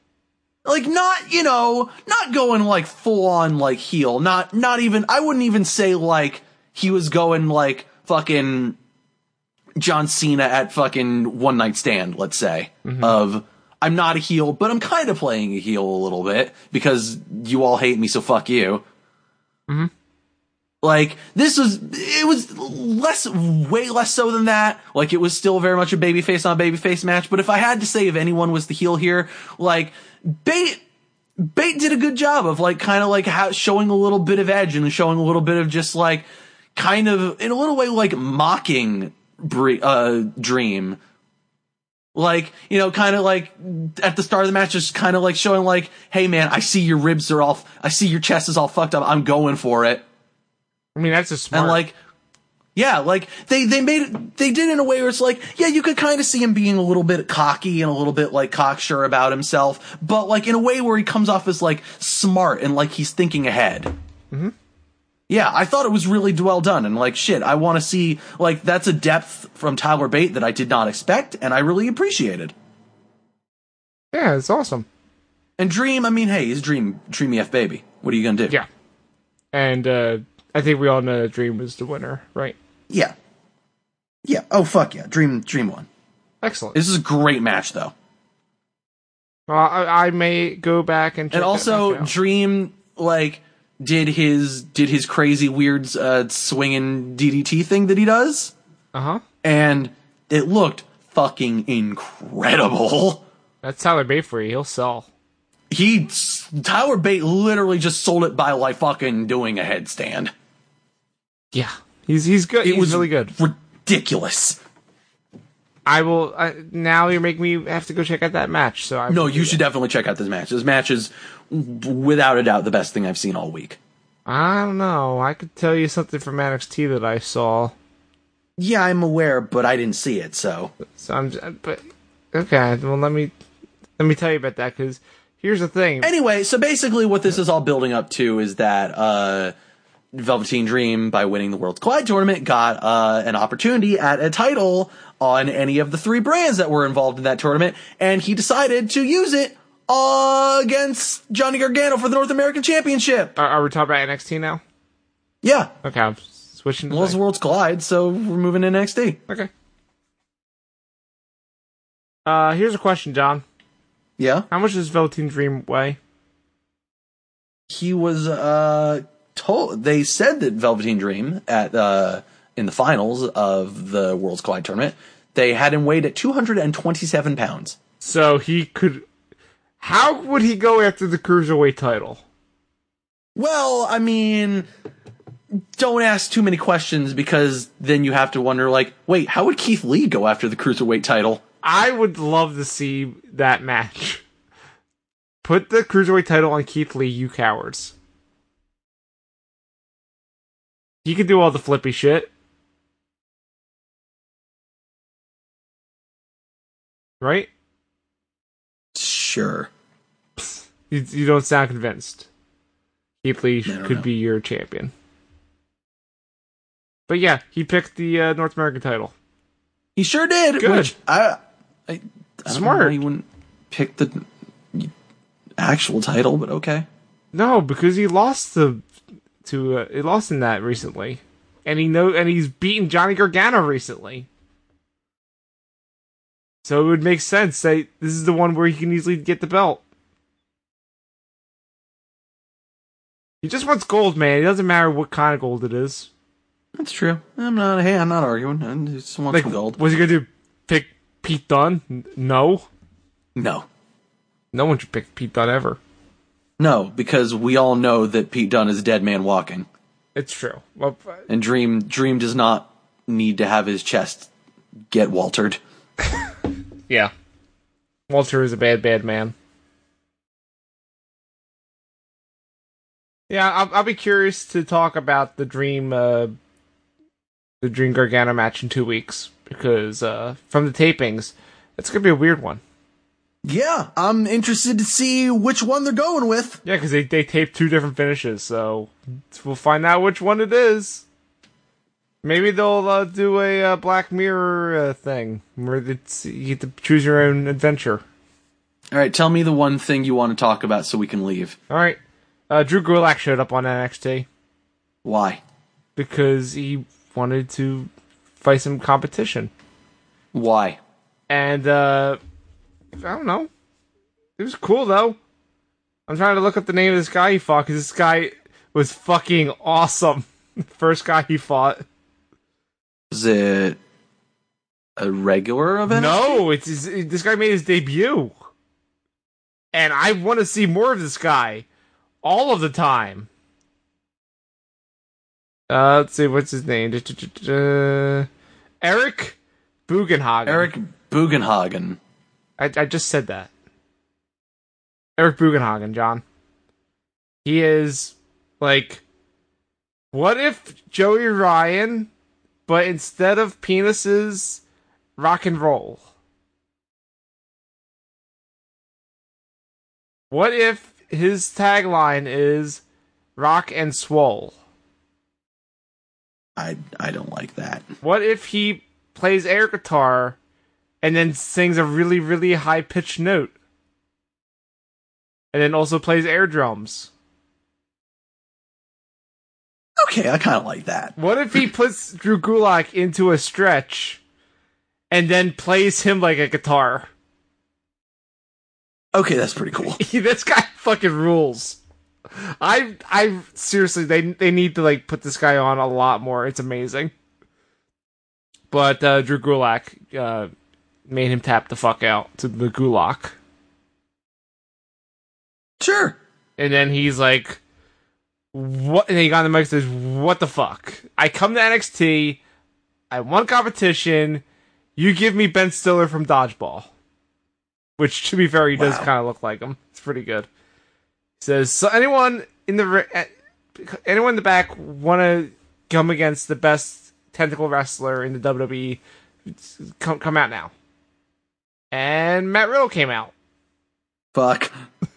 [SPEAKER 2] Like, not, you know, not going, like, full on, like, heel. Not, not even, I wouldn't even say, like, he was going, like, fucking John Cena at fucking One Night Stand, let's say. Of, I'm not a heel, but I'm kind of playing a heel a little bit because you all hate me, so fuck you. Like this was, it was less, way less so than that. Like it was still very much a babyface on babyface match. But if I had to say if anyone was the heel here, like Bate, Bate did a good job of like kind of like how, showing a little bit of edge and showing a little bit of just like kind of in a little way like mocking Bre- uh, Dream. Like you know, kind of like at the start of the match, just kind of like showing like, hey man, I see your ribs are off, I see your chest is all fucked up, I'm going for it
[SPEAKER 1] I mean that's a smart.
[SPEAKER 2] and like Yeah, like they they made it, they did it in a way where it's like, yeah, you could kind of see him being a little bit cocky and a little bit like cocksure about himself, but like in a way where he comes off as like smart and like he's thinking ahead. Mm-hmm. Yeah, I thought it was really well done, and like shit, I want to see like that's a depth from Tyler Bate that I did not expect, and I really appreciated.
[SPEAKER 1] Yeah, it's awesome.
[SPEAKER 2] And Dream, I mean, hey, he's Dream, Dreamy F baby. What are you gonna do?
[SPEAKER 1] Yeah. And uh, I think we all know that Dream was the winner, right?
[SPEAKER 2] yeah, yeah. Oh fuck yeah, Dream, Dream won.
[SPEAKER 1] Excellent.
[SPEAKER 2] This is a great match though.
[SPEAKER 1] Well, I, I may go back and check
[SPEAKER 2] and
[SPEAKER 1] that
[SPEAKER 2] also
[SPEAKER 1] back out.
[SPEAKER 2] dream like did his did his crazy weird uh swinging ddt thing that he does
[SPEAKER 1] uh-huh.
[SPEAKER 2] and it looked fucking incredible
[SPEAKER 1] That's Tyler Bayfree. He'll sell.
[SPEAKER 2] he tyler bate literally just sold it by like fucking doing a headstand
[SPEAKER 1] Yeah, he's he's good.
[SPEAKER 2] it
[SPEAKER 1] he's
[SPEAKER 2] was
[SPEAKER 1] really good.
[SPEAKER 2] ridiculous
[SPEAKER 1] I will I, now. You're making me have to go check out that match. So I
[SPEAKER 2] no
[SPEAKER 1] will
[SPEAKER 2] you
[SPEAKER 1] do
[SPEAKER 2] should
[SPEAKER 1] that.
[SPEAKER 2] definitely check out this match this match is w- without a doubt the best thing i've seen all week
[SPEAKER 1] I don't know. I could tell you something from NXT that I saw.
[SPEAKER 2] yeah i'm aware but i didn't see it so
[SPEAKER 1] So I'm, j- but okay. Well, let me let me tell you about that because here's the thing.
[SPEAKER 2] anyway, so basically what this is all building up to is that uh Velveteen Dream by winning the World's Collide tournament got uh an opportunity at a title on any of the three brands that were involved in that tournament and he decided to use it uh, against Johnny Gargano for the North American Championship.
[SPEAKER 1] Are, are we talking about NXT now?
[SPEAKER 2] Yeah.
[SPEAKER 1] Okay, I'm switching. To
[SPEAKER 2] Well, it's
[SPEAKER 1] that.
[SPEAKER 2] Worlds Collide, so we're moving to NXT.
[SPEAKER 1] okay. Uh, here's a question, John.
[SPEAKER 2] Yeah.
[SPEAKER 1] How much does Velveteen Dream weigh?
[SPEAKER 2] He was uh told they said that Velveteen Dream at uh in the finals of the Worlds Collide tournament, they had him weighed at 227 pounds.
[SPEAKER 1] So he could. How would he go after the cruiserweight title?
[SPEAKER 2] Well, I mean, don't ask too many questions because then you have to wonder like, wait, how would Keith Lee go after the cruiserweight title?
[SPEAKER 1] I would love to see that match. Put the cruiserweight title on Keith Lee, you cowards. You can do all the flippy shit. Right?
[SPEAKER 2] Sure.
[SPEAKER 1] You, you don't sound convinced. Keith Lee
[SPEAKER 2] I don't
[SPEAKER 1] could
[SPEAKER 2] know.
[SPEAKER 1] be your champion. But yeah, he picked the uh, North American title.
[SPEAKER 2] He sure did.
[SPEAKER 1] Good.
[SPEAKER 2] Which I, I, I don't know
[SPEAKER 1] Smart.
[SPEAKER 2] why you wouldn't pick the actual title, but okay.
[SPEAKER 1] No, because he lost to to uh, he lost in that recently, and he know and he's beaten Johnny Gargano recently. So it would make sense that this is the one where he can easily get the belt. He just wants gold, man. It doesn't matter what kind of gold it is.
[SPEAKER 2] That's true. I'm not. Hey, I'm not arguing. I just want
[SPEAKER 1] Like,
[SPEAKER 2] some gold.
[SPEAKER 1] was he gonna do? Pick Pete Dunne? N- No,
[SPEAKER 2] No.
[SPEAKER 1] no one should pick Pete Dunne ever.
[SPEAKER 2] No, because we all know that Pete Dunne is a dead man walking,
[SPEAKER 1] It's true. Well, f-
[SPEAKER 2] and Dream Dream does not need to have his chest get waltered.
[SPEAKER 1] Yeah. Walter is a bad, bad man. Yeah, I'll, I'll be curious to talk about the dream, uh, the dream Gargano match in two weeks because uh, from the tapings, it's gonna be a weird one.
[SPEAKER 2] Yeah, I'm interested to see which one they're going with.
[SPEAKER 1] Yeah, because they they taped two different finishes, so we'll find out which one it is. Maybe they'll uh, do a uh, Black Mirror uh, thing where it's, you get to choose your own adventure.
[SPEAKER 2] All right, tell me the one thing you want to talk about so we can leave.
[SPEAKER 1] All right, uh, Drew Gulak showed up on NXT.
[SPEAKER 2] Why?
[SPEAKER 1] because he wanted to fight some competition.
[SPEAKER 2] Why?
[SPEAKER 1] And uh I don't know. It was cool though. I'm trying to look up the name of this guy he fought because this guy was fucking awesome. The first guy he fought.
[SPEAKER 2] Is it a regular event?
[SPEAKER 1] No, it's, it's it- this guy made his debut, and I want to see more of this guy all of the time. Uh, let's see what's his name. Uh, Eric Bugenhagen.
[SPEAKER 2] Eric Bugenhagen.
[SPEAKER 1] I, I just said that. Eric Bugenhagen, John. He is like, what if Joey Ryan but instead of penises, rock and roll. What if his tagline is rock and swole?
[SPEAKER 2] I I don't like that.
[SPEAKER 1] What if he plays air guitar and then sings a really, really high pitched note? And then also plays air drums.
[SPEAKER 2] Okay, I kind of like that.
[SPEAKER 1] What if he puts Drew Gulak into a stretch and then plays him like a guitar?
[SPEAKER 2] Okay, that's pretty cool.
[SPEAKER 1] this guy fucking rules. I I seriously they they need to like put this guy on a lot more. It's amazing. But uh, Drew Gulak uh, made him tap the fuck out to the Gulak,
[SPEAKER 2] Sure.
[SPEAKER 1] and then he's like, "What?" And he got on the mic and says, "What the fuck? I come to NXT, I want competition. You give me Ben Stiller from Dodgeball, which to be fair, he does
[SPEAKER 2] Wow.
[SPEAKER 1] kind of look like him. It's pretty good." says so anyone in the ri- eh, anyone in the back want to come against the best tentacle wrestler in the WWE come come out now and Matt Riddle came out
[SPEAKER 2] Fuck.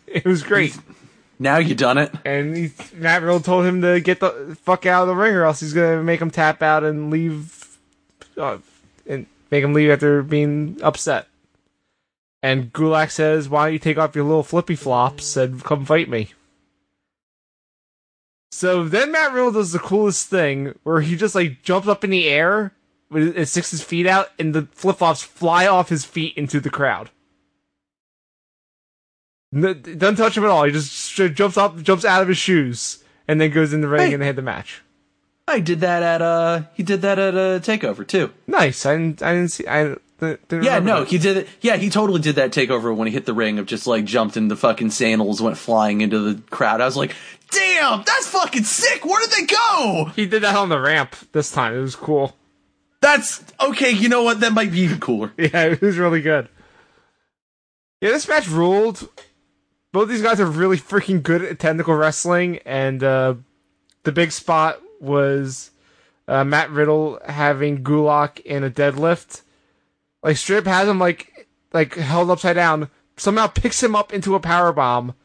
[SPEAKER 1] it was great
[SPEAKER 2] Now you done it.
[SPEAKER 1] and he, Matt Riddle told him to get the fuck out of the ring or else he's gonna make him tap out and leave uh, and make him leave after being upset and Gulak says why don't you take off your little flippy flops and come fight me So then Matt Riddle does the coolest thing where he just like jumps up in the air with his six his feet out and the flip flops fly off his feet into the crowd. N- it doesn't touch him at all. He just straight jumps up, jumps out of his shoes, and then goes in the ring
[SPEAKER 2] Hey.
[SPEAKER 1] and they had the match.
[SPEAKER 2] I did that at uh he did that at a takeover too.
[SPEAKER 1] Nice. I didn't. I didn't see. I didn't- didn't
[SPEAKER 2] Yeah,
[SPEAKER 1] remember
[SPEAKER 2] no,
[SPEAKER 1] that.
[SPEAKER 2] he did it. Yeah, he totally did that takeover when he hit the ring of just like jumped in the fucking sandals, went flying into the crowd. I was like, damn, that's fucking sick. Where did they go?
[SPEAKER 1] He did that on the ramp this time. It was cool.
[SPEAKER 2] That's okay. You know what? That might be even cooler.
[SPEAKER 1] Yeah, it was really good. Yeah, this match ruled. Both these guys are really freaking good at technical wrestling, and uh, the big spot was uh, Matt Riddle having Gulak in a deadlift. Like Strip has him like like held upside down, somehow picks him up into a power bomb,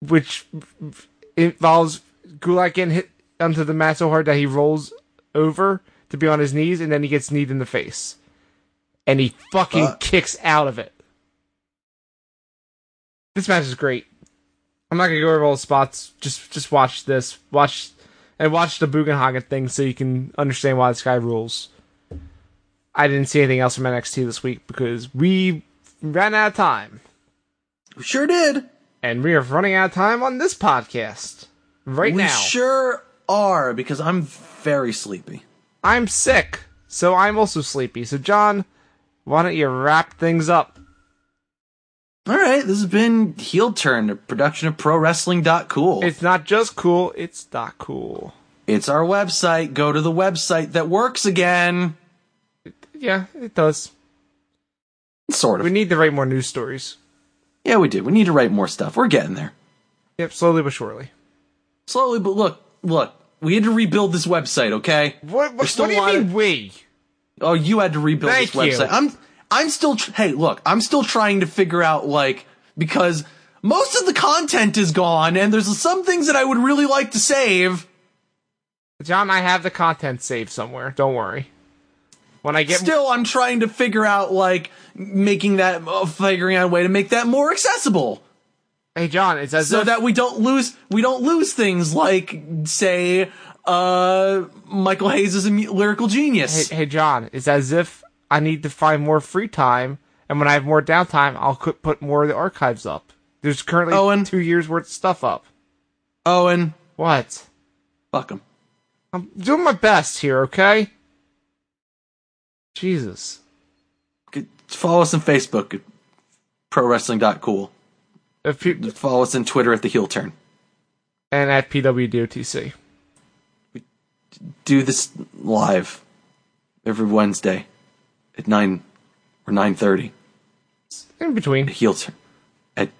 [SPEAKER 1] which involves Gulak getting hit onto the mat so hard that he rolls over to be on his knees, and then he gets kneed in the face and he fucking
[SPEAKER 2] Fuck.
[SPEAKER 1] kicks out of it. This match is great. I'm not gonna go over all the spots. Just just watch this. Watch and watch the Bugenhagen thing so you can understand why this guy rules. I didn't see anything else from NXT this week because we ran out of time.
[SPEAKER 2] We sure did.
[SPEAKER 1] And we are running out of time on this podcast. Right
[SPEAKER 2] We
[SPEAKER 1] now.
[SPEAKER 2] sure are because I'm very sleepy.
[SPEAKER 1] I'm sick, so I'm also sleepy. So John, why don't you wrap things up?
[SPEAKER 2] All right, this has been Heel Turn, a production of ProWrestling.cool.
[SPEAKER 1] It's not just cool, it's not cool.
[SPEAKER 2] It's our website. Go to the website that works again.
[SPEAKER 1] Yeah, it does.
[SPEAKER 2] Sort
[SPEAKER 1] We
[SPEAKER 2] of.
[SPEAKER 1] need to write more news stories.
[SPEAKER 2] Yeah, we do. We need to write more stuff. We're getting there.
[SPEAKER 1] Yep, slowly but surely.
[SPEAKER 2] Slowly, but look, look. We had to rebuild this website, okay?
[SPEAKER 1] What,
[SPEAKER 2] There's
[SPEAKER 1] what,
[SPEAKER 2] still
[SPEAKER 1] what do
[SPEAKER 2] a
[SPEAKER 1] you
[SPEAKER 2] lot
[SPEAKER 1] mean
[SPEAKER 2] of-
[SPEAKER 1] we?
[SPEAKER 2] Oh, you had to rebuild
[SPEAKER 1] Thank you.
[SPEAKER 2] this website. I'm I'm still tr- hey, look, I'm still trying to figure out like because most of the content is gone and there's some things that I would really like to save.
[SPEAKER 1] John, I have the content saved somewhere. Don't worry. When I get
[SPEAKER 2] Still, I'm trying to figure out like making that uh, figuring out a way to make that more accessible.
[SPEAKER 1] hey John, it's as
[SPEAKER 2] so
[SPEAKER 1] if
[SPEAKER 2] that we don't lose we don't lose things like say uh Michael Hayes is a mu- lyrical genius.
[SPEAKER 1] hey, hey John, it's as if I need to find more free time, and when I have more downtime, I'll cu- put more of the archives up. There's currently
[SPEAKER 2] Owen.
[SPEAKER 1] two years worth of stuff up.
[SPEAKER 2] Owen,
[SPEAKER 1] What?
[SPEAKER 2] fuck him.
[SPEAKER 1] I'm doing my best here, okay? Jesus.
[SPEAKER 2] G- Follow us on Facebook at prowrestling.cool.
[SPEAKER 1] If you-
[SPEAKER 2] Follow us on Twitter at the heel turn.
[SPEAKER 1] and at PWDOTC.
[SPEAKER 2] Do this live every Wednesday at 9 or 9:30
[SPEAKER 1] In between.
[SPEAKER 2] heel turn at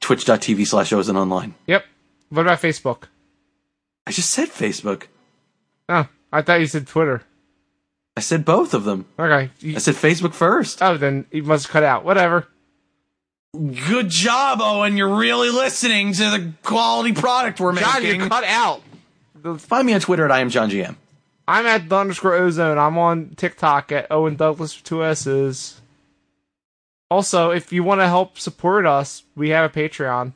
[SPEAKER 2] twitch.tv slash Ozen online.
[SPEAKER 1] Yep. What about Facebook?
[SPEAKER 2] I just said Facebook.
[SPEAKER 1] Oh, I thought you said Twitter.
[SPEAKER 2] I said both of them.
[SPEAKER 1] Okay. You-
[SPEAKER 2] I said Facebook first.
[SPEAKER 1] oh, then you must cut out. Whatever.
[SPEAKER 2] Good job, Owen. You're really listening to the quality product we're
[SPEAKER 1] God, you
[SPEAKER 2] making.
[SPEAKER 1] cut out.
[SPEAKER 2] Find me on Twitter at I am John GM.
[SPEAKER 1] I'm at the underscore ozone. I'm on TikTok at Owen Douglas with two S's. Also, if you want to help support us, we have a Patreon.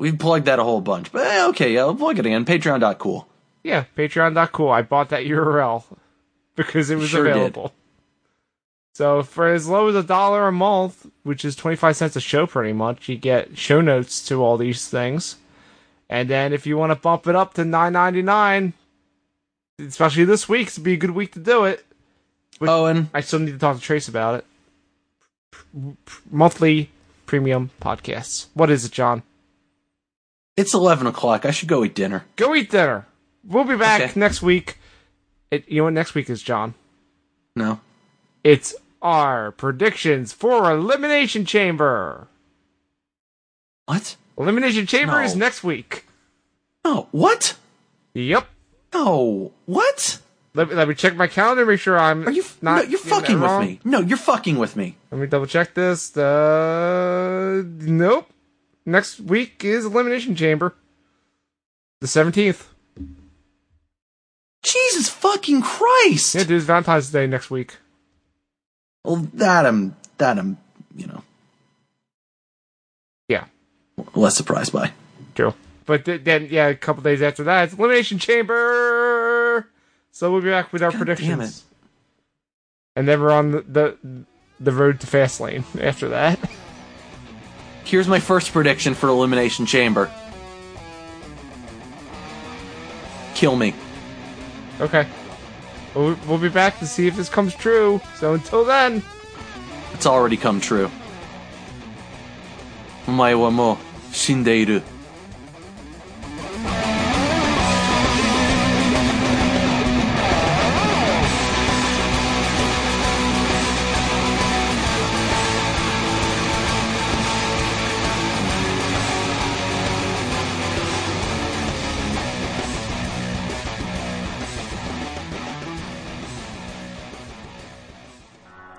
[SPEAKER 2] We've plugged that a whole bunch, but eh, okay, yeah, we'll plug it again. Patreon.cool.
[SPEAKER 1] Yeah, patreon.cool. I bought that URL because it was
[SPEAKER 2] Sure did.
[SPEAKER 1] available. So for as low as a dollar a month, which is 25 cents a show pretty much, you get show notes to all these things. And then if you want to bump it up to 9.99, especially this week, it'd be a good week to do it. But-
[SPEAKER 2] Owen,
[SPEAKER 1] I still need to talk to Trace about it. P- p- monthly premium podcasts. What is it, John?
[SPEAKER 2] it's 11 o'clock. I should go eat dinner.
[SPEAKER 1] Go eat dinner. We'll be back
[SPEAKER 2] Okay.
[SPEAKER 1] next week. It, you know what next week is, John?
[SPEAKER 2] No.
[SPEAKER 1] It's our predictions for Elimination Chamber.
[SPEAKER 2] What?
[SPEAKER 1] Elimination Chamber is
[SPEAKER 2] No.
[SPEAKER 1] next week.
[SPEAKER 2] No. What?
[SPEAKER 1] Yep.
[SPEAKER 2] No. What?
[SPEAKER 1] Let me, let me check my calendar, make sure I'm.
[SPEAKER 2] Are you f-
[SPEAKER 1] not
[SPEAKER 2] no, you're
[SPEAKER 1] getting that
[SPEAKER 2] fucking with
[SPEAKER 1] wrong.
[SPEAKER 2] me. No, you're fucking with me.
[SPEAKER 1] Let me double check this. Uh, nope. Next week is Elimination Chamber. The 17th.
[SPEAKER 2] Jesus fucking Christ.
[SPEAKER 1] Yeah, dude, it's Valentine's Day next week.
[SPEAKER 2] Well, that I'm that I'm, you know,
[SPEAKER 1] Yeah,
[SPEAKER 2] less surprised by.
[SPEAKER 1] true. But th- then, yeah, a couple days after that, it's Elimination Chamber. So we'll be back with our
[SPEAKER 2] God
[SPEAKER 1] predictions.
[SPEAKER 2] damn it.
[SPEAKER 1] And then we're on the, the the road to Fastlane after that.
[SPEAKER 2] Here's my first prediction for Elimination Chamber. Kill me.
[SPEAKER 1] Okay. We'll, we'll be back to see if this comes true. So until then,
[SPEAKER 2] It's already come true. Omae wa mo shindeiru.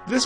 [SPEAKER 1] this